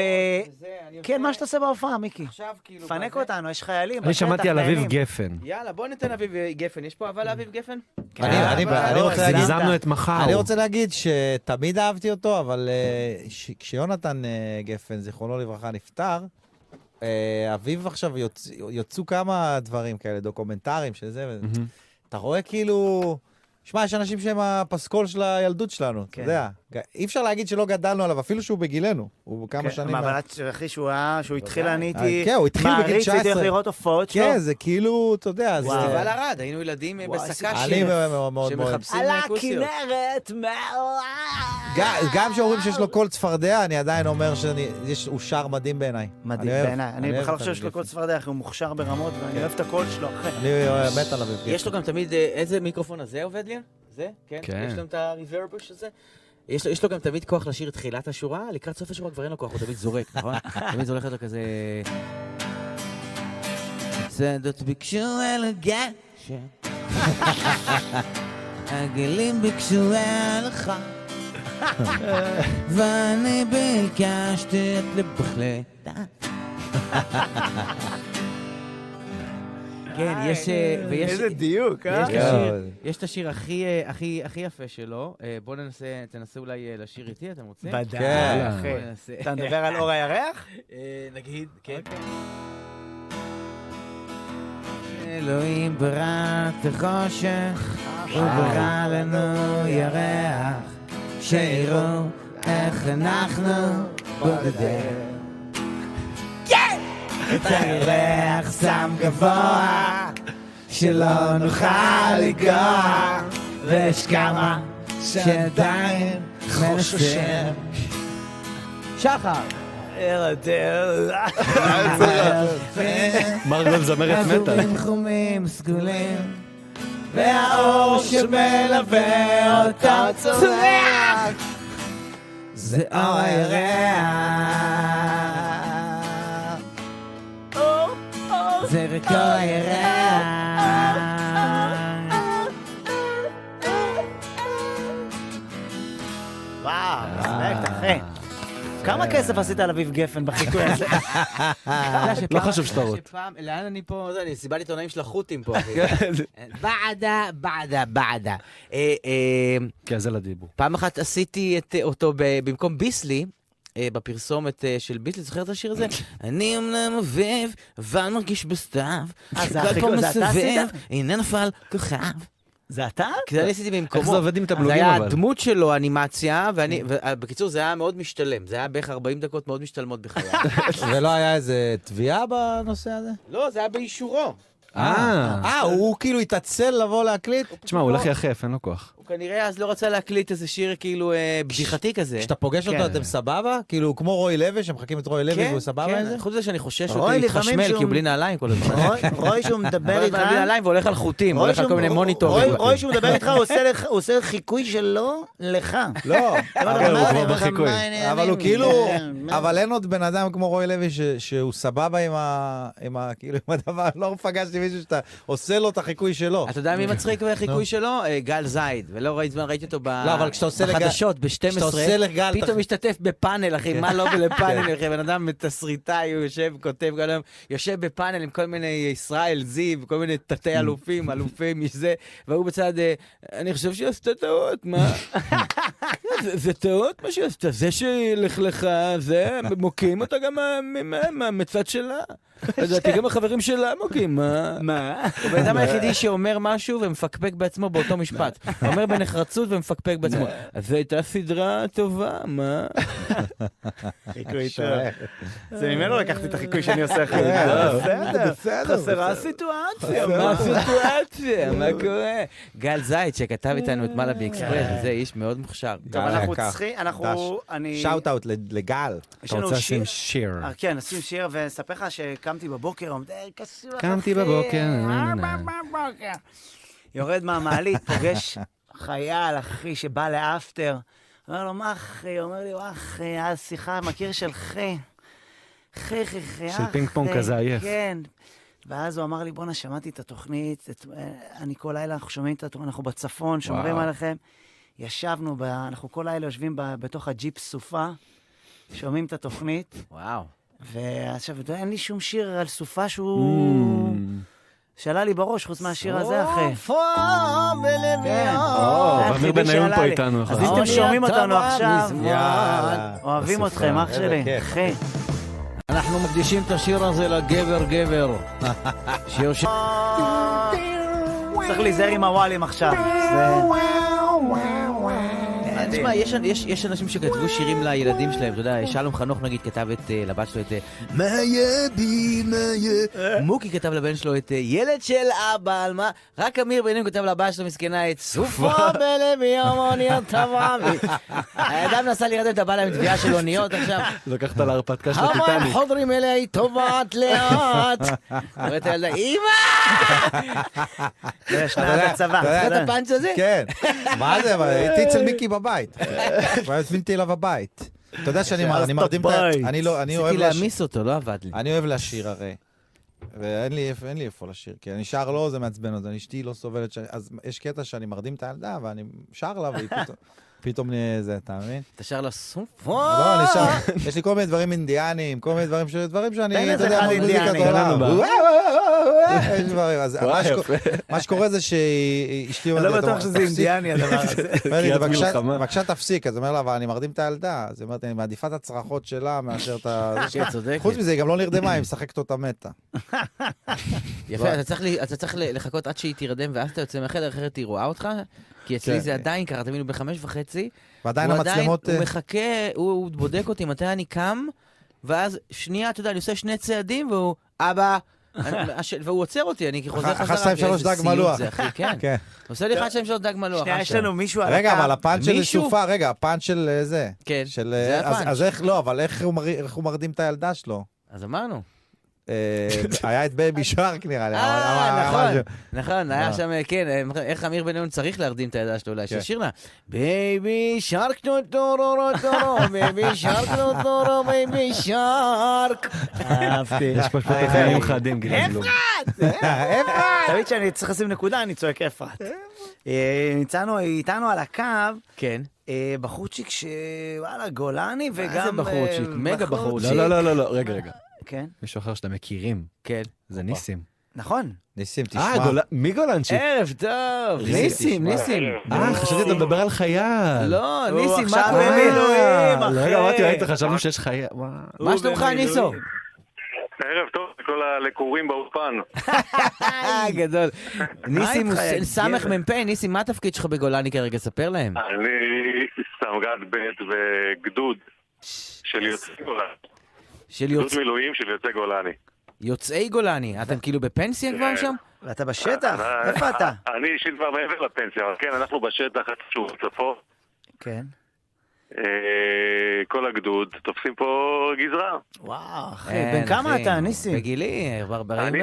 Speaker 2: כן, מה שאתה עושה בהופעה, מיקי. עכשיו
Speaker 10: כאילו...
Speaker 2: פנק אותנו, יש חיילים.
Speaker 3: אני
Speaker 2: בשטח,
Speaker 3: שמעתי על אביב
Speaker 2: נהנים. כן,
Speaker 3: גפן.
Speaker 10: יאללה, בוא ניתן אביב אה, גפן. יש פה אבל לאביב גפן?
Speaker 1: כן. אני- אני-
Speaker 10: אבל- לא
Speaker 1: אני רוצה להגיד-
Speaker 3: הגזמנו את מחר.
Speaker 1: אני רוצה להגיד שתמיד אהבתי אותו, אבל אה, ש- כשיונתן אה, גפן, זיכרונו לברכה, נפטר, אה, אביו עכשיו, יוצ- יצאו כמה דברים כאלה, דוקומנטרים של זה, ו- אתה רואה כאילו... שמע, יש אנשים שהם הפסקול של הילדות שלנו, אתה
Speaker 2: כן.
Speaker 1: יודע. ג- אי אפשר להגיד שלא גדלנו עליו, אפילו שהוא בגילנו. הוא
Speaker 2: כן,
Speaker 1: כמה שנים...
Speaker 2: מה, אבל את- אחי, שהוא היה- שהוא התחיל, אני
Speaker 1: אה,
Speaker 2: הייתי...
Speaker 1: כן, הוא התחיל בגיל 19.
Speaker 2: מעריץ, הייתי הולך לראות הופעות שלו.
Speaker 1: כן, זה כאילו, אתה יודע, זה...
Speaker 10: פסטיבל ערד, היינו ילדים אה,
Speaker 1: וואי,
Speaker 10: בשקה
Speaker 1: איזה-
Speaker 10: ש-
Speaker 1: אני מאוד מאוד מאוד.
Speaker 10: שמחפשים
Speaker 2: על
Speaker 10: אה, כוסיות.
Speaker 2: הכנרת מעולם.
Speaker 1: ג- גם כשאומרים שיש לו קול צפרדע, אני עדיין אומר שהוא שר מדהים בעיניי.
Speaker 2: מדהים
Speaker 1: אוהב-
Speaker 2: בעיניי. אני
Speaker 1: אוהב
Speaker 2: בכלל
Speaker 1: את
Speaker 2: חושב שיש לו
Speaker 1: אביב
Speaker 2: קול צפרדע, אחי, הוא מוכשר ברמות, ואני אוהב את הקול שלו, אחי.
Speaker 1: גפן. אני אה, מת עליו.
Speaker 10: יש לו גם תמיד, אה, איזה מיקרופון הזה עובד לי? זה? כן.
Speaker 1: כן.
Speaker 10: יש לו את הריברבוש הזה? יש לו, יש לו גם תמיד כוח לשיר את תחילת השורה, לקראת סוף השורה כבר אין לו כוח, הוא תמיד זורק, נכון? תמיד זורק אותו כזה... צעדות ביקשו אל הגשם, הגלים ביקשו אל החם, ואני ביקשתי את לבחלטה. כן, יש... אה, ויש-
Speaker 2: איזה דיוק, אה?
Speaker 10: יש את השיר- יש את השיר הכי, אה, הכי, הכי יפה שלו. אה, בוא ננסה, תנסה אולי אה, לשיר איתי, אתם רוצים?
Speaker 2: ודאי,
Speaker 10: כן.
Speaker 2: אחי.
Speaker 10: בוא ננסה.
Speaker 2: אתה מדבר על אור הירח?
Speaker 10: אה, נגיד, כן.
Speaker 2: אוקיי.
Speaker 10: אלוהים ברא את החושך,
Speaker 2: אה.
Speaker 10: הוא ברא לנו ירח, שיראו איך אנחנו בודדים.
Speaker 2: כן!
Speaker 10: את הירח שם גבוה, שלא נוכל לגוע, ויש כמה שעדיין מנסים. שחר!
Speaker 2: לא
Speaker 3: מרגול זמרת
Speaker 2: אה,
Speaker 3: מטאל.
Speaker 10: חומים חומים סגולים
Speaker 2: והאור שמלווה אותה צורח.
Speaker 10: זה אור
Speaker 2: הירח.
Speaker 10: זה רק אור הירח.
Speaker 2: וואו, מחזק, אחי. אה, כמה כסף עשית על אביב גפן בחיקוי הזה?
Speaker 3: לא חשוב שאתה רואה.
Speaker 10: שפעם, לאן אני פה? זה, אני סיבה לעיתונאים של החות'ים פה, אחי.
Speaker 3: כן.
Speaker 10: בעדה, בעדה, בעדה. אה, אה,
Speaker 3: כן, זה לדיבור.
Speaker 10: פעם אחת עשיתי את אה, אותו ב- במקום ביסלי. אה, בפרסומת אה, של ביטלי, זוכר את השיר הזה? אני אמנם אוהב, אבל מרגיש בסתיו.
Speaker 2: אה, זה
Speaker 10: כל
Speaker 2: החיקוי,
Speaker 10: פעם
Speaker 2: זה אתה
Speaker 10: מסובב,
Speaker 2: עשית?
Speaker 10: הנה נפל כוכב.
Speaker 2: זה אתה?
Speaker 10: כי זה אני עשיתי במקומו.
Speaker 3: איך זה עובד עם תבלוגים,
Speaker 10: זה היה
Speaker 3: אבל? כן.
Speaker 10: הדמות שלו, אנימציה, ואני, ו- בקיצור, זה היה מאוד משתלם. זה היה בערך 40 דקות מאוד משתלמות בחיי.
Speaker 1: ולא היה איזה תביעה בנושא הזה?
Speaker 10: לא, זה היה באישורו.
Speaker 3: אה.
Speaker 1: אה, הוא כאילו התעצל לבוא להקליט?
Speaker 3: תשמע, הוא הולך יחף, אין לו כוח.
Speaker 10: הוא כנראה אז לא רצה להקליט איזה שיר כאילו אה, בדיחתי כזה.
Speaker 1: כשאתה פוגש
Speaker 2: כן.
Speaker 1: אותו, אתם סבבה? כאילו, הוא כמו רוי לוי, שמחכים את רוי לוי
Speaker 10: כן,
Speaker 1: והוא סבבה עם זה?
Speaker 10: כן, חוץ מזה שאני חושש
Speaker 2: רוי,
Speaker 10: אותי
Speaker 2: לפעמים
Speaker 10: להתחשמל, כי
Speaker 2: שהוא-
Speaker 10: הוא בלי נעליים כל הזמן.
Speaker 2: רוי- רוי שהוא מדבר
Speaker 10: הוא
Speaker 2: איתך?
Speaker 10: בלי נעליים והולך על חוטים,
Speaker 2: רוי
Speaker 10: הולך על
Speaker 2: שהוא-
Speaker 10: כל מיני
Speaker 2: רוי-
Speaker 10: מוניטורים.
Speaker 2: רוי שהוא מדבר איתך, הוא עושה לך- הוא עושה חיקוי שלו לך.
Speaker 1: לא,
Speaker 2: אבל הוא
Speaker 1: אבל-
Speaker 2: כבר בחיקוי.
Speaker 1: אבל
Speaker 2: מה
Speaker 1: הוא כאילו,
Speaker 10: כן,
Speaker 2: העניינים?
Speaker 1: אבל אין עוד בן אדם כמו רוי לוי ש- שהוא סבבה עם ה- עם ה- כאילו, עם הדבר, לא פגשתי מישהו שאתה עושה לו את החיקוי שלו.
Speaker 10: אתה יודע מי מצחיק
Speaker 1: נו.
Speaker 10: והחיקוי שלו? אה, גל זייד, ולא ראיתי זמן, ראיתי אותו ב-
Speaker 1: לא, אבל כשאתה עושה לגל-
Speaker 10: בחדשות
Speaker 1: כשאתה
Speaker 10: ב-12,
Speaker 1: עושה לגל, אתה-
Speaker 10: פתאום משתתף בפאנל, אחי,
Speaker 1: כן.
Speaker 10: מה לא
Speaker 1: כן.
Speaker 10: ולפאנל, אחי, בן אדם תסריטאי, הוא יושב, כותב כל היום, יושב בפאנל עם כל מיני אה, ישראל זיו, כל מיני תתי אלופים, אלופים, איש זה, והוא בצד, אה, אני חושב שהיא עשתה טעות, מה? אה, זה- זה טעות מה שהיא עשתה, זה שהיא לכלכה, זה, מוקיעים אותה גם מה- מה- מה- מהצד שלה. לדעתי גם החברים שלה מוקיעים, מה?
Speaker 2: מה?
Speaker 10: הוא בן אדם היחידי שאומר משהו ומפקפק בעצמו באותו משפט. אומר בנחרצות ומפקפק בעצמו. אז זו הייתה סדרה טובה, מה?
Speaker 2: חיקוי טוב.
Speaker 10: שואל.
Speaker 2: זה ממנו לקחתי את החיקוי שאני עושה אחרי
Speaker 10: כן,
Speaker 2: זה.
Speaker 10: בסדר, בסדר.
Speaker 2: אה, חסרה הסיטואציה.
Speaker 10: מה הסיטואציה? מה קורה? גל זייד שכתב איתנו את מעלה באקספרס, וזה איש מאוד מוכשר.
Speaker 2: אה. טוב, אנחנו
Speaker 1: היקר.
Speaker 2: צריכים, אנחנו, אני...
Speaker 1: שאוט אאוט לגל.
Speaker 2: יש לנו שיר-
Speaker 3: שיר?
Speaker 2: אה, כן, נשים שיר, ואספר לך שקמתי בבוקר, עומד, אה, קשוח,
Speaker 3: קמתי
Speaker 2: אחי,
Speaker 3: בבוקר,
Speaker 2: אה,
Speaker 3: אה,
Speaker 2: בבוקר. יורד מהמעלית, פוגש חייל, אחי, שבא לאפטר. אומר לו, מה אחי? אומר לי, "וואי, אחי, היה שיחה, מכיר של חי. חי, חי, חי,
Speaker 3: של
Speaker 2: אח,
Speaker 3: פינג פונג
Speaker 2: חי."
Speaker 3: כזה עייף.
Speaker 2: כן. ואז הוא אמר לי, בואנה, שמעתי את התוכנית, את- אה, אני כל לילה, אנחנו שומעים את התוכנית, אנחנו בצפון, שומרים
Speaker 13: וואו.
Speaker 2: עליכם. ישבנו, ב- אנחנו כל לילה יושבים ב- בתוך הג'יפ סופה, שומעים את התוכנית.
Speaker 10: וואו.
Speaker 2: ועכשיו, אתה יודע, אין לי שום שיר על סופה שהוא...
Speaker 3: Mm.
Speaker 2: שעלה לי בראש, חוץ מהשיר הזה, אחי.
Speaker 13: סופה
Speaker 2: כן.
Speaker 13: בלוויון.
Speaker 2: זה
Speaker 3: ואמיר
Speaker 2: היחידי
Speaker 3: בניון
Speaker 2: שעלה
Speaker 3: פה
Speaker 2: לי.
Speaker 3: איתנו,
Speaker 2: אז
Speaker 3: אחי.
Speaker 2: אם אתם שומעים
Speaker 13: אתה
Speaker 2: אותנו
Speaker 13: בא
Speaker 2: עכשיו,
Speaker 13: מזמן.
Speaker 1: יאללה.
Speaker 2: אה, אוהבים
Speaker 1: בסופה,
Speaker 2: אתכם, אח
Speaker 1: איזה
Speaker 2: שלי.
Speaker 1: כיף.
Speaker 2: אחי.
Speaker 11: אנחנו מקדישים את השיר הזה לגבר גבר. שיושב...
Speaker 2: צריך להיזהר עם הוואלים עכשיו. זה-
Speaker 10: אה, תשמע, יש- יש- יש אנשים שכתבו שירים לילדים שלהם, אתה יודע, שלום חנוך נגיד כתב את, אה, לבת שלו את אה, מה יהיה בי, מה יהיה... מוקי כתב לבן שלו את אה, ילד של אבא, על מה... רק אמיר בינינו כתב לבת שלו מסכנה את סופו בלב ים אוניות תמ"מי. האדם נסע להירדם, אתה בא להם עם אה, תביעה של אוניות עכשיו.
Speaker 3: לקחת להרפתקה של
Speaker 10: המים
Speaker 3: הטיטניק.
Speaker 10: חודרים אליה, היא טובעת לאט. אומרת הילדה, אימא!
Speaker 2: זה
Speaker 1: אתה יודע- אתה יודע-
Speaker 10: זוכר את הפאנץ' הזה? אה.
Speaker 1: כן. מה זה, אבל הייתי אצל מיקי בבית. והזמינתי אליו הבית. אתה יודע שאני
Speaker 10: אז
Speaker 1: אני מרדים את ה...
Speaker 10: הבית.
Speaker 1: אני לא,
Speaker 10: רציתי
Speaker 1: אני אוהב
Speaker 10: להעמיס אותו, לא עבד לי.
Speaker 1: אני אוהב לשיר הרי. ואין לי, איפה- אין לי איפה לשיר, כי אני שר לו, זה מעצבן אותה, אשתי לא סובלת, שאני, אז יש קטע שאני מרדים את הילדה ואני שר לה, והיא פתאום, פתאום נהיה זה, אתה מבין?
Speaker 10: אתה שר לה סוף?
Speaker 1: לא, אני שר, יש לי כל מיני דברים אינדיאניים, כל מיני דברים, ש- דברים
Speaker 2: תן
Speaker 1: שאני, אתה
Speaker 2: איזה
Speaker 1: יודע,
Speaker 2: אחד
Speaker 1: מוזיקת
Speaker 2: אינדיאני.
Speaker 1: עולם.
Speaker 2: תן לנו בה.
Speaker 1: יש דברים, אז
Speaker 2: וואי,
Speaker 1: מה שקורה-
Speaker 2: יפה.
Speaker 1: מה שקורה זה שאשתי אומרת,
Speaker 2: אני לא
Speaker 1: לי, אתה
Speaker 2: בטוח שזה
Speaker 1: תפסיק.
Speaker 2: אינדיאני, הדבר הזה.
Speaker 1: אומרת לי,
Speaker 2: קריאת
Speaker 1: "בבקשה-
Speaker 2: מלחמה".
Speaker 1: בבקשה תפסיק, אז אומר לה, אבל אני מרדים את הילדה, אז היא אומרת, אני מעדיפה את הצרחות שלה מאשר את ה...
Speaker 10: כן, צודקת.
Speaker 1: חוץ מזה, היא גם לא נרדמה, היא משחקת אותה מתה.
Speaker 10: יפה, אתה צריך ל- אתה צריך ל- לחכות עד שהיא תירדם ואז אתה יוצא מהחדר, אחרת היא רואה אותך, כי אצלי
Speaker 1: כן.
Speaker 10: זה עדיין ככה, תמיד הוא בחמש וחצי.
Speaker 1: ועדיין
Speaker 10: הוא
Speaker 1: המצלמות,
Speaker 10: הוא
Speaker 1: אה,
Speaker 10: מחכה, הוא הוא בודק אותי מתי אני קם, ואז שנייה, אתה יודע, אני עושה שני צעדים, והוא, אבא, אני- הש- והוא עוצר אותי, אני חוזר
Speaker 1: אחת,
Speaker 10: חזרה.
Speaker 1: שתיים,
Speaker 10: ואיזה
Speaker 1: שלוש, דג
Speaker 10: סיוט
Speaker 1: מלוח.
Speaker 10: זה, אחי, כן.
Speaker 1: כן.
Speaker 10: עושה לי אחד, שתיים, שלוש, דג מלוח.
Speaker 2: שנייה, יש
Speaker 10: אשר.
Speaker 2: לנו מישהו על
Speaker 1: רגע, אבל הפאנץ' של
Speaker 10: מישהו?
Speaker 1: סופה, רגע, הפאנץ' של אה, זה.
Speaker 10: כן,
Speaker 1: של,
Speaker 10: זה
Speaker 1: אה, אז-
Speaker 10: הפאנץ'.
Speaker 1: אז איך, לא, אבל איך הוא מרי- איך הוא מרדים את הילדה שלו? אה,
Speaker 10: אז אמרנו.
Speaker 1: היה את בייבי שרק נראה לי.
Speaker 10: אה,
Speaker 1: אבל- אבל-
Speaker 10: נכון, נכון, היה
Speaker 1: לא.
Speaker 10: שם, אה, כן, אה, איך אמיר בניון צריך להרדים את הידה שלו אולי,
Speaker 1: כן.
Speaker 10: שישיר לה, בייבי שרק נו טורו רו טורו, בייבי שרק נו טורו, בייבי שרק. אה,
Speaker 2: אהבתי.
Speaker 3: יש פה
Speaker 2: היי,
Speaker 3: תכנים
Speaker 2: היי.
Speaker 3: מיוחדים, גלעד
Speaker 10: נכון.
Speaker 3: גלום.
Speaker 2: אפרת! תמיד כשאני צריך לשים נקודה, אני צועק אפרת. אה, ניצנו איתנו על הקו. אה,
Speaker 10: כן.
Speaker 2: בחורצ'יק שוואלה, גולני וגם...
Speaker 10: זה בחורצ'יק?
Speaker 2: אה,
Speaker 10: מגה בחורצ'יק.
Speaker 3: לא, לא, לא, לא, רגע, רגע.
Speaker 2: כן.
Speaker 3: מישהו אחר שאתם מכירים.
Speaker 10: כן.
Speaker 3: זה ניסים.
Speaker 2: נכון.
Speaker 1: ניסים,
Speaker 3: אה, גול- מי גולנצ'יק?
Speaker 10: ערב טוב.
Speaker 3: ניסים, ניסים. אה, חשבתי שאתה מדבר על חייל.
Speaker 10: לא,
Speaker 2: הוא
Speaker 10: ניסים, מה
Speaker 2: עכשיו
Speaker 10: קורה?
Speaker 2: במילואים,
Speaker 3: אה,
Speaker 2: אחי.
Speaker 3: רגע, אמרתי, ראית, חשבנו שיש חייל. וואו.
Speaker 10: מה שלומך, ניסו?
Speaker 14: ערב טוב לכל הלקורים באולפן.
Speaker 10: אה, גדול. ניסים הוא
Speaker 14: איתך, יא
Speaker 10: סמך
Speaker 14: גבר?
Speaker 10: מ"פ, ניסים, מה התפקיד שלך בגולני כרגע? ספר להם.
Speaker 14: אה. אני סמג"ד ב' בגדוד של יוצאי גולני.
Speaker 10: של
Speaker 14: גדוד
Speaker 10: יוצ-
Speaker 14: מילואים של יוצאי גולני.
Speaker 10: יוצאי גולני, אתם כאילו בפנסיה כבר שם?
Speaker 2: ואתה בשטח, איפה
Speaker 14: אה, אני אישית כבר מעבר לפנסיה, אבל כן, אנחנו בשטח איפשהו בצפון.
Speaker 2: כן.
Speaker 14: אה, כל הגדוד תופסים פה גזרה.
Speaker 2: וואו, אחי,
Speaker 10: כן,
Speaker 2: אה, בן כמה
Speaker 10: אחי.
Speaker 2: אתה, ניסים?
Speaker 10: בגילי, 44.
Speaker 14: אני-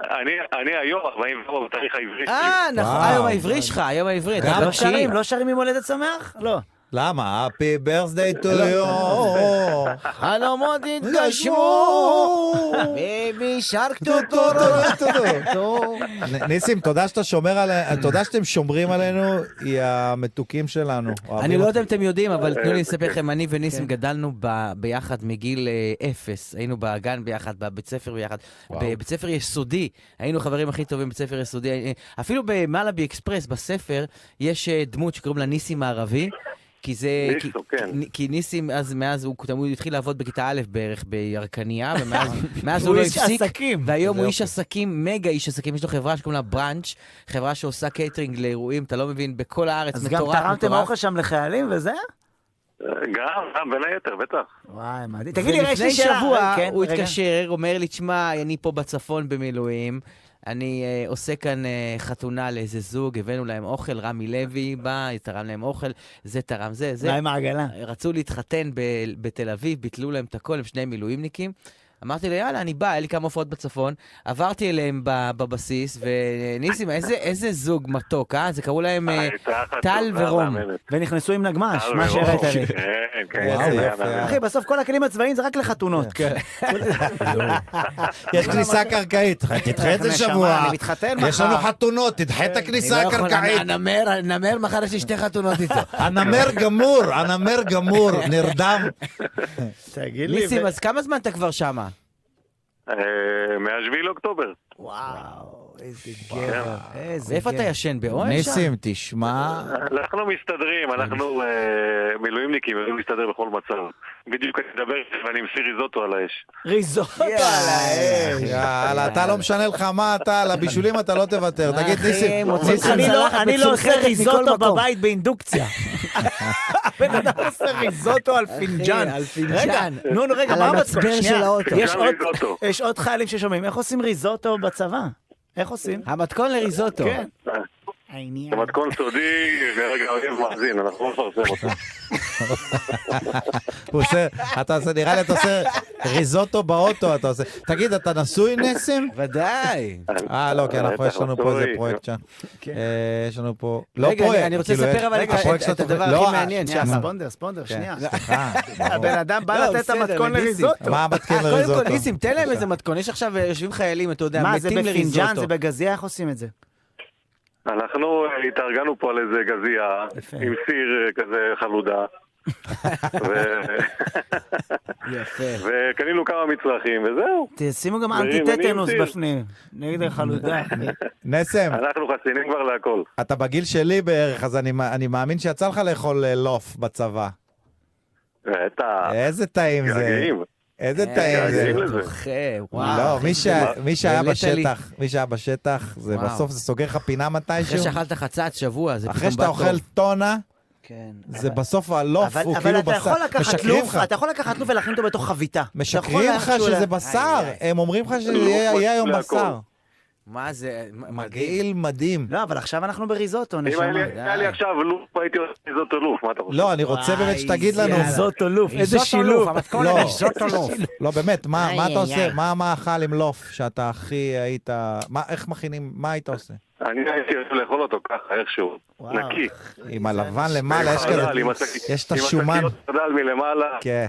Speaker 14: אני- אני היום 44 בתאריך העברי.
Speaker 10: אה,
Speaker 14: שלי.
Speaker 10: נכון, היום העברי שלך, היום העברי. אתה
Speaker 2: לא
Speaker 10: בתשיעי.
Speaker 2: שרים, לא שרים עם הולדת שמח? לא.
Speaker 1: למה? Happy birthday to
Speaker 2: לא.
Speaker 1: you.
Speaker 10: חלומות
Speaker 1: התגשמו,
Speaker 10: בייבי שרק
Speaker 1: טוטו. נ- ניסים, תודה שאתה שומר עלינו, תודה שאתם שומרים עלינו, היא המתוקים שלנו.
Speaker 10: אני
Speaker 1: אוהבים
Speaker 10: לא
Speaker 1: אותך.
Speaker 10: יודע אם אתם יודעים, אבל תנו לי לספר
Speaker 1: כן.
Speaker 10: לכם, אני וניסים גדלנו ב- ביחד מגיל אה, אפס. היינו בגן ביחד, בבית ספר ביחד. בבית ספר יסודי, היינו חברים הכי טובים בבית ספר יסודי. אה, אפילו במלאבי אקספרס, בספר, יש אה, דמות שקוראים לה ניסים הערבי. כי זה...
Speaker 14: ניסו,
Speaker 10: כי,
Speaker 14: כן.
Speaker 10: כי- כי ניסים, אז מאז הוא תמיד התחיל לעבוד בכיתה א' בערך בירקניה, אה, ומאז מאז הוא
Speaker 2: הוא
Speaker 10: לא
Speaker 2: איש
Speaker 10: הפסיק.
Speaker 2: עסקים.
Speaker 10: והיום
Speaker 2: זה
Speaker 10: הוא איש עסקים, מגה איש עסקים, יש לו חברה שקוראים לה בראנץ', חברה שעושה קייטרינג לאירועים, אתה לא מבין, בכל הארץ,
Speaker 2: אז
Speaker 10: מטורף,
Speaker 2: גם
Speaker 10: מטורף.
Speaker 2: תרמתם אוכל שם לחיילים וזה?
Speaker 14: גם, גם בין היתר, בטח.
Speaker 2: וואי, מדהים. תגיד לי, רגע, יש לי שאלה.
Speaker 10: ולפני שבוע
Speaker 2: כן,
Speaker 10: הוא
Speaker 2: רגע.
Speaker 10: התקשר, אומר לי, תשמע, אני פה בצפון במילואים, אני אה, עושה כאן אה, חתונה לאיזה זוג, הבאנו להם אוכל, רמי לוי בא, תרם להם אוכל, זה תרם זה, זה.
Speaker 2: מה עם העגלה?
Speaker 10: רצו להתחתן ב- בתל אביב, ביטלו להם את הכל, הם שני מילואימניקים. אמרתי לו, יאללה, אני בא, היה לי כמה הופעות בצפון, עברתי אליהם ב- בבסיס, וניסים, איזה- איזה זוג מתוק, אה? זה קראו להם אה,
Speaker 14: הייתה אחת
Speaker 10: טל
Speaker 14: טובה,
Speaker 10: ורום.
Speaker 2: אה,
Speaker 14: מהממת.
Speaker 2: ונכנסו עם נגמש,
Speaker 14: טל
Speaker 2: מה
Speaker 14: ורום.
Speaker 2: שהראית אה, לי.
Speaker 14: אה, לא, כן, כן,
Speaker 2: וואו,
Speaker 14: כן,
Speaker 2: יפה.
Speaker 14: היה,
Speaker 2: אחי, בסוף כל הכלים הצבאיים זה רק לחתונות.
Speaker 1: יש כניסה קרקעית, תדחה את זה
Speaker 2: נשמה,
Speaker 1: שבוע.
Speaker 2: אני מתחתן
Speaker 1: יש
Speaker 2: מחר.
Speaker 1: לנו חתונות, תדחה את הכניסה
Speaker 9: אני לא יכול,
Speaker 1: הקרקעית.
Speaker 9: הנמר, הנמר, מחר יש לי שתי חתונות איתו.
Speaker 1: הנמר גמור, הנמר גמור, נרדם.
Speaker 2: תגיד
Speaker 14: לי,
Speaker 10: ניסים,
Speaker 14: ו-
Speaker 10: אז כמה זמן אתה כבר שמה?
Speaker 14: אה, מהשביעי לאוקטובר.
Speaker 2: וואו, איזה
Speaker 14: גבר.
Speaker 2: איזה
Speaker 10: ואיפה אתה ישן, באוהל שם?
Speaker 1: ניסים, תשמע,
Speaker 14: אה, אנחנו מסתדרים, אנחנו אה, מילואימניקים, יודעים להסתדר בכל מצב. בדיוק אני מדבר ואני עם סיר ריזוטו על האש.
Speaker 2: ריזוטו על האש.
Speaker 1: יאללה, אתה לא משנה לך מה אתה, על הבישולים אתה לא תוותר. תגיד,
Speaker 2: אחי,
Speaker 1: ניסים,
Speaker 2: מוצאים
Speaker 1: ניסים,
Speaker 2: אני לא- אני לא עושה
Speaker 9: מצולחת מכל
Speaker 2: ריזוטו
Speaker 9: מקום.
Speaker 2: בבית באינדוקציה. הבן אדם עושה ריזוטו על פינג'אן.
Speaker 9: על פינג'אן.
Speaker 2: רגע, נו, נו, רגע,
Speaker 9: על
Speaker 2: מה
Speaker 9: המצבר של
Speaker 2: המתכון? שנייה,
Speaker 9: האוטו.
Speaker 2: יש
Speaker 9: גם
Speaker 2: עוד-
Speaker 9: ריזוטו.
Speaker 2: יש עוד חיילים ששומעים, איך עושים ריזוטו בצבא? איך עושים?
Speaker 9: המתכון לריזוטו.
Speaker 2: כן.
Speaker 14: אה, זה מתכון סודי, ורגע, אוהב מאזין, אנחנו לא נפרסם אותו.
Speaker 1: הוא עושה, אתה עושה, נראה לי אתה עושה ריזוטו באוטו, אתה עושה. תגיד, אתה נשוי, ניסים?
Speaker 10: ודאי.
Speaker 1: אה, לא, כן, אנחנו- יש לנו פה איזה
Speaker 10: נשוי.
Speaker 1: פרויקט שם. אה, יש לנו פה,
Speaker 10: כן. רגע,
Speaker 1: לא
Speaker 10: אני-
Speaker 1: פרויקט.
Speaker 10: אני רוצה
Speaker 1: כאילו,
Speaker 10: לספר
Speaker 1: יש-
Speaker 10: אבל את-
Speaker 1: הפרויקט
Speaker 10: את-
Speaker 1: של
Speaker 10: את
Speaker 1: התוכנית-
Speaker 10: הדבר
Speaker 1: לא,
Speaker 10: הכי מעניין
Speaker 1: שנייה,
Speaker 10: שם.
Speaker 1: ספונדר,
Speaker 2: ספונדר,
Speaker 1: כן,
Speaker 2: שנייה.
Speaker 1: סליחה,
Speaker 2: הבן אדם בא
Speaker 10: לא,
Speaker 2: לתת את
Speaker 10: בסדר,
Speaker 2: המתכון
Speaker 10: ניסים.
Speaker 2: לריזוטו.
Speaker 1: מה המתכון
Speaker 10: אה, קודם כל,
Speaker 1: לריזוטו?
Speaker 10: ניסים, תן להם איזה מתכון. יש עכשיו, אה, יושבים חיילים, אתה יודע,
Speaker 2: מה, זה
Speaker 10: מתים
Speaker 2: בפינג'אן, זה
Speaker 10: לריזוטו.
Speaker 2: בגזייה, איך עושים את זה?
Speaker 14: אנחנו אה, התארגנו פה על איזה גזייה, עם סיר אה, כזה חלודה. ו- וקנינו כמה מצרכים, וזהו.
Speaker 2: תשימו גם
Speaker 14: חברים, אני
Speaker 2: אנטי-טטנוס
Speaker 14: עם סיר.
Speaker 2: בפנים, נגד החלודה.
Speaker 1: נסם,
Speaker 14: אנחנו חסינים כבר להכל.
Speaker 1: אתה בגיל שלי בערך, אז אני מא- אני מאמין שיצא לך לאכול אה, לוף בצבא.
Speaker 14: בטח.
Speaker 1: איזה טעים זה.
Speaker 14: אה, געגעים. אה,
Speaker 1: איזה
Speaker 10: אה,
Speaker 1: טעים זה.
Speaker 14: געגעים לזה.
Speaker 1: לא, מי שה- מי שהיה
Speaker 10: העלית לי.
Speaker 1: בשטח, מי שהיה בשטח, זה
Speaker 10: וואו.
Speaker 1: בסוף זה סוגר לך פינה מתישהו.
Speaker 10: אחרי שאכלת חצץ שבוע, זה
Speaker 1: אחרי
Speaker 10: פתאום
Speaker 1: שאתה
Speaker 10: בא טוב.
Speaker 1: אוכל טונה, זה בסוף הלוף
Speaker 2: כן. אבל
Speaker 1: הוא
Speaker 2: אבל
Speaker 1: כאילו
Speaker 2: אתה
Speaker 1: בשר.
Speaker 2: יכול לקחת
Speaker 1: משקרים
Speaker 2: לוף,
Speaker 1: לך,
Speaker 2: אתה יכול לקחת לוף ולהכין אותו בתוך חביתה. אתה יכול
Speaker 1: משקרים לך
Speaker 2: לקחת
Speaker 1: שזה
Speaker 2: אולי-
Speaker 1: בשר, הם אומרים לך
Speaker 10: לוף
Speaker 14: לא,
Speaker 1: שיהיה היום
Speaker 10: להכל.
Speaker 1: בשר.
Speaker 10: מה זה, מגעיל.
Speaker 1: מגעיל מדהים.
Speaker 2: לא, אבל עכשיו אנחנו בריזוטו,
Speaker 14: אם
Speaker 2: נשמה. אה,
Speaker 14: היה לי- היה לי עכשיו לופ, הייתי עושה זאת לופ, מה אתה חושב?
Speaker 1: לא, אני רוצה באמת שתגיד לנו...
Speaker 2: ריזוטו לוף, איזה
Speaker 1: ריזוטו
Speaker 2: שילוב.
Speaker 1: המתכון
Speaker 2: לא.
Speaker 1: לריזוטו לוף. לא, באמת, מה
Speaker 2: איי,
Speaker 1: מה אתה
Speaker 2: איי,
Speaker 1: עושה?
Speaker 2: איי.
Speaker 1: מה מאכל עם לוף שאתה הכי היית... מה- איך מכינים? מה היית עושה?
Speaker 14: אני הייתי רוצה לאכול אותו ככה, איכשהו. נקי.
Speaker 1: עם הלבן למעלה, יש
Speaker 14: חרדל, עם
Speaker 1: כזה...
Speaker 14: השק-
Speaker 1: יש את השומן.
Speaker 14: עם השקיות חרדל מלמעלה.
Speaker 1: כן.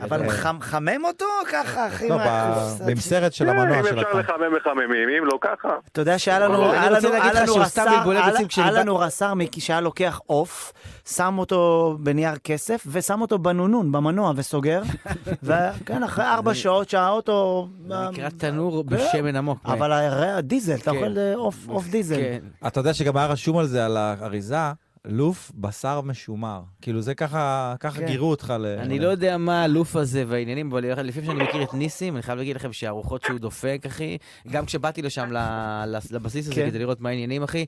Speaker 2: אבל חם- חמם אותו ככה, אחי?
Speaker 1: לא,
Speaker 2: מה-
Speaker 1: ב- במסרת של
Speaker 14: כן,
Speaker 1: המנוע
Speaker 14: אם
Speaker 1: של
Speaker 14: אפשר
Speaker 1: הפעם.
Speaker 14: לחמם מחממים, אם לא ככה.
Speaker 2: אתה יודע שהיה לנו,
Speaker 14: אבל אני
Speaker 2: היה
Speaker 14: רוצה
Speaker 2: לנו,
Speaker 14: להגיד
Speaker 2: היה
Speaker 14: לך
Speaker 2: לנו
Speaker 14: שהוא
Speaker 2: רס"ר,
Speaker 14: סתם בלבול
Speaker 2: היה-
Speaker 14: עצים
Speaker 2: היה
Speaker 14: כשנבד-
Speaker 2: לנו רס"ר מיקי שהיה לוקח עוף, שם אותו בנייר כסף, ושם אותו בנונון, במנוע, וסוגר. וכן, כן, אחרי ארבע שעות שהאוטו...
Speaker 10: נקרא תנור
Speaker 2: כן.
Speaker 10: בשמן עמוק.
Speaker 2: אבל הרי דיזל, אתה אוכל אה, עוף עוף דיזל.
Speaker 1: כן.
Speaker 10: כן.
Speaker 1: אתה יודע שגם היה רשום על זה, על האריזה, לוף בשר משומר. כאילו זה ככה, ככה
Speaker 10: כן.
Speaker 1: גירו אותך ל...
Speaker 10: אני לא יודע מה האלוף הזה והעניינים, אבל לפעמים שאני מכיר את ניסים, אני חייב להגיד לכם שהרוחות שהוא דופק, אחי, גם כשבאתי לשם ל- ל- לבסיס הזה
Speaker 2: כן.
Speaker 10: כדי לראות מה העניינים, אחי,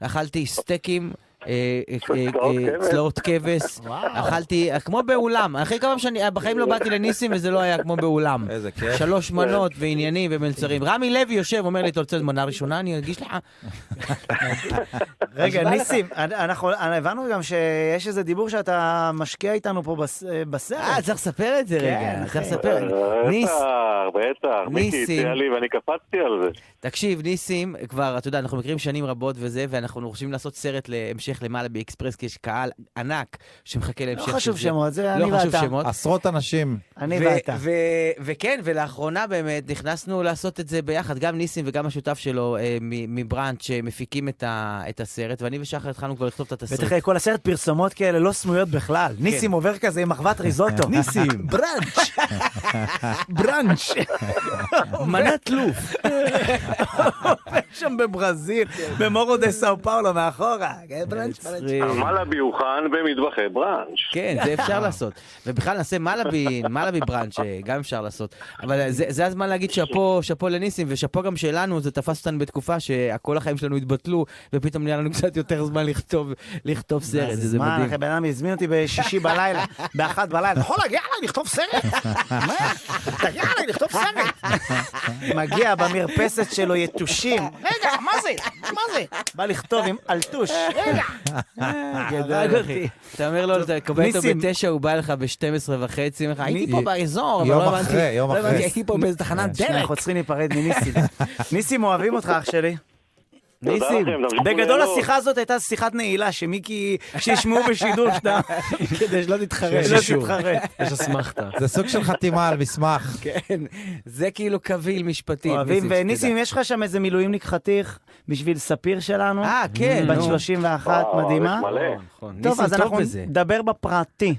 Speaker 10: אכלתי סטייקים. אה, אה, אה,
Speaker 14: כבש.
Speaker 10: צלעות כבש, אכלתי אה, כמו באולם, אחרי כמה שאני, אה, בחיים לא באתי לניסים וזה לא היה כמו באולם.
Speaker 1: איזה כיף.
Speaker 10: שלוש מנות ועניינים ומלצרים. רמי לוי יושב, אומר לי, אתה רוצה מנה ראשונה? אני אגיש לך.
Speaker 2: רגע,
Speaker 10: נשבע לך.
Speaker 2: ניסים, אנ- אנחנו אנ- הבנו גם שיש איזה דיבור שאתה משקיע איתנו פה בס- אה, בסרט. אה,
Speaker 10: צריך לספר את זה רגע, צריך לספר. ניס,
Speaker 14: בטח, בטח. מיקי
Speaker 10: ניסים.
Speaker 14: הציע לי ואני קפצתי על זה.
Speaker 10: תקשיב, ניסים, כבר, אתה יודע, אנחנו מכירים שנים רבות וזה, ואנחנו חושבים לעשות סרט להמשך למעלה באקספרס, כי יש קהל ענק שמחכה להמשך של זה.
Speaker 2: לא חשוב שמות, זה אני
Speaker 10: לא חשוב
Speaker 2: ואתה.
Speaker 10: שמות.
Speaker 1: עשרות אנשים.
Speaker 2: אני
Speaker 10: ו-
Speaker 2: ואתה.
Speaker 10: ו- וכן, ולאחרונה באמת נכנסנו לעשות את זה ביחד, גם ניסים וגם השותף שלו אה, מ- מבראנץ' שמפיקים את ה- את הסרט, ואני ושחר התחלנו כבר לכתוב את התסריט.
Speaker 2: ותראה, כל הסרט פרסומות כאלה לא סמויות בכלל. ניסים עובר כזה עם אחוות ריזוטו.
Speaker 10: ניסים.
Speaker 2: בראנץ'. בראנץ'.
Speaker 10: מנת לוף.
Speaker 2: שם בברזיל, במורו דה סאו פאולו מאחורה. כן, בראנץ', בראנץ'.
Speaker 14: המלאבי הוא חן במטבחי בראנץ'.
Speaker 10: כן, זה אפשר לעשות. ובכלל נעשה מלאבי, מלאבי בראנץ', אה, גם אפשר לעשות. אבל זה, זה הזמן להגיד שאפו, שאפו לניסים, ושאפו גם שלנו, זה תפס אותנו בתקופה שכל החיים שלנו התבטלו, ופתאום נהיה לנו קצת יותר זמן לכתוב, לכתוב סרט, זה, זה
Speaker 2: מה,
Speaker 10: מדהים.
Speaker 2: אחי, בן אדם הזמין אותי בשישי בלילה, באחת בלילה. אתה יכול להגיע אליי לכתוב סרט? מה? תגיע אליי לכתוב סרט. מגיע במרפסת שלו יתושים. רגע, מה זה? מה זה? בא לכתוב עם אלטוש. רגע,
Speaker 10: אה, הרג אותי. אתה אומר לו, אתה קובע אותו
Speaker 2: ניסים.
Speaker 10: בתשע, הוא בא לך ב-12 וחצי, אומר לך, הייתי
Speaker 2: ני-
Speaker 10: פה באזור, אבל
Speaker 2: יום
Speaker 10: לא הבנתי,
Speaker 2: אחרי, יום
Speaker 10: לא
Speaker 2: אחרי.
Speaker 10: הבנתי, הייתי פה באיזה תחנת
Speaker 2: שנייה,
Speaker 10: דלק.
Speaker 2: אנחנו צריכים להיפרד מניסים. ניסים, אוהבים אותך, אח שלי.
Speaker 10: תודה
Speaker 2: ניסים,
Speaker 10: לכם, תמשיכו
Speaker 2: בגדול
Speaker 10: ליהנות.
Speaker 2: השיחה הזאת הייתה שיחת נעילה, שמיקי, שישמעו בשידור שאתה, כדי שלא תתחרט.
Speaker 1: שיש
Speaker 2: שלא
Speaker 1: אישור.
Speaker 2: לא תתחרט.
Speaker 1: זה סוג של חתימה על מסמך.
Speaker 10: כן, זה כאילו קביל משפטי.
Speaker 2: אוהבים, וניסים, יש לך שם איזה מילואימניק חתיך בשביל ספיר שלנו? אה,
Speaker 10: כן,
Speaker 2: בת
Speaker 10: נו.
Speaker 2: 31,
Speaker 10: וואו,
Speaker 2: מדהימה.
Speaker 10: יש מלא. נכון.
Speaker 2: טוב,
Speaker 10: ניסים
Speaker 2: אז
Speaker 10: טוב
Speaker 2: אנחנו
Speaker 10: בזה.
Speaker 2: נדבר בפרטי.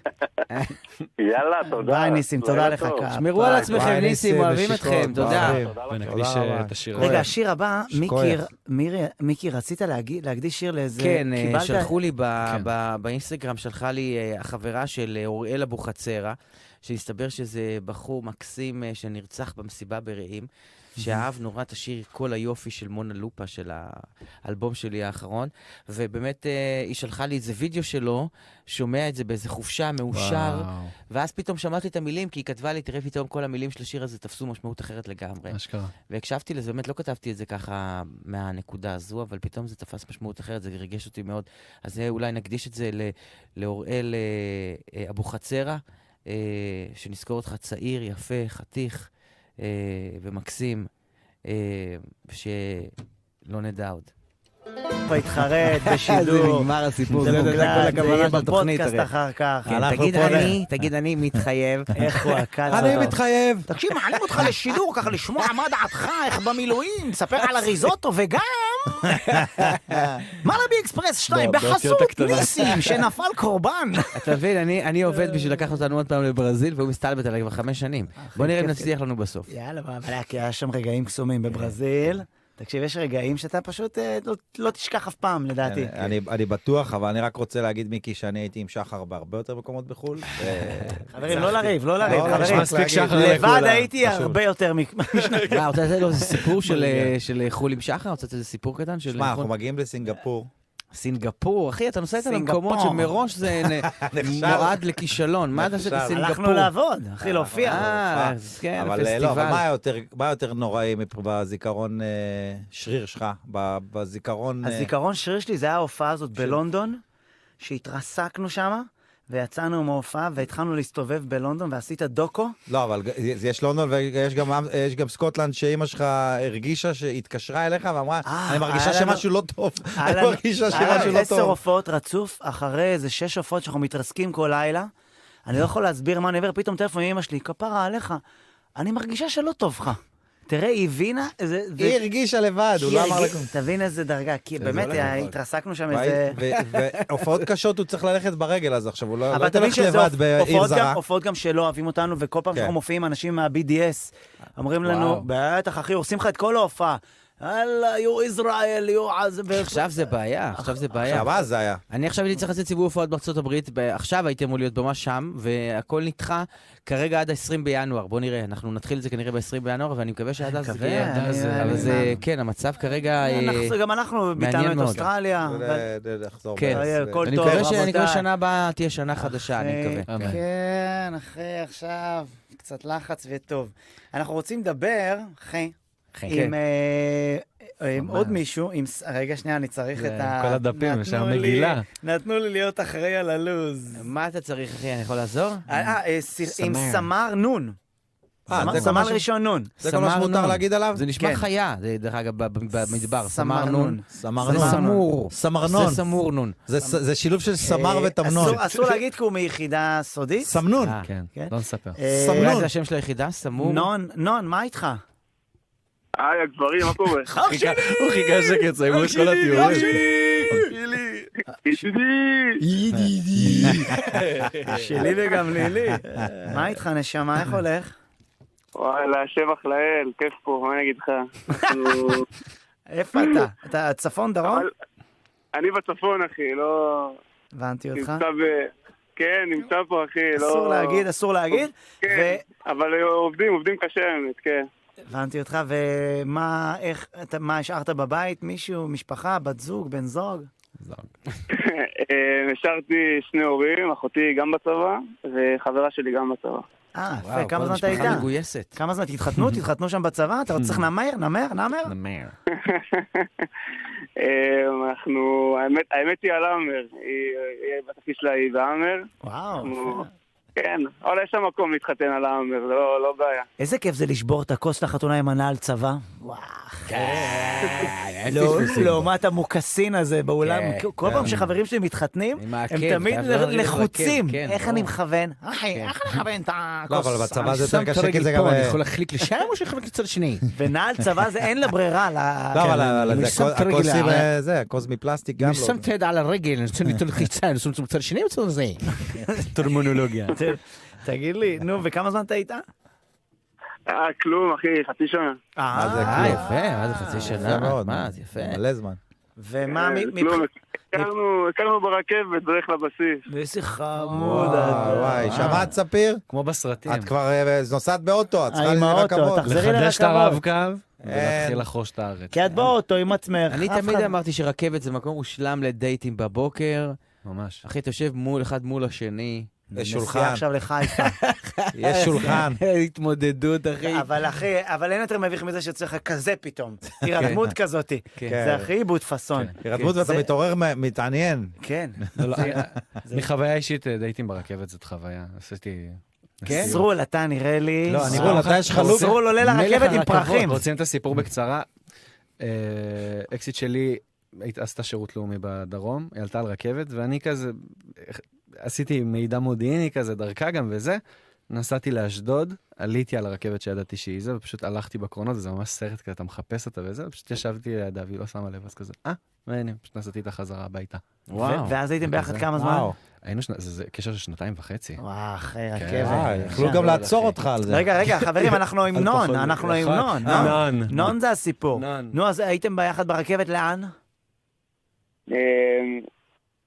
Speaker 14: יאללה, תודה.
Speaker 2: ביי, ניסים, תודה
Speaker 14: לילה
Speaker 2: לך,
Speaker 14: טוב.
Speaker 2: קאפ. שמרו על
Speaker 14: ביי,
Speaker 2: עצמכם,
Speaker 14: ביי,
Speaker 2: ניסים, אוהבים אתכם, תודה.
Speaker 3: ונקדיש אה, את השיר
Speaker 2: רגע, השיר הבא, מיקי,
Speaker 10: שכוח.
Speaker 2: מירי- מיקי, רצית להגיד- להקדיש שיר לאיזה...
Speaker 10: כן, אה,
Speaker 2: קיבלת-
Speaker 10: שלחו לי ב- ב- באינסטגרם, שלחה לי אה, החברה של אה, אוריאל אבוחצירא, שהסתבר שזה בחור מקסים אה, שנרצח במסיבה ברעים, שאהב נורא את השיר "כל היופי" של מונה לופה, של האלבום שלי האחרון, ובאמת אה, היא שלחה לי איזה וידאו שלו, שומע את זה באיזה חופשה, מאושר,
Speaker 3: וואו.
Speaker 10: ואז פתאום שמעתי את המילים, כי היא כתבה לי, תראה פתאום כל המילים של השיר הזה תפסו משמעות אחרת לגמרי.
Speaker 3: אשכרה.
Speaker 10: והקשבתי לזה, באמת לא כתבתי את זה ככה מהנקודה הזו, אבל פתאום זה תפס משמעות אחרת, זה ריגש אותי מאוד. אז אה, אולי נקדיש את זה ל- לאוראל אה, אה, אבוחצירא, אה, שנזכור אותך צעיר, יפה, חתיך אה, ומקסים, אה, שלא נדע עוד.
Speaker 2: פה התחרט בשידור.
Speaker 10: זה נגמר הסיפור,
Speaker 2: זה
Speaker 10: זה- זה- זה
Speaker 2: מוקלט,
Speaker 10: כל
Speaker 2: זה
Speaker 10: הכוונה
Speaker 2: יהיה
Speaker 10: של התוכנית,
Speaker 2: בפודקאסט
Speaker 10: הרי.
Speaker 2: אחר כך.
Speaker 10: כן, תגיד אני, תגיד אני מתחייב.
Speaker 2: איך הוא עקץ אותו.
Speaker 1: מתחייב.
Speaker 2: תקשיב, מעלים אותך לשידור ככה לשמוע מה דעתך, איך במילואים, תספר על הריזוטו וגם... מלאבי אקספרס 2,
Speaker 10: ב- באותיות
Speaker 2: בחסות
Speaker 10: הקטנות.
Speaker 2: ניסים שנפל קורבן.
Speaker 10: אתה מבין, אני, אני עובד בשביל לקחת אותנו עוד פעם לברזיל, והוא מסתלבט עליי כבר חמש שנים. בוא נראה אם
Speaker 2: אה, כיף,
Speaker 10: נצליח לנו בסוף.
Speaker 2: יאללה, אבל היה שם רגעים קסומים בברזיל. תקשיב, יש רגעים שאתה פשוט אה, לא- לא תשכח אף פעם, לדעתי.
Speaker 1: אה, אני אני בטוח, אבל אני רק רוצה להגיד, מיקי, שאני הייתי עם שחר בהרבה יותר מקומות בחו"ל. ו-
Speaker 2: חברים, לא לריב, לא לריב,
Speaker 1: לא,
Speaker 2: חברים.
Speaker 1: מספיק שחר
Speaker 2: לבד
Speaker 1: לכולם.
Speaker 2: הייתי
Speaker 1: חשוב.
Speaker 2: הרבה יותר מ...
Speaker 10: מה, רוצה לתת לו איזה לא, סיפור של, אה, של אה, חול עם שחר? רוצה לתת איזה סיפור קטן? של
Speaker 1: שמע, אנחנו
Speaker 10: חול-
Speaker 1: מגיעים לסינגפור.
Speaker 10: סינגפור, אחי, אתה נוסע איתנו
Speaker 1: סינגפור.
Speaker 10: למקומות שמראש זה נ-
Speaker 1: נכשל.
Speaker 10: נועד לכישלון. מה אתה עושה
Speaker 1: נכשל.
Speaker 10: בסינגפור?
Speaker 1: הלכנו
Speaker 2: לעבוד, אחי, להופיע.
Speaker 10: אה, אז כן,
Speaker 1: אבל אה,
Speaker 10: פסטיבל.
Speaker 1: לא, אבל מה יותר- מה יותר נוראי מפ- בזיכרון אה, שריר שלך? ב- בזיכרון... אה,
Speaker 2: הזיכרון שריר שלי זה היה ההופעה הזאת בלונדון, שהתרסקנו שם, ויצאנו מההופעה והתחלנו להסתובב בלונדון, ועשית דוקו.
Speaker 1: לא, אבל ג- יש לונדון ויש גם, עם- יש גם סקוטלנד שאימא שלך הרגישה שהתקשרה אליך ואמרה, אני מרגישה
Speaker 2: אה, היה לנו-
Speaker 1: שמשהו לא טוב.
Speaker 2: היה
Speaker 1: אני
Speaker 2: לנו-
Speaker 1: מרגישה
Speaker 2: היה
Speaker 1: שמשהו
Speaker 2: לנו
Speaker 1: לא
Speaker 2: עשר
Speaker 1: טוב.
Speaker 2: הופעות רצוף, אחרי איזה שש הופעות שאנחנו מתרסקים כל לילה. אני לא יכול להסביר מה אני עובר, פתאום טלפון מאמא שלי, כפרה עליך, אני מרגישה שלא טוב לך. תראה, היא הבינה, זה... זה-
Speaker 1: היא הרגישה לבד, הוא
Speaker 2: היא
Speaker 1: לא אמר
Speaker 2: הרגיש-
Speaker 1: לכלום.
Speaker 2: תבין איזה דרגה, כי
Speaker 1: זה
Speaker 2: באמת
Speaker 1: הולך
Speaker 10: לא
Speaker 2: אה,
Speaker 10: נכון.
Speaker 1: לבד.
Speaker 2: התרסקנו שם
Speaker 1: והי-
Speaker 2: איזה...
Speaker 1: ו- והופעות קשות הוא צריך ללכת ברגל אז עכשיו, הוא לא
Speaker 2: אבל
Speaker 1: לא
Speaker 2: אתה מבין
Speaker 1: תלך
Speaker 2: שזה
Speaker 1: לבד
Speaker 2: הופ-
Speaker 1: בעיר
Speaker 2: הופעות גם-
Speaker 1: זרה.
Speaker 2: הופעות גם שלא אוהבים אותנו, וכל פעם
Speaker 1: כן.
Speaker 2: שאנחנו מופיעים אנשים מה-BDS, אומרים לנו,
Speaker 10: וואו.
Speaker 2: בטח אחי, הורסים לך את כל ההופעה. אללה, יו ישראל, יו עז...
Speaker 10: עכשיו זה בעיה, עכשיו זה בעיה.
Speaker 1: עכשיו אז זה היה.
Speaker 10: אני עכשיו הייתי צריך לעשות סיבוב הופעות בארצות הברית, ב- עכשיו הייתי אמור להיות ממש שם, והכל נדחה כרגע עד ה-20 בינואר, בוא נראה, אנחנו נתחיל את זה כנראה ב-20 בינואר, ואני מקווה שעד אז זה
Speaker 2: מקווה,
Speaker 10: יהיה...
Speaker 2: אני- אני-
Speaker 10: אבל
Speaker 2: אני
Speaker 10: זה,
Speaker 2: מאמין.
Speaker 10: כן, המצב כרגע... אה,
Speaker 2: אנחנו- גם אנחנו
Speaker 10: מעניין
Speaker 2: ביטלנו את
Speaker 10: מאוד.
Speaker 2: אוסטרליה.
Speaker 1: זה
Speaker 2: אבל-
Speaker 1: ל- ל- לחזור
Speaker 10: כן,
Speaker 1: בארץ.
Speaker 2: אה, הכל
Speaker 10: אני
Speaker 2: טוב,
Speaker 10: מקווה ש-
Speaker 2: רבותיי.
Speaker 10: אני מקווה שנה הבאה תהיה שנה חדשה, אני מקווה.
Speaker 2: אחי, אה, כן, אחי, עכשיו קצת לחץ וטוב. אנחנו רוצים לדבר, אחי,
Speaker 10: אחי,
Speaker 2: עם
Speaker 10: כן.
Speaker 2: אה, אה, עם
Speaker 3: ממש.
Speaker 2: עוד מישהו, עם... ס- רגע, שנייה, אני צריך
Speaker 3: זה
Speaker 2: את ה...
Speaker 3: עם כל הדפים,
Speaker 2: נתנו
Speaker 3: יש שם
Speaker 2: לי-
Speaker 3: מגילה.
Speaker 2: נתנו לי להיות אחראי על הלו"ז.
Speaker 10: מה אתה צריך, אחי? אני יכול לעזור?
Speaker 2: אה, אה, סיר- עם
Speaker 10: סמר.
Speaker 2: סמר נון.
Speaker 10: אה,
Speaker 2: סמר-
Speaker 10: זה כל
Speaker 2: סמל
Speaker 10: מה ש-
Speaker 2: ראשון נון.
Speaker 10: סמר נון. זה
Speaker 2: כן.
Speaker 10: נשמע חיה, זה, דרך אגב, ב- ב- במדבר.
Speaker 2: סמר
Speaker 10: סמר נון.
Speaker 2: נון.
Speaker 1: סמר
Speaker 10: זה
Speaker 1: נון.
Speaker 10: סמור.
Speaker 1: סמר נון.
Speaker 10: זה סמור נון.
Speaker 1: זה ס- זה שילוב של סמר
Speaker 2: אה,
Speaker 1: ותמנון.
Speaker 2: אסור- אסור להגיד כי הוא מיחידה סודית.
Speaker 1: סמנון.
Speaker 10: אה,
Speaker 3: כן,
Speaker 2: כן.
Speaker 3: לא נספר.
Speaker 2: אה,
Speaker 10: אולי זה השם של היחידה? סמור?
Speaker 2: נון, נון, מה איתך?
Speaker 8: היי, הגברים, מה קורה?
Speaker 2: אח שלי!
Speaker 3: הוא חיכה שקט, סיימו את כל התיאורים.
Speaker 8: שלי! ידידי!
Speaker 13: אה,
Speaker 2: שלי וגם לילי. מה איתך, נשמה? איך הולך?
Speaker 8: וואלה, שבח לאל, כיף פה, מה אני אגיד לך? אנחנו-
Speaker 2: איפה אתה? אתה צפון, דרום?
Speaker 8: אני בצפון, אחי, לא...
Speaker 2: הבנתי אותך.
Speaker 8: נמצא ב... כן, נמצא פה, אחי, לא...
Speaker 2: אסור להגיד, אסור להגיד.
Speaker 8: כן, אבל עובדים, עובדים קשה, האמת, כן.
Speaker 2: הבנתי אותך, ומה, איך, אתה- מה השארת בבית? מישהו, משפחה, בת זוג, בן זוג?
Speaker 8: אה, השארתי שני הורים, אחותי גם בצבא, וחברה שלי גם בצבא.
Speaker 2: אה, יפה,
Speaker 8: וואו,
Speaker 2: כמה
Speaker 8: כל
Speaker 2: זמן אתה
Speaker 8: המשפחה
Speaker 2: איתה?
Speaker 10: מגויסת.
Speaker 2: כמה
Speaker 13: Hmm.
Speaker 2: זמן? תתחתנו, תתחתנו שם בצבא? אתה עוד צריך נמר, נמר, נמר?
Speaker 3: נמר.
Speaker 13: אמ, אנחנו, האמת, האמת היא על האמר, היא- היא- בתפקיד שלה היא בהאמר.
Speaker 2: וואו.
Speaker 13: אנחנו- כן, אבל יש שם מקום להתחתן על האמר, זה לא לא בעיה.
Speaker 2: איזה כיף זה לשבור את הכוס לחתונה עם הנעל צבא. וואו. כן.
Speaker 13: אין
Speaker 2: לא-
Speaker 13: פספוסים.
Speaker 2: לעומת המוקסין הזה באולם,
Speaker 13: כן,
Speaker 2: כל פעם
Speaker 13: כן.
Speaker 2: שחברים שלי מתחתנים,
Speaker 13: העקב,
Speaker 2: הם
Speaker 13: אתה
Speaker 2: תמיד
Speaker 13: חייב להרים את
Speaker 2: לחוצים.
Speaker 13: העקב, כן,
Speaker 2: איך
Speaker 13: ברור. כן.
Speaker 2: אני מכוון? אחי, איך אני מכוון את הכוס?
Speaker 1: לא, אבל בצבא זה יותר
Speaker 11: שם את
Speaker 1: קשה, כי
Speaker 11: הרגל
Speaker 1: זה גם...
Speaker 11: פה, אני
Speaker 1: אה,
Speaker 11: יכול להחליק לשם או שיכול לצד השני?
Speaker 2: ונעל צבא זה אין לה ברירה. ל-
Speaker 1: לא, אבל
Speaker 11: כן,
Speaker 1: אבל
Speaker 11: אני
Speaker 1: זה
Speaker 11: שם את
Speaker 1: הכוס-
Speaker 11: הרגל
Speaker 1: הכוסים,
Speaker 11: על-
Speaker 1: אה, זה, הכוס מפלסטיק גם
Speaker 11: אני
Speaker 1: לא.
Speaker 11: שם את היד על הרגל, אני רוצה ליטול לחיצה, אני שם את זה בצד השני או בצד הזה?
Speaker 3: טרמונולוגיה.
Speaker 2: תגיד לי, נו, וכמה זמן אתה איתה?
Speaker 13: אה, כלום, אחי, חצי שנה.
Speaker 2: אה,
Speaker 1: זה
Speaker 2: אה,
Speaker 1: כלום.
Speaker 10: יפה, מה זה חצי
Speaker 1: אה, יפה
Speaker 10: שנה?
Speaker 1: מאוד.
Speaker 10: מה, זה יפה.
Speaker 1: מלא זמן.
Speaker 2: ומה
Speaker 13: אה,
Speaker 2: מ-
Speaker 13: כלום,
Speaker 2: מבח-
Speaker 13: הכרנו- הכרנו ברכבת, בדרך לבסיס.
Speaker 2: איזה חמוד
Speaker 1: וואי,
Speaker 2: אה,
Speaker 1: וואי, שמעת ספיר?
Speaker 3: כמו בסרטים.
Speaker 1: את כבר אה, נוסעת באוטו, את צריכה
Speaker 2: עם האוטו,
Speaker 1: לרכבות.
Speaker 2: תחזרי לרכבות. לחדש את
Speaker 3: הרב-קו
Speaker 1: ולהתחיל
Speaker 3: לחוש את הארץ.
Speaker 2: כי את באוטו עם עצמך.
Speaker 10: אה, אני
Speaker 2: אף
Speaker 10: תמיד
Speaker 2: אחד-
Speaker 10: אמרתי שרכבת זה מקום מושלם לדייטים בבוקר.
Speaker 3: ממש.
Speaker 10: אחי, אתה יושב מול אחד מול השני.
Speaker 1: יש
Speaker 2: נסיעה עכשיו לחיפה.
Speaker 1: יש שולחן.
Speaker 10: התמודדות, אחי.
Speaker 2: אבל אחי, אבל אין יותר מביך מזה שיוצא לך כזה פתאום. הירדמות כזאתי.
Speaker 1: כן.
Speaker 2: זה הכי עיבוד פאסון.
Speaker 1: הירדמות
Speaker 2: נכון. כן, זה-
Speaker 1: כן, ואתה מתעורר מ- מתעניין. אה,
Speaker 2: כן.
Speaker 3: לא, לא,
Speaker 2: זה- זה-
Speaker 3: מחוויה אישית, אה, דייטים ברכבת זאת חוויה. עשיתי...
Speaker 2: כן?
Speaker 3: נסיעות.
Speaker 2: זרול, אתה נראה לי...
Speaker 3: לא, אני
Speaker 2: זרול,
Speaker 3: פעם אחת-
Speaker 2: זרול עולה לרכבת עם פרחים.
Speaker 3: רוצים את הסיפור בקצרה? אה, אקסיט שלי היית- עשתה שירות לאומי בדרום, היא עלתה על רכבת, ואני כזה, אה, עשיתי מידע מודיעיני כזה דרכה גם וזה. נסעתי לאשדוד, עליתי על הרכבת שידעתי שהיא זה, ופשוט הלכתי בקרונות, זה ממש סרט כזה, אתה מחפש אותה וזה,
Speaker 2: אה.
Speaker 3: ופשוט ישבתי לידה והיא לא שמה לב, אז כזה, אה, מעניין, פשוט נסעתי איתה חזרה הביתה.
Speaker 2: וואו. ואז הייתם ביחד כמה זמן? וואו.
Speaker 3: היינו, שנ- זה זה קשר של שנתיים וחצי.
Speaker 2: וואו, אחי,
Speaker 3: כן.
Speaker 2: רכבת.
Speaker 3: וואי,
Speaker 1: אה, יכלו גם לעצור אותך על זה.
Speaker 2: לא, רגע, רגע, חברים, אנחנו עם
Speaker 1: על
Speaker 2: נון,
Speaker 1: פחות
Speaker 2: אנחנו עם
Speaker 1: נכון.
Speaker 2: נון.
Speaker 1: אה,
Speaker 2: נון.
Speaker 1: נון.
Speaker 2: נון זה הסיפור. נו, אז הייתם ביחד ברכבת לאן?
Speaker 13: אמ,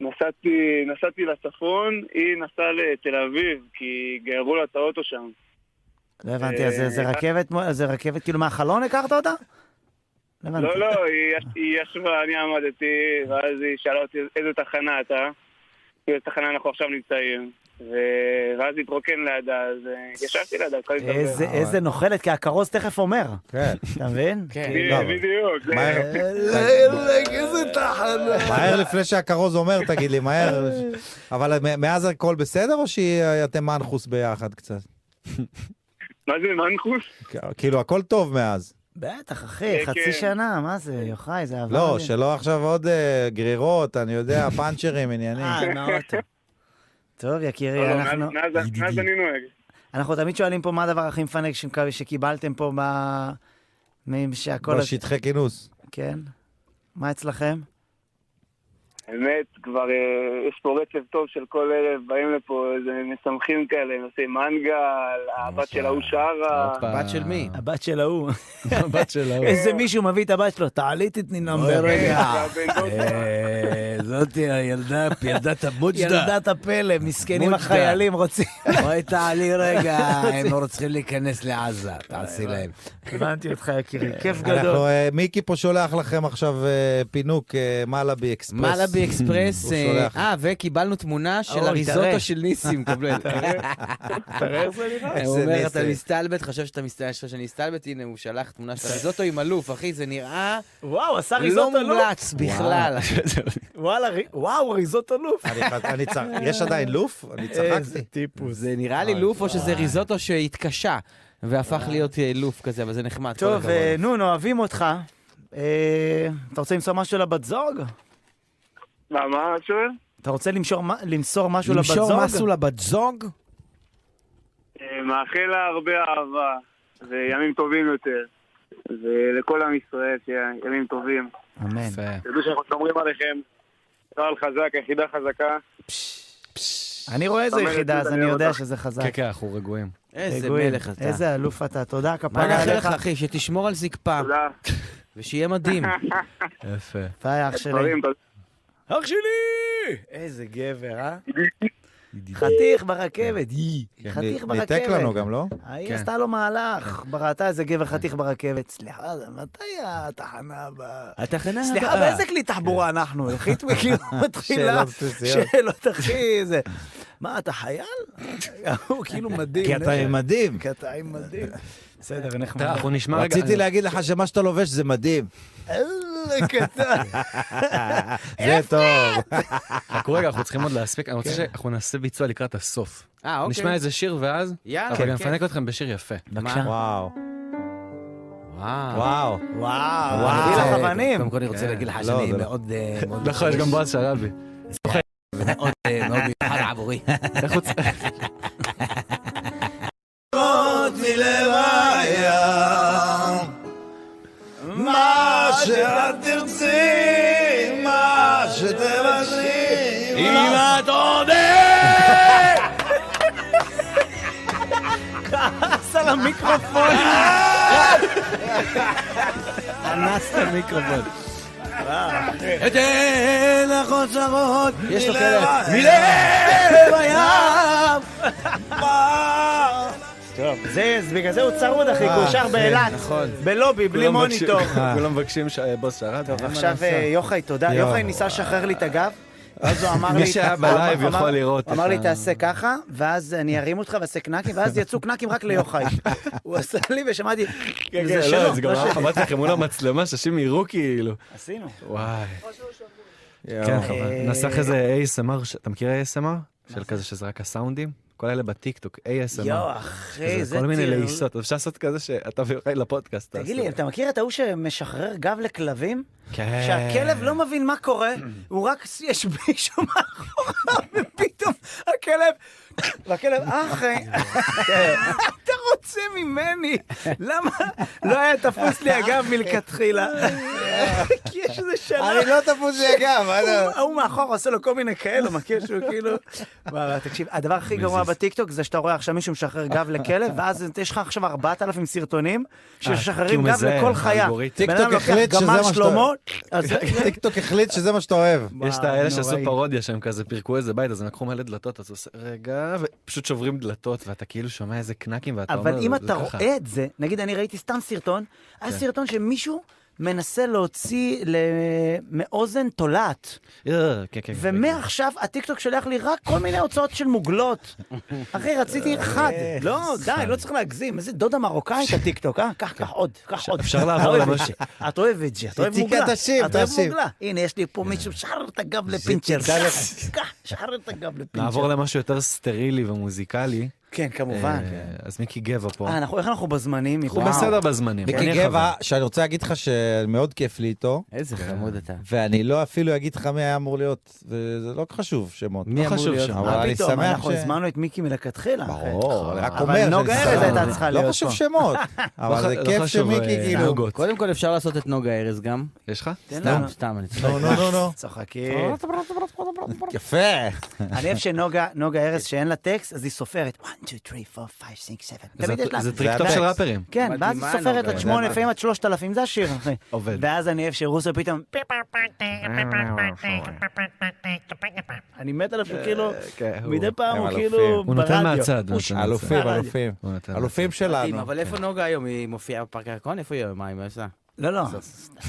Speaker 13: נסעתי, נסעתי לצפון, היא נסעה לתל אביב, כי גיירו לה את האוטו שם.
Speaker 2: לא הבנתי, אז זה- זה
Speaker 13: אה,
Speaker 2: רכבת, מו- זה רכבת, כאילו מהחלון הכרת אותה? לא הבנתי.
Speaker 13: לא, לא, היא יש- היא ישבה, אני עמדתי, ואז היא שאלה אותי איזה תחנה אתה, איזה תחנה אנחנו עכשיו נמצאים. ו- ואז התרוקן לידה, אז אה, ישבתי לידה, הכל התאבר.
Speaker 2: איזה- איזה נוכלת, כי הכרוז תכף אומר.
Speaker 1: כן.
Speaker 2: אתה מבין?
Speaker 1: לא,
Speaker 13: ב-
Speaker 1: אבל-
Speaker 13: בדיוק. זה-
Speaker 2: איזה תחנה.
Speaker 1: מהר לפני שהכרוז אומר, תגיד לי, מהר. אבל אה, מ- מאז הכל בסדר, או שאתם מנחוס ביחד קצת?
Speaker 13: מה זה מנחוס?
Speaker 1: כאילו, הכל טוב מאז.
Speaker 2: בטח, אחי, חצי שנה, מה זה, יוחאי, זה עבר.
Speaker 1: לא,
Speaker 2: לי.
Speaker 1: שלא עכשיו עוד אה, גרירות, אני יודע, פאנצ'רים, עניינים.
Speaker 2: אה, נאוטו. טוב,
Speaker 13: לא,
Speaker 2: יקירי,
Speaker 13: לא,
Speaker 2: אנחנו...
Speaker 13: מאז- מאז- מאז אני נוהג.
Speaker 2: אנחנו תמיד שואלים פה מה הדבר הכי מפנק שמקו- שקיבלתם פה ב... מ- שהכל...
Speaker 1: בשטחי כאילו- כינוס.
Speaker 2: כן. מה אצלכם?
Speaker 13: האמת, כבר אה, יש פה רצף טוב של כל ערב, באים לפה איזה משמחים כאלה, נושאי מנגל, הבת של ההוא שרה.
Speaker 2: הבת של מי? הבת של ההוא.
Speaker 3: הבת של ההוא.
Speaker 2: איזה מישהו מביא את אה, הבת שלו, תעלי תתני נאמבר רגע.
Speaker 11: זאתי הילדה, ילדת
Speaker 2: ילדת הפלא, מסכנים
Speaker 11: מוג'דה.
Speaker 2: החיילים רוצים.
Speaker 11: בואי תעלי רגע, הם לא צריכים להיכנס לעזה, תעשי להם.
Speaker 2: הבנתי אותך, יקירי, כיף
Speaker 1: אנחנו,
Speaker 2: גדול.
Speaker 1: אה, מיקי פה שולח לכם עכשיו אה, פינוק אה, מלאבי אקספרס.
Speaker 10: מלאבי אקספרס,
Speaker 1: הוא
Speaker 10: אה,
Speaker 1: שולח.
Speaker 10: אה, וקיבלנו תמונה של
Speaker 1: אוי,
Speaker 10: אריזוטו
Speaker 1: תראה.
Speaker 10: של ניסים, קבלן.
Speaker 1: תראה איך זה נראה.
Speaker 10: הוא אומר,
Speaker 1: איזה
Speaker 10: אתה
Speaker 1: ניסים."
Speaker 10: מסתלבט, חשב שאתה מסתלבט, שאני מסתלבט, הנה, הוא שלח תמונה של אריזוטו עם אלוף, אחי, זה נראה...
Speaker 2: וואו, עשה
Speaker 10: לא
Speaker 2: ריזוטו אלוף?
Speaker 10: מומלץ בכלל.
Speaker 2: וואלה, רי- וואו, ריזוט אלוף.
Speaker 1: אני צר- יש עדיין לוף? אני
Speaker 10: איזה
Speaker 1: צחקתי.
Speaker 2: טיפוס.
Speaker 10: זה נראה לי לוף או שזה ריזוטו שהתקשה והפך להיות אה, לוף כזה, אבל זה נחמד. כל
Speaker 2: טוב,
Speaker 10: הכבוד.
Speaker 2: אה, נו, נו, אוהבים אותך. אה, אתה רוצה למסור משהו לבת זוג?
Speaker 13: מה, מה את שואל?
Speaker 2: אתה רוצה למשור מה- למסור משהו לבת זוג?
Speaker 11: למשור משהו לבת זוג?
Speaker 13: אה, מאחל לה הרבה אהבה, וימים טובים יותר. ולכל עם ישראל, שיהיה ימים טובים.
Speaker 2: אמן.
Speaker 13: תדעו שאנחנו שומרים עליכם. צה"ל חזק, יחידה חזקה.
Speaker 2: אני רואה איזה
Speaker 13: זאת אומרת,
Speaker 2: יחידה, אז
Speaker 13: אני
Speaker 2: אני יודע
Speaker 13: אותך.
Speaker 2: שזה חזק.
Speaker 3: כן, כן, אנחנו רגועים.
Speaker 10: איזה
Speaker 2: רגועים.
Speaker 10: מלך אתה.
Speaker 2: איזה אלוף אתה, תודה,
Speaker 10: מה
Speaker 2: כפרה
Speaker 10: נאחל
Speaker 2: עליך.
Speaker 10: לך, אחי? שתשמור על זקפה.
Speaker 13: תודה.
Speaker 10: ושיהיה מדהים.
Speaker 3: יפה.
Speaker 2: ביי, אח שלי.
Speaker 13: דברים, תודה.
Speaker 2: אח שלי! איזה גבר, אה? חתיך ברכבת, יי.
Speaker 1: כן,
Speaker 2: חתיך
Speaker 1: ניתק
Speaker 2: ברכבת.
Speaker 1: לנו גם, לא?
Speaker 2: ההיא
Speaker 1: כן.
Speaker 2: עשתה לו מהלך, בראתה איזה גבר חתיך ברכבת. סליחה, זה אה, מתי התחנה הבאה? כן.
Speaker 10: התחנה
Speaker 2: סליחה,
Speaker 10: הבאה.
Speaker 2: באיזה כלי תחבורה
Speaker 12: כן.
Speaker 2: אנחנו? הכי כאילו מתחילה.
Speaker 10: שאלות בסיסיות.
Speaker 2: שאלות הכי זה. מה, אתה חייל? הוא כאילו מדהים.
Speaker 1: כי אתה עם מדים.
Speaker 2: כי אתה עם מדים. בסדר, נחמד.
Speaker 1: רציתי להגיד לך שמה שאתה לובש זה מדהים.
Speaker 2: קטן.
Speaker 1: זה טוב.
Speaker 3: חכו רגע, אנחנו צריכים עוד להספיק, אני רוצה שאנחנו נעשה ביצוע לקראת הסוף.
Speaker 15: אה, אוקיי.
Speaker 3: נשמע איזה שיר ואז,
Speaker 15: יאללה,
Speaker 3: אבל גם
Speaker 15: בכיף.
Speaker 3: נפנק אתכם בשיר יפה.
Speaker 15: בבקשה.
Speaker 1: וואו.
Speaker 15: וואו.
Speaker 1: וואו.
Speaker 2: וואו.
Speaker 15: וואו.
Speaker 2: מביא לך אבנים.
Speaker 10: קודם כל אני רוצה
Speaker 3: כן.
Speaker 10: להגיד לך
Speaker 3: לא,
Speaker 10: שאני
Speaker 3: זה לא.
Speaker 10: מאוד... אה, מאוד
Speaker 3: נכון, יש גם
Speaker 10: מתרגש.
Speaker 3: בועז שרבי.
Speaker 10: מאוד אה, מאוד מיוחד עבורי.
Speaker 12: עוד מלב הים. מה שאת תרצי, מה לא. שתבשי,
Speaker 16: אם
Speaker 12: את
Speaker 3: אה,
Speaker 12: עודד!
Speaker 2: כעס על המיקרופון. אנס את המיקרופון.
Speaker 12: אתן לך עוד צרות,
Speaker 2: יש לו
Speaker 12: מלב
Speaker 2: כאלה.
Speaker 12: הים. מלב הים!
Speaker 2: טוב, זה, זה- בגלל זה הוא צרוד, אחי, כי הוא
Speaker 3: אה,
Speaker 2: שר
Speaker 3: כן,
Speaker 2: באילת.
Speaker 3: נכון.
Speaker 2: בלובי, בלי
Speaker 3: כולם מבקשים-
Speaker 2: מוניטור.
Speaker 3: כולם מבקשים שבוס שרד.
Speaker 2: טוב, עכשיו אה, יוחאי, תודה.
Speaker 3: יואו.
Speaker 2: יוחאי ניסה לשחרר לי את הגב, ואז הוא אמר לי...
Speaker 3: מי שהיה בלייב
Speaker 2: הוא אמר-
Speaker 3: יכול לראות
Speaker 2: הוא אמר
Speaker 3: את
Speaker 2: לי,
Speaker 3: ה-
Speaker 2: תעשה ככה, ואז אני ארים אותך ואעשה קנקים, ואז יצאו קנקים רק ליוחאי. הוא עשה לי ושמעתי,
Speaker 3: כן,
Speaker 2: זה
Speaker 3: כן,
Speaker 2: שלו.
Speaker 3: לא, זה גם
Speaker 2: לא
Speaker 3: היה
Speaker 2: שלי."
Speaker 3: חמד לכם מול המצלמה, שאנשים יראו כאילו.
Speaker 2: עשינו.
Speaker 3: וואי.
Speaker 1: יואו.
Speaker 3: כן, חבל.
Speaker 1: אה,
Speaker 3: נסח איזה ASMR, ש- אתה מכיר ASMR? של כזה שזה רק הסאונדים? כל אלה בטיקטוק, ASMR.
Speaker 2: יואו, אחי,
Speaker 3: כזה
Speaker 2: זה
Speaker 3: כל מיני
Speaker 2: טירוף.
Speaker 3: לעיסות, אפשר לעשות כזה שאתה ויוחאי לפודקאסט.
Speaker 2: תגיד
Speaker 3: תעשו.
Speaker 2: לי, אתה מכיר את ההוא שמשחרר גב לכלבים?
Speaker 3: כן.
Speaker 2: שהכלב לא מבין מה קורה, הוא רק, יש מישהו מאחוריו, ופתאום הכלב, והכלב, אחי, אתה רוצה ממני, למה לא היה תפוס לי הגב מלכתחילה? כי יש איזה שלב.
Speaker 1: אני לא תפוס לי הגב, מה זה?
Speaker 2: הוא- ההוא מאחור עושה לו כל מיני כאלו, מכיר שהוא כאילו... וואלה, תקשיב, הדבר הכי גרוע בטיקטוק זה שאתה רואה עכשיו מישהו משחרר גב לכלב, ואז יש לך עכשיו 4,000 סרטונים
Speaker 3: כי
Speaker 1: אה,
Speaker 2: שמשחררים
Speaker 3: הוא
Speaker 2: גב
Speaker 3: מזהה,
Speaker 2: לכל חיה.
Speaker 3: האלגוריתם.
Speaker 2: בן אדם
Speaker 1: טיקטוק
Speaker 2: לוקח
Speaker 1: החליט שזה
Speaker 2: גמל
Speaker 1: מה שאתה-
Speaker 2: שלמה, אז-
Speaker 1: טיקטוק החליט שזה מה שאתה אוהב.
Speaker 3: יש את האלה שעשו
Speaker 1: נוראי.
Speaker 3: פרודיה שהם כזה פירקו איזה בית, אז הם לקחו מלא דלתות, אז הוא עושה רגע, ופשוט שוברים דלתות, ואתה כאילו שומע איזה קנקים, ואתה אומר,
Speaker 2: אבל אם
Speaker 3: "זה
Speaker 2: אתה
Speaker 3: ככה".
Speaker 2: רואה את זה, נגיד אני ראיתי סתם סרטון, היה
Speaker 3: כן.
Speaker 2: סרטון שמישהו מנסה להוציא ל- מאוזן תולעת.
Speaker 3: אה, כן, כן, כן.
Speaker 2: ומעכשיו הטיקטוק שולח לי רק כל מיני הוצאות של מוגלות. אחי,
Speaker 3: אה,
Speaker 2: רציתי חד. לא, די, לא צריך להגזים. איזה דודה מרוקאית הטיקטוק, אה? קח, קח עוד, קח עוד.
Speaker 3: אפשר לעבור
Speaker 2: אתה אוהב
Speaker 3: למשהו.
Speaker 2: את זה, את אוהב את זה, את אוהב
Speaker 1: תיקה,
Speaker 2: מוגלה.
Speaker 1: תשיב,
Speaker 2: את אוהב
Speaker 1: תשיב.
Speaker 2: מוגלה. הנה, יש לי
Speaker 3: אה.
Speaker 2: פה מישהו, שחרר את הגב לפינצ'ר. קח, שחרר את הגב לפינצ'ר.
Speaker 3: נעבור למשהו יותר סטרילי ומוזיקלי.
Speaker 2: כן, כמובן.
Speaker 3: אה, אז מיקי גבע פה.
Speaker 2: אה, אנחנו- איך אנחנו בזמנים?
Speaker 3: אנחנו
Speaker 2: וואו.
Speaker 3: בסדר בזמנים.
Speaker 1: מיקי
Speaker 3: אני
Speaker 1: גבע,
Speaker 3: אחריו.
Speaker 1: שאני רוצה להגיד לך שמאוד כיף לי איתו.
Speaker 10: איזה חמוד אתה.
Speaker 1: ואני לא אפילו אגיד לך מי היה אמור להיות, וזה לא חשוב שמות.
Speaker 3: מי אמור להיות?
Speaker 1: אבל
Speaker 2: מה
Speaker 1: אני
Speaker 2: פתאום,
Speaker 1: שמח
Speaker 2: אנחנו
Speaker 1: ש...
Speaker 2: הזמנו את מיקי מלכתחילה.
Speaker 1: ברור, אני רק אומר
Speaker 2: אבל
Speaker 1: שאני
Speaker 2: נוגה
Speaker 1: שמח.
Speaker 2: ארז הייתה צריכה להיות פה.
Speaker 1: לא חשוב שמות, אבל זה
Speaker 3: לא
Speaker 1: כיף
Speaker 3: חשוב,
Speaker 1: שמיקי
Speaker 3: אה,
Speaker 1: כאילו...
Speaker 3: נוגות.
Speaker 10: קודם כל אפשר לעשות את נוגה ארז גם.
Speaker 3: יש לך?
Speaker 2: תן
Speaker 10: סתם,
Speaker 2: לנו.
Speaker 10: סתם, אני צוחק.
Speaker 1: נו, נו, נו, נו.
Speaker 2: צוחקים.
Speaker 1: יפה.
Speaker 2: אני אוהב שנוגה נוגה ארז, שאין לה טקסט, אז היא סופרת. 1, 2, 3, 4, 5, 6, 7.
Speaker 3: זה
Speaker 2: תמיד יש לה...
Speaker 3: זה טריק טוב של ראפרים.
Speaker 2: כן, ואז היא
Speaker 10: מדהימה,
Speaker 2: סופרת
Speaker 10: נוגה.
Speaker 2: עד שמונה,
Speaker 10: זה
Speaker 2: לפעמים עד שלושת אלפים, זה השיר, אחי.
Speaker 3: עובד.
Speaker 2: ואז אני אוהב שרוסו פתאום...
Speaker 10: אה,
Speaker 2: אני מת עליו שהוא כאילו...
Speaker 3: כן, הוא-
Speaker 2: מדי פעם
Speaker 1: הם
Speaker 2: הוא
Speaker 1: אלופים.
Speaker 2: כאילו
Speaker 3: הוא נותן
Speaker 2: ברדיו.
Speaker 3: מהצד. הוא נותן
Speaker 1: אלופים,
Speaker 3: מהצד.
Speaker 1: אלופים.
Speaker 3: הוא נותן מהצד.
Speaker 1: אלופים
Speaker 10: מדהים,
Speaker 1: שלנו.
Speaker 10: אבל איפה נוגה היום? היא מופיעה בפארק הירקון? איפה היא היום? מה היא עושה?
Speaker 2: לא, לא.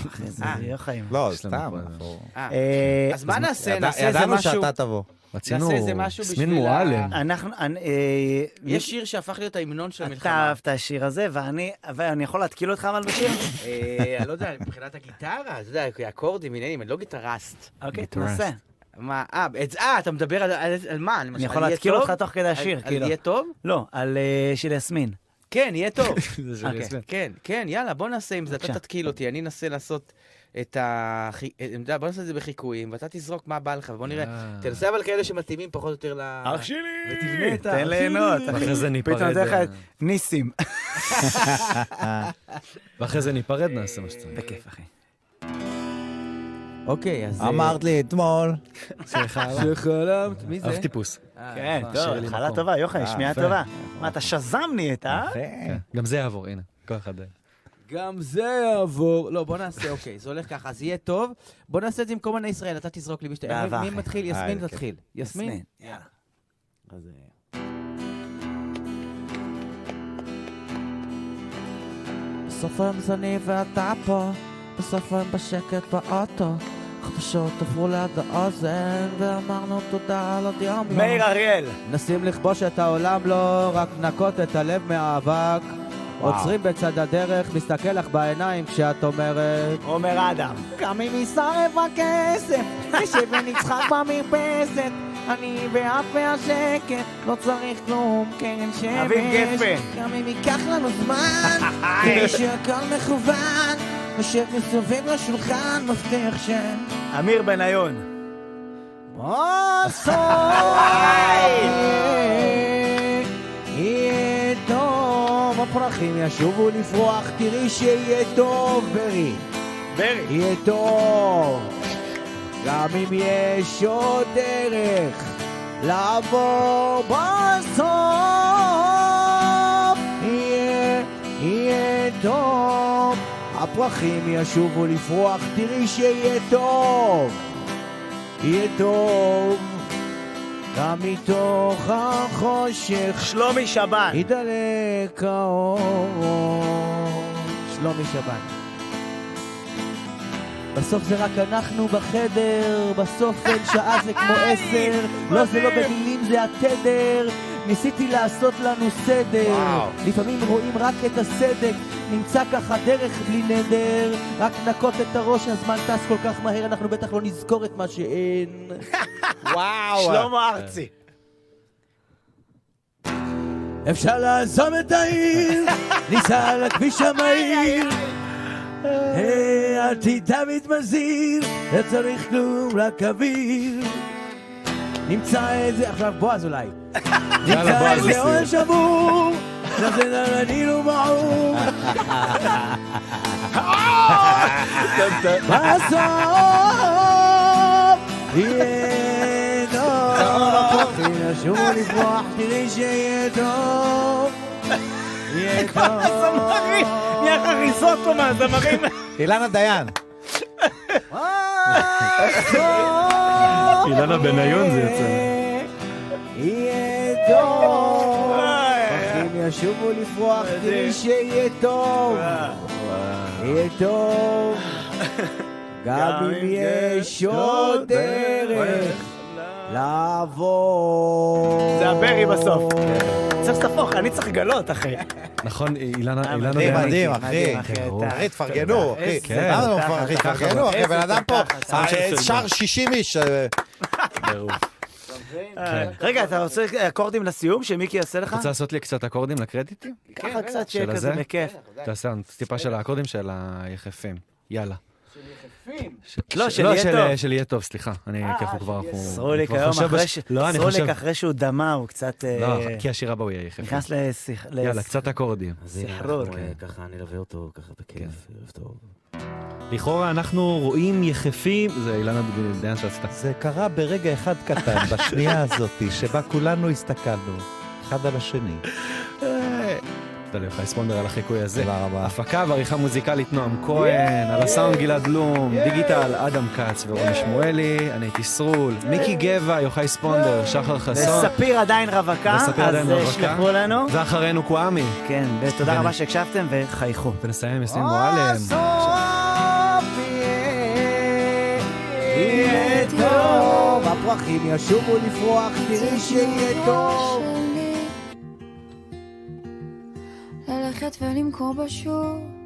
Speaker 2: אחי, זה יהיה חיים.
Speaker 1: לא,
Speaker 3: יש לנו
Speaker 1: סתם.
Speaker 3: פה-
Speaker 1: אנחנו-
Speaker 10: אה,
Speaker 2: אה,
Speaker 10: אז מה נעשה?
Speaker 1: ידע-
Speaker 10: נעשה איזה
Speaker 1: ידענו
Speaker 10: משהו...
Speaker 1: שאתה תבוא.
Speaker 3: רצינו
Speaker 10: נעשה איזה משהו
Speaker 3: יסמין
Speaker 10: בשביל ה-
Speaker 3: מועלם.
Speaker 2: אנחנו... אני- אה,
Speaker 10: יש שיר שהפך להיות ההמנון של
Speaker 2: אתה
Speaker 10: המלחמה.
Speaker 2: אהב את השיר הזה, ואני... ואני יכול להתקיל אותך אבל בשיר?
Speaker 10: אה, אני לא יודע, מבחינת הגיטרה, אתה יודע, אקורדים, עניינים, אני לא גיטרסט.
Speaker 2: אוקיי,
Speaker 3: מטורף.
Speaker 2: תנסה.
Speaker 10: מה, אה, את- אה, אתה מדבר על- על על מה? על- על
Speaker 2: יכול
Speaker 10: יהיה
Speaker 2: להתקיל
Speaker 10: טוב?
Speaker 2: אותך תוך כדי
Speaker 10: על-
Speaker 2: השיר,
Speaker 10: על
Speaker 2: כאילו.
Speaker 10: יהיה טוב?
Speaker 2: לא, על אה, של יסמין.
Speaker 10: כן, יהיה טוב.
Speaker 3: זה של
Speaker 2: אוקיי.
Speaker 3: יסמין.
Speaker 10: כן, כן, יאללה, בוא נעשה עם זה, אתה
Speaker 2: בבקשה.
Speaker 10: תתקיל אותי, אני אנסה לעשות את ה... אה, בוא נעשה את זה בחיקויים, ואתה תזרוק מה בא לך, ובוא נראה.
Speaker 3: אה.
Speaker 10: תנסה אבל כאלה שמתאימים פחות או יותר ל...
Speaker 2: אח שלי!
Speaker 10: ותבנה את ה...
Speaker 2: תן ליהנות, אחי.
Speaker 3: ואחרי זה ניפרד,
Speaker 2: פתאום נותן לך
Speaker 3: אה,
Speaker 2: את ניסים.
Speaker 3: ואחרי זה ניפרד, נעשה מה שצריך.
Speaker 2: בכיף, אחי.
Speaker 10: אוקיי, אז... אה,
Speaker 1: אמרת לי אתמול.
Speaker 3: שחלמת.
Speaker 10: מי זה?
Speaker 3: אב טיפוס.
Speaker 10: אה,
Speaker 2: כן,
Speaker 10: נכון.
Speaker 2: טוב,
Speaker 3: שיהיה לי
Speaker 2: התחלה
Speaker 3: מקום.
Speaker 2: טובה, יוחאי,
Speaker 3: אה,
Speaker 2: שמיעה
Speaker 3: יפה.
Speaker 2: טובה. מה, אתה שזם נהיית, אה?
Speaker 1: כן.
Speaker 3: גם זה יעבור, הנה. כל אחד. אה.
Speaker 10: גם זה יעבור. לא, בוא נעשה, אוקיי, זה הולך ככה, אז יהיה טוב. בוא נעשה את זה עם כל מיני ישראל, אתה תזרוק לי בשתי...
Speaker 2: באהבה,
Speaker 10: מי
Speaker 2: אחי. אוקיי.
Speaker 10: מתחיל? יסמין
Speaker 3: כן.
Speaker 1: אה,
Speaker 10: תתחיל. יסמין?
Speaker 2: יאללה.
Speaker 10: אז, אה,
Speaker 15: בסוף היום זה אני ואתה פה, בסוף היום בשקט באוטו. חדשות עברו ליד האוזן, ואמרנו תודה על עוד יום.
Speaker 2: מאיר אריאל.
Speaker 15: מנסים לכבוש את העולם, לא רק לנקות את הלב מהאבק.
Speaker 9: עוצרים בצד הדרך, מסתכל לך בעיניים כשאת אומרת...
Speaker 2: עומר אדם.
Speaker 12: קמים מסרב הכסף, נשב ונצחק במרפסת, אני ואת והשקט, לא צריך כלום, קרן שמש.
Speaker 2: אביב גפן.
Speaker 12: גם אם ייקח לנו זמן,
Speaker 10: אה,
Speaker 12: כדי שהכל מכוון, נשב מסביב לשולחן, מבטיח ש...
Speaker 2: אמיר בניון.
Speaker 12: או סוף! יהיה טוב, הפרחים ישובו לפרוח, תראי שיהיה טוב, ברי.
Speaker 2: ברי.
Speaker 12: יהיה טוב. גם אם יש עוד דרך לעבור בסוף, יהיה, יהיה טוב. הפרחים ישובו לפרוח, תראי שיהיה טוב. יהיה טוב, גם מתוך החושך.
Speaker 2: שלומי שבן.
Speaker 12: ידלק האור. שלומי שבן. בסוף זה רק אנחנו בחדר, בסוף אין שעה זה כמו עשר, לא זה לא
Speaker 2: מדהים.
Speaker 12: במילים זה התדר, ניסיתי לעשות לנו סדר,
Speaker 2: וואו.
Speaker 12: לפעמים רואים רק את הסדק, נמצא ככה דרך בלי נדר, רק נקות את הראש, הזמן טס כל כך מהר, אנחנו בטח לא נזכור את מה שאין.
Speaker 2: וואו. שלמה ארצי.
Speaker 12: אפשר לעזוב את העיר, ניסע על הכביש המהיר. אה, היי, העתיד תמיד מזהיר, לא צריך כלום, רק אוויר. נמצא את זה, עכשיו בועז אולי.
Speaker 2: יאללה,
Speaker 12: נמצא
Speaker 2: בועז
Speaker 12: את זה
Speaker 2: ניסים.
Speaker 12: אוהל שבור, לא זה נרנין ומעור. בסוף יהיה טוב. תשובו לברוח, תראי שיהיה טוב. יהיה
Speaker 2: הזמרים, נהיה לך ריסוטו מהזמרים.
Speaker 1: אילנה דיין.
Speaker 3: אילנה בניון זה יצא.
Speaker 12: יהיה טוב. אחים ישובו לפרוח, תראי שיהיה טוב. יהיה טוב. גם אם יש עוד דרך לעבור.
Speaker 2: זה הברי בסוף. צריך שתפוך, אני צריך לגלות, אחי.
Speaker 3: נכון, אילנה, אילנה...
Speaker 1: מדהים,
Speaker 3: דיין.
Speaker 1: מדהים, אחי.
Speaker 3: טירוף. כן.
Speaker 1: אחי, תפרגנו, אחי.
Speaker 3: איזה
Speaker 1: מה זה לא
Speaker 3: תחת,
Speaker 1: מפרגן?
Speaker 3: תחת.
Speaker 1: תפרגנו, אחי.
Speaker 3: איזה
Speaker 1: בן אדם פה
Speaker 3: תחת, סאונד של
Speaker 1: אה, שר
Speaker 3: סילבן.
Speaker 1: 60 איש. אה,
Speaker 2: אה, רגע, אתה רוצה אקורדים לסיום שמיקי יעשה לך?
Speaker 3: כן. רוצה לעשות לי קצת אקורדים לקרדיטים? כן,
Speaker 2: ככה קצת
Speaker 3: של
Speaker 2: שיהיה
Speaker 3: הזה?
Speaker 2: כזה בכיף.
Speaker 3: תעשה לנו טיפה של האקורדים של היחפים. יאללה. ש-
Speaker 2: לא,
Speaker 3: ש-
Speaker 2: של יהיה טוב. אה,
Speaker 3: של יהיה טוב, סליחה. אני ככה כבר... אנחנו-
Speaker 2: סרוליק
Speaker 3: אני כבר
Speaker 2: היום
Speaker 3: חושב
Speaker 2: אחרי
Speaker 3: בש-
Speaker 2: ש-
Speaker 3: לא, אני
Speaker 2: סרוליק
Speaker 3: חושב-
Speaker 2: אחרי שהוא דמה הוא קצת... אה,
Speaker 3: לא, כי השיר הבא הוא יהיה יחף.
Speaker 2: נכנס לשיח...
Speaker 3: יאללה,
Speaker 2: לס-
Speaker 3: קצת אקורדים.
Speaker 2: סחרור.
Speaker 10: ככה נלווה אותו ככה בכיף, ערב טוב.
Speaker 3: לכאורה אנחנו רואים יחפים, זה אילנה דיין שעשתה.
Speaker 1: זה קרה ברגע אחד קטן, בשנייה הזאת, שבה כולנו הסתכלנו, אחד על השני.
Speaker 3: אה. תודה לך, ספונדר על החיקוי הזה.
Speaker 1: תודה רבה.
Speaker 3: הפקה ועריכה מוזיקלית נועם כהן, על הסאונד גלעד בלום, דיגיטל אדם כץ ורוני שמואלי, אני הייתי סרול, מיקי גבע, יוחאי ספונדר, שחר חסון.
Speaker 2: וספיר עדיין רווקה,
Speaker 3: וספיר
Speaker 2: אז
Speaker 3: עדיין
Speaker 2: אה,
Speaker 3: רווקה.
Speaker 2: שלחו לנו.
Speaker 3: ואחרינו כואמי.
Speaker 2: כן, ותודה רבה שהקשבתם וחייכו.
Speaker 3: ונסיים עם יסמין מועלם.
Speaker 12: יהיה טוב, הפרחים ישובו לפרוח, תראי שיהיה טוב.
Speaker 17: ללכת ולמכור בשוק